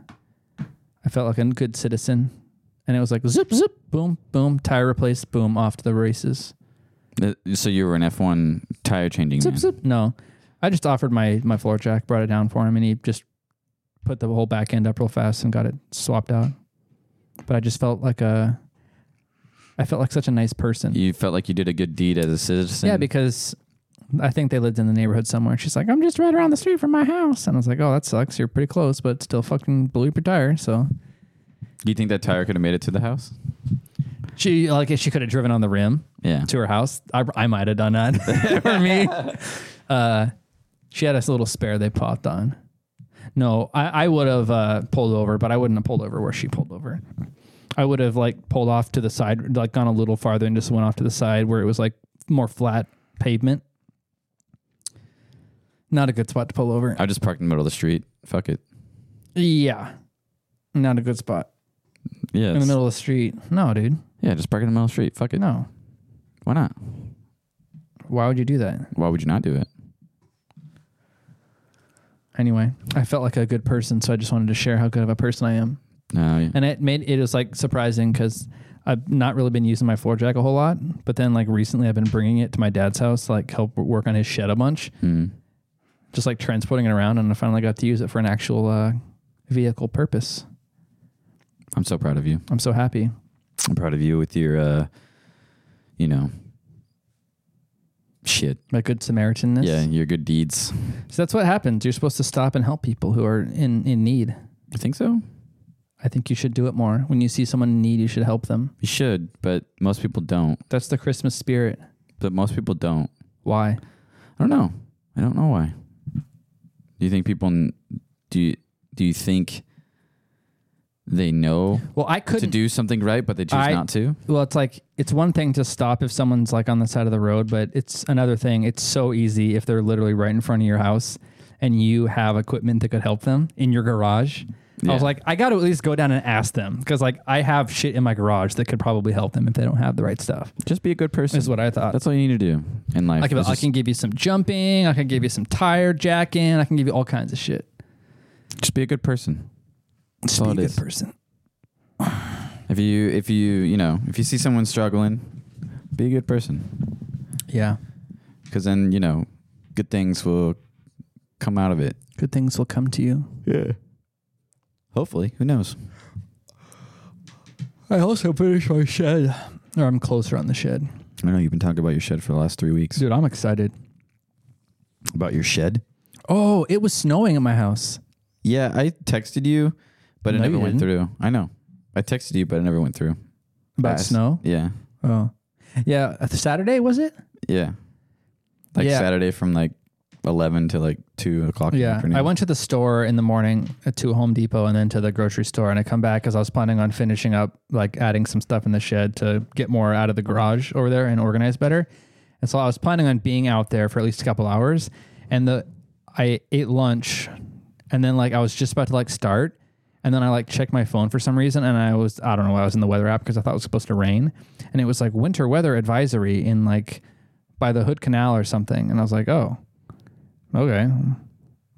Speaker 1: I felt like a good citizen. And it was like zip zip boom boom tire replaced boom off to the races
Speaker 2: Uh, So you were an F1 tire changing
Speaker 1: zip
Speaker 2: man.
Speaker 1: zip no, I just offered my my floor jack brought it down for him and he just put the whole back end up real fast and got it swapped out. But I just felt like a I felt like such a nice person.
Speaker 2: You felt like you did a good deed as a citizen.
Speaker 1: Yeah, because I think they lived in the neighborhood somewhere. and She's like, I'm just right around the street from my house. And I was like, oh, that sucks. You're pretty close, but still fucking blew up your tire. So
Speaker 2: Do you think that tire could have made it to the house?
Speaker 1: she, like, if she could have driven on the rim
Speaker 2: Yeah.
Speaker 1: to her house, I, I might have done that for me. Uh, she had this little spare they popped on. No, I, I would have uh, pulled over, but I wouldn't have pulled over where she pulled over. I would have like pulled off to the side, like gone a little farther and just went off to the side where it was like more flat pavement. Not a good spot to pull over.
Speaker 2: I just parked in the middle of the street. Fuck it.
Speaker 1: Yeah. Not a good spot.
Speaker 2: Yeah.
Speaker 1: In the
Speaker 2: it's-
Speaker 1: middle of the street. No, dude.
Speaker 2: Yeah, just park in the middle of the street. Fuck it.
Speaker 1: No.
Speaker 2: Why not?
Speaker 1: Why would you do that?
Speaker 2: Why would you not do it?
Speaker 1: Anyway, I felt like a good person, so I just wanted to share how good of a person I am.
Speaker 2: No. yeah.
Speaker 1: And it made it was like surprising because I've not really been using my floor jack a whole lot, but then like recently I've been bringing it to my dad's house, to, like help work on his shed a bunch,
Speaker 2: Mm.
Speaker 1: just like transporting it around, and I finally got to use it for an actual uh, vehicle purpose.
Speaker 2: I'm so proud of you.
Speaker 1: I'm so happy.
Speaker 2: I'm proud of you with your, uh, you know, shit.
Speaker 1: My good Samaritanness.
Speaker 2: Yeah, your good deeds.
Speaker 1: So that's what happens. You're supposed to stop and help people who are in, in need.
Speaker 2: You think so?
Speaker 1: I think you should do it more. When you see someone in need, you should help them.
Speaker 2: You should, but most people don't.
Speaker 1: That's the Christmas spirit.
Speaker 2: But most people don't.
Speaker 1: Why?
Speaker 2: I don't know. I don't know why. Do you think people n- do? You, do you think they know?
Speaker 1: Well, I
Speaker 2: to
Speaker 1: couldn't-
Speaker 2: do something right, but they choose
Speaker 1: I-
Speaker 2: not to.
Speaker 1: Well, it's like it's one thing to stop if someone's like on the side of the road, but it's another thing. It's so easy if they're literally right in front of your house and you have equipment that could help them in your garage. I was
Speaker 2: Yeah.
Speaker 1: like, I got to at least go down and ask them because like I have shit in my garage that could probably help them if they don't have the right stuff.
Speaker 2: Just be a good person.
Speaker 1: Is what I thought.
Speaker 2: That's all you need to do in life.
Speaker 1: I can,
Speaker 2: It's
Speaker 1: I
Speaker 2: just-
Speaker 1: can give you some jumping. I can give you some tire jacking. I can give you all kinds of shit.
Speaker 2: Just be a good person. That's
Speaker 1: Just
Speaker 2: all
Speaker 1: be a
Speaker 2: it
Speaker 1: good
Speaker 2: is.
Speaker 1: person.
Speaker 2: If you if you you know if you see someone struggling, be a good person
Speaker 1: Yeah.
Speaker 2: because then you know good things will come out of it.
Speaker 1: Good things will come to you.
Speaker 2: Yeah. Hopefully, who knows?
Speaker 1: I also finished my shed. Or I'm closer on the shed.
Speaker 2: I know you've been talking about your shed for the last three weeks.
Speaker 1: Dude, I'm excited.
Speaker 2: About your shed?
Speaker 1: Oh, it was snowing at my house.
Speaker 2: Yeah, I texted you, but it
Speaker 1: No,
Speaker 2: never
Speaker 1: you
Speaker 2: went
Speaker 1: didn't.
Speaker 2: through. I know. I texted you, but it never went through.
Speaker 1: About
Speaker 2: I s-
Speaker 1: snow?
Speaker 2: Yeah.
Speaker 1: Oh. Yeah, Saturday was it?
Speaker 2: Yeah. Like
Speaker 1: Yeah.
Speaker 2: Saturday from like 11 to like 2 o'clock in the
Speaker 1: Yeah,
Speaker 2: afternoon.
Speaker 1: I went to the store in the morning uh, to Home Depot and then to the grocery store, and I come back because I was planning on finishing up, like adding some stuff in the shed to get more out of the garage over there and organize better. And so I was planning on being out there for at least a couple hours, and the I ate lunch, and then like I was just about to like start, and then I like checked my phone for some reason, and I was I don't know I was in the weather app because I thought it was supposed to rain, and it was like winter weather advisory in like by the Hood Canal or something, and I was like oh. Okay.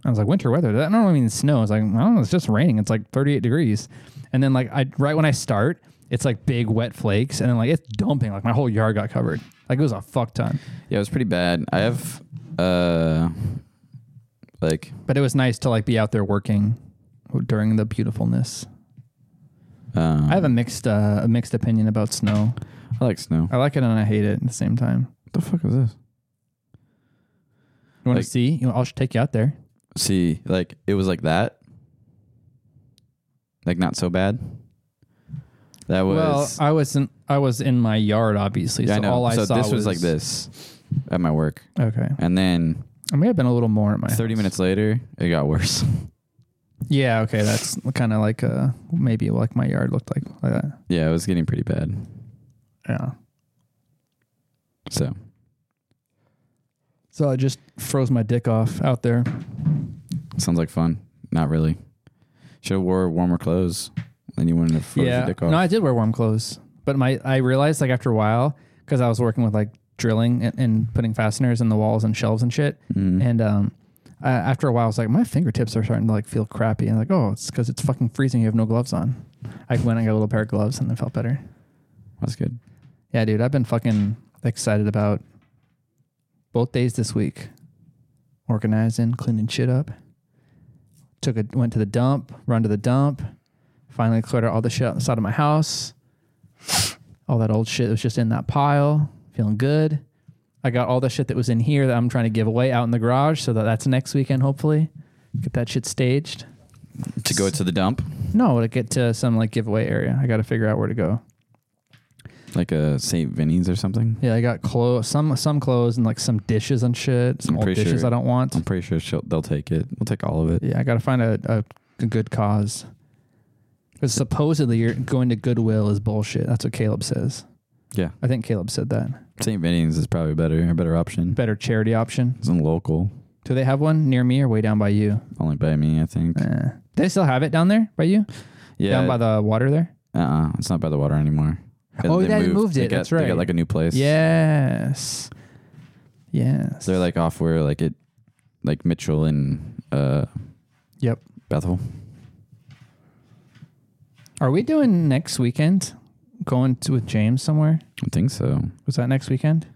Speaker 1: I was like, winter weather. That normally means snow. I was like, oh, it's just raining. It's like 38 degrees. And then like I right when I start, it's like big wet flakes, and then like it's dumping. Like my whole yard got covered. Like it was a fuck ton.
Speaker 2: yeah, it was pretty bad. I have uh like
Speaker 1: But it was nice to like be out there working during the beautifulness.
Speaker 2: um
Speaker 1: I have a mixed uh, a mixed opinion about snow.
Speaker 2: I like snow.
Speaker 1: I like it and I hate it at the same time.
Speaker 2: the fuck is this?
Speaker 1: You want
Speaker 2: Like-
Speaker 1: to see? You know, I'll sh- take you out there.
Speaker 2: See, like it was like that. Like not so bad. That was
Speaker 1: well, I wasn't. I was in my yard, obviously.
Speaker 2: Yeah,
Speaker 1: so
Speaker 2: I know.
Speaker 1: all I
Speaker 2: so
Speaker 1: saw
Speaker 2: this was, like this at my work.
Speaker 1: Okay.
Speaker 2: And then
Speaker 1: I may have been a little more at my
Speaker 2: 30 minutes later, it got worse.
Speaker 1: Yeah, okay, that's kind of like uh maybe like my yard looked like like that.
Speaker 2: yeah, it was getting pretty bad.
Speaker 1: Yeah.
Speaker 2: So,
Speaker 1: So I just froze my dick off out there.
Speaker 2: sounds like fun. Not really. Should have wore warmer clothes. Then you wouldn't have froze your dick off.
Speaker 1: No, I did wear warm clothes, but my I realized like after a while because I was working with like drilling and, and putting fasteners in the walls and shelves and shit,
Speaker 2: Mm-hmm.
Speaker 1: and um. Uh, after a while, I was like, my fingertips are starting to like feel crappy, and like, oh, it's because it's fucking freezing. You have no gloves on. I went and got a little pair of gloves, and I felt better.
Speaker 2: That's good.
Speaker 1: Yeah, dude, I've been fucking excited about both days this week. Organizing, cleaning shit up. Took a went to the dump, run to the dump. Finally cleared out all the shit outside of my house. All that old shit that was just in that pile. Feeling good. I got all the shit that was in here that I'm trying to give away out in the garage, so that that's next weekend hopefully. Get that shit staged.
Speaker 2: to go to the dump,
Speaker 1: No, to get to some like giveaway area. I got to figure out where to go.
Speaker 2: like a St. Vinny's or something.
Speaker 1: Yeah, I got clothes, some some clothes, and like some dishes and shit. Some
Speaker 2: I'm
Speaker 1: old
Speaker 2: pretty
Speaker 1: dishes
Speaker 2: sure.
Speaker 1: I don't want.
Speaker 2: I'm pretty sure she'll, they'll take it. We'll take all of it.
Speaker 1: Yeah, I got to find a, a, a good cause. Because supposedly you're going to Goodwill is bullshit. That's what Caleb says.
Speaker 2: Yeah.
Speaker 1: I think Caleb said that.
Speaker 2: St. Vinny's is probably better, a better option.
Speaker 1: Better charity option.
Speaker 2: It's in local,
Speaker 1: Do they have one near me or way down by you? Eh.
Speaker 2: only by me, I think.
Speaker 1: Do they still have it down there by you?
Speaker 2: yeah.
Speaker 1: Down by the water there?
Speaker 2: uh uh It's not by the water anymore.
Speaker 1: Oh, they moved
Speaker 2: They
Speaker 1: it.
Speaker 2: got-
Speaker 1: That's
Speaker 2: They
Speaker 1: right.
Speaker 2: got like a new place.
Speaker 1: Yes. Yeah.
Speaker 2: So they're like off where like it, like Mitchell and uh,
Speaker 1: Yep.
Speaker 2: Bethel.
Speaker 1: Are we doing next weekend? Going to, with James somewhere?
Speaker 2: I think so.
Speaker 1: Was that next weekend?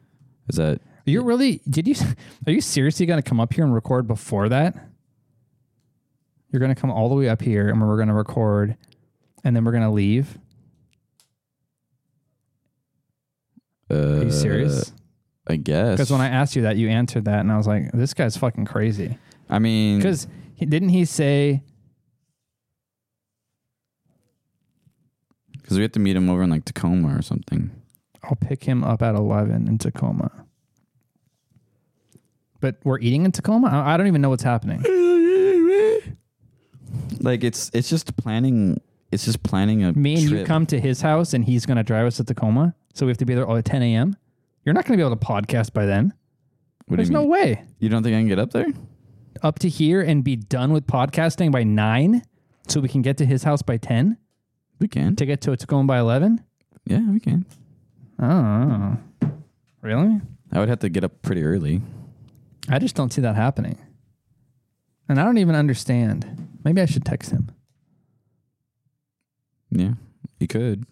Speaker 2: Is that
Speaker 1: You're really did you are you seriously gonna come up here and record before that? You're gonna come all the way up here and we're gonna record and then we're gonna leave?
Speaker 2: uh,
Speaker 1: Are you serious?
Speaker 2: I guess.
Speaker 1: Because when I asked you that, you answered that and I was like, This guy's fucking crazy.
Speaker 2: I mean,
Speaker 1: Because didn't he say
Speaker 2: because we have to meet him over in like Tacoma or something.
Speaker 1: I'll pick him up at eleven in Tacoma? But we're eating in Tacoma? I I don't even know what's happening.
Speaker 2: Like it's it's just planning. It's just planning a
Speaker 1: Me and
Speaker 2: trip.
Speaker 1: you come to his house and he's gonna drive us to Tacoma. So we have to be there all at ten AM. You're not gonna be able to podcast by then.
Speaker 2: What do
Speaker 1: There's
Speaker 2: you
Speaker 1: no
Speaker 2: mean?
Speaker 1: way.
Speaker 2: You don't think I can get up there?
Speaker 1: up to here and be done with podcasting by nine so we can get to his house by 10?
Speaker 2: We can.
Speaker 1: To get to Tacoma by 11?
Speaker 2: Yeah, we can.
Speaker 1: Oh, really?
Speaker 2: I would have to get up pretty early.
Speaker 1: I just don't see that happening. And I don't even understand. Maybe I should text him.
Speaker 2: Yeah, you could.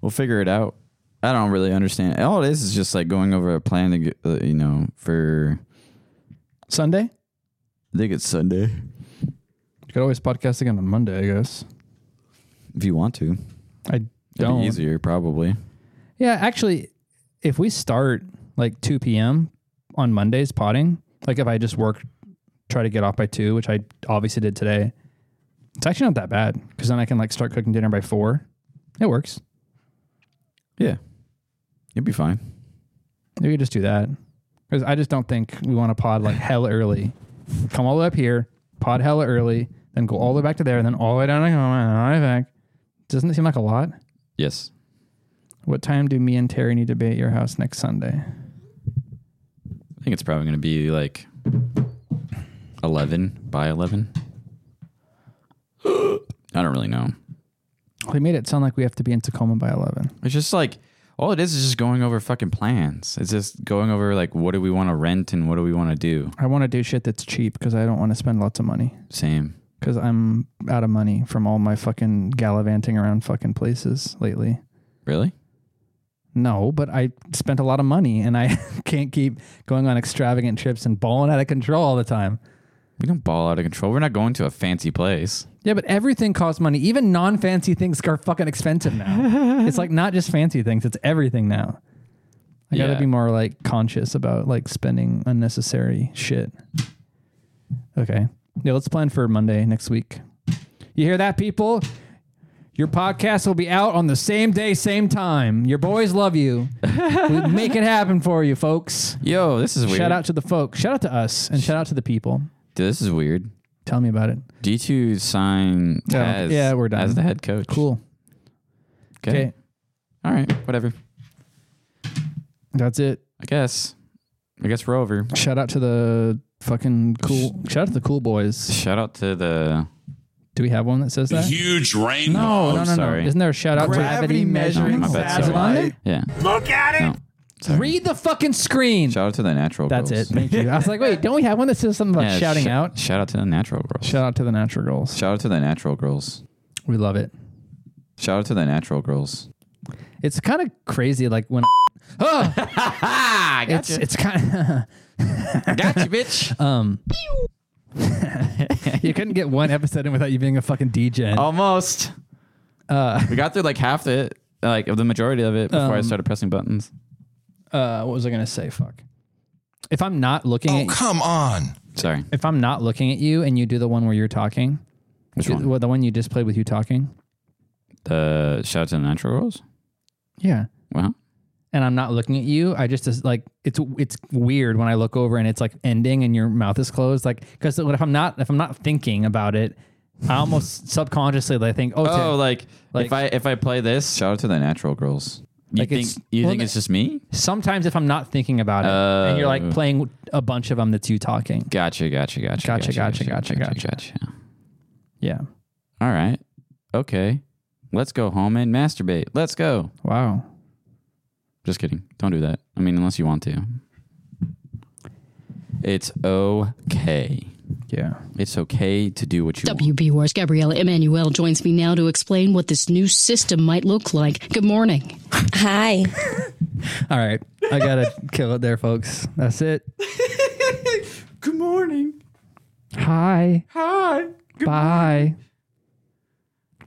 Speaker 2: We'll figure it out. I don't really understand. All it is is just like going over a plan to get, uh, you know, for
Speaker 1: Sunday?
Speaker 2: I think it's Sunday
Speaker 1: You could always podcast again on Monday, I guess.
Speaker 2: if you want to.
Speaker 1: I
Speaker 2: It'd
Speaker 1: don't.
Speaker 2: be easier probably.
Speaker 1: Yeah, actually, if we start like 2 p.m. on Mondays potting, like if I just work, try to get off by 2, which I obviously did today, it's actually not that bad because then I can like start cooking dinner by 4. It works.
Speaker 2: Yeah.
Speaker 1: It'd be fine. We could just do that. 'Cause I just don't think we want to pod like hella early. Come all the way up here, pod hella early, then go all the way back to there, and then all the way down and all the way back. Doesn't it seem like a lot?
Speaker 2: Yes.
Speaker 1: What time do me and Terry need to be at your house next Sunday?
Speaker 2: I think it's probably going to be like 11 by 11. I don't really know.
Speaker 1: They made it sound like we have to be in Tacoma by 11.
Speaker 2: It's just like all it is is just going over fucking plans. It's just going over like what do we want to rent and what do we want to do.
Speaker 1: I want to do shit that's cheap because I don't want to spend lots of money.
Speaker 2: Same.
Speaker 1: Because I'm out of money from all my fucking gallivanting around fucking places lately.
Speaker 2: Really?
Speaker 1: No, but I spent a lot of money and I can't keep going on extravagant trips and balling out of control all the time.
Speaker 2: We don't ball out of control. We're not going to a fancy place.
Speaker 1: Yeah, but everything costs money. Even non fancy things are fucking expensive now. it's like not just fancy things, it's everything now. I gotta
Speaker 2: Yeah.
Speaker 1: be more like conscious about like spending unnecessary shit. Okay. Yeah, let's plan for Monday next week. You hear that, people? Your podcast will be out on the same day, same time. Your boys love you. we make it happen for you, folks.
Speaker 2: Yo, this is weird.
Speaker 1: Shout out to the folks. Shout out to us and shout out to the people.
Speaker 2: Dude, this is weird.
Speaker 1: Tell me about it.
Speaker 2: D2 sign
Speaker 1: Oh, Yeah, I don't
Speaker 2: Taz
Speaker 1: think- yeah, we're done.
Speaker 2: as the head coach.
Speaker 1: Cool.
Speaker 2: Okay. All right. Whatever.
Speaker 1: That's it.
Speaker 2: I guess. I guess we're over.
Speaker 1: Shout out to the fucking cool. Shout out to the cool boys.
Speaker 2: Shout out to the oh,
Speaker 1: Do we have one that says that? Oh,
Speaker 2: huge rain.
Speaker 1: No, no, no, no. Isn't there a shout out to- Gravity measuring
Speaker 2: my bad,
Speaker 1: satellite? Is it on there?
Speaker 2: Yeah.
Speaker 1: Look at it. Read the fucking screen.
Speaker 2: Shout out to the natural.
Speaker 1: That's
Speaker 2: girls.
Speaker 1: it. Thank you. I was like, wait, don't we have one that says something about
Speaker 2: Yeah,
Speaker 1: shouting
Speaker 2: sh-
Speaker 1: out?
Speaker 2: Shout out to the natural girls.
Speaker 1: Shout out to the natural girls.
Speaker 2: Shout out to the natural girls.
Speaker 1: We love it.
Speaker 2: Shout out to the natural girls.
Speaker 1: It's kind of crazy, like when. Oh, it's
Speaker 2: gotcha.
Speaker 1: it's kind of.
Speaker 2: gotcha, bitch.
Speaker 1: Um, you couldn't get one episode in without you being a fucking DJ.
Speaker 2: Oh. Almost.
Speaker 1: Uh,
Speaker 2: we got through like half the it, like of the majority of it before I
Speaker 1: Um,
Speaker 2: started pressing buttons.
Speaker 1: uh, what was I gonna say? Fuck. If I'm not looking at
Speaker 2: Oh, come on. Sorry.
Speaker 1: if I'm not looking at you and you do the one where you're talking,
Speaker 2: Which
Speaker 1: the-
Speaker 2: one?
Speaker 1: well, the one you just played with you talking,
Speaker 2: The shout out to the natural girls.
Speaker 1: yeah.
Speaker 2: Wow.
Speaker 1: And I'm not looking at you. I just is like it's it's weird when I look over and it's like ending and your mouth is closed, like because if I'm not if I'm not thinking about it, I almost subconsciously I think oh,
Speaker 2: Oh,
Speaker 1: Tim,
Speaker 2: like,
Speaker 1: like-
Speaker 2: if I if I play this, shout out to the natural girls. You
Speaker 1: Like
Speaker 2: think
Speaker 1: it's-
Speaker 2: you
Speaker 1: well,
Speaker 2: think it's just me?
Speaker 1: sometimes if I'm not thinking about it and you're like
Speaker 2: Oh.
Speaker 1: playing a bunch of them that's you talking.
Speaker 2: Gotcha, gotcha, gotcha,
Speaker 1: Gotcha, gotcha, gotcha,
Speaker 2: gotcha, gotcha.
Speaker 1: Yeah.
Speaker 2: All right. Okay. Let's go home and masturbate. Let's go.
Speaker 1: Wow.
Speaker 2: Just kidding. Don't do that. I mean, unless you want to. It's okay.
Speaker 1: Yeah.
Speaker 2: It's okay to do what you want.
Speaker 4: WB Wars Gabriella Emanuel joins me now to explain what this new system might look like. Good morning. Hi.
Speaker 1: All right, I gotta kill it there, folks. That's it.
Speaker 2: Good morning.
Speaker 1: Hi.
Speaker 2: Hi.
Speaker 1: Bye.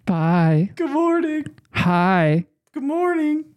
Speaker 1: Bye.
Speaker 2: Good morning.
Speaker 1: Hi.
Speaker 2: Good morning.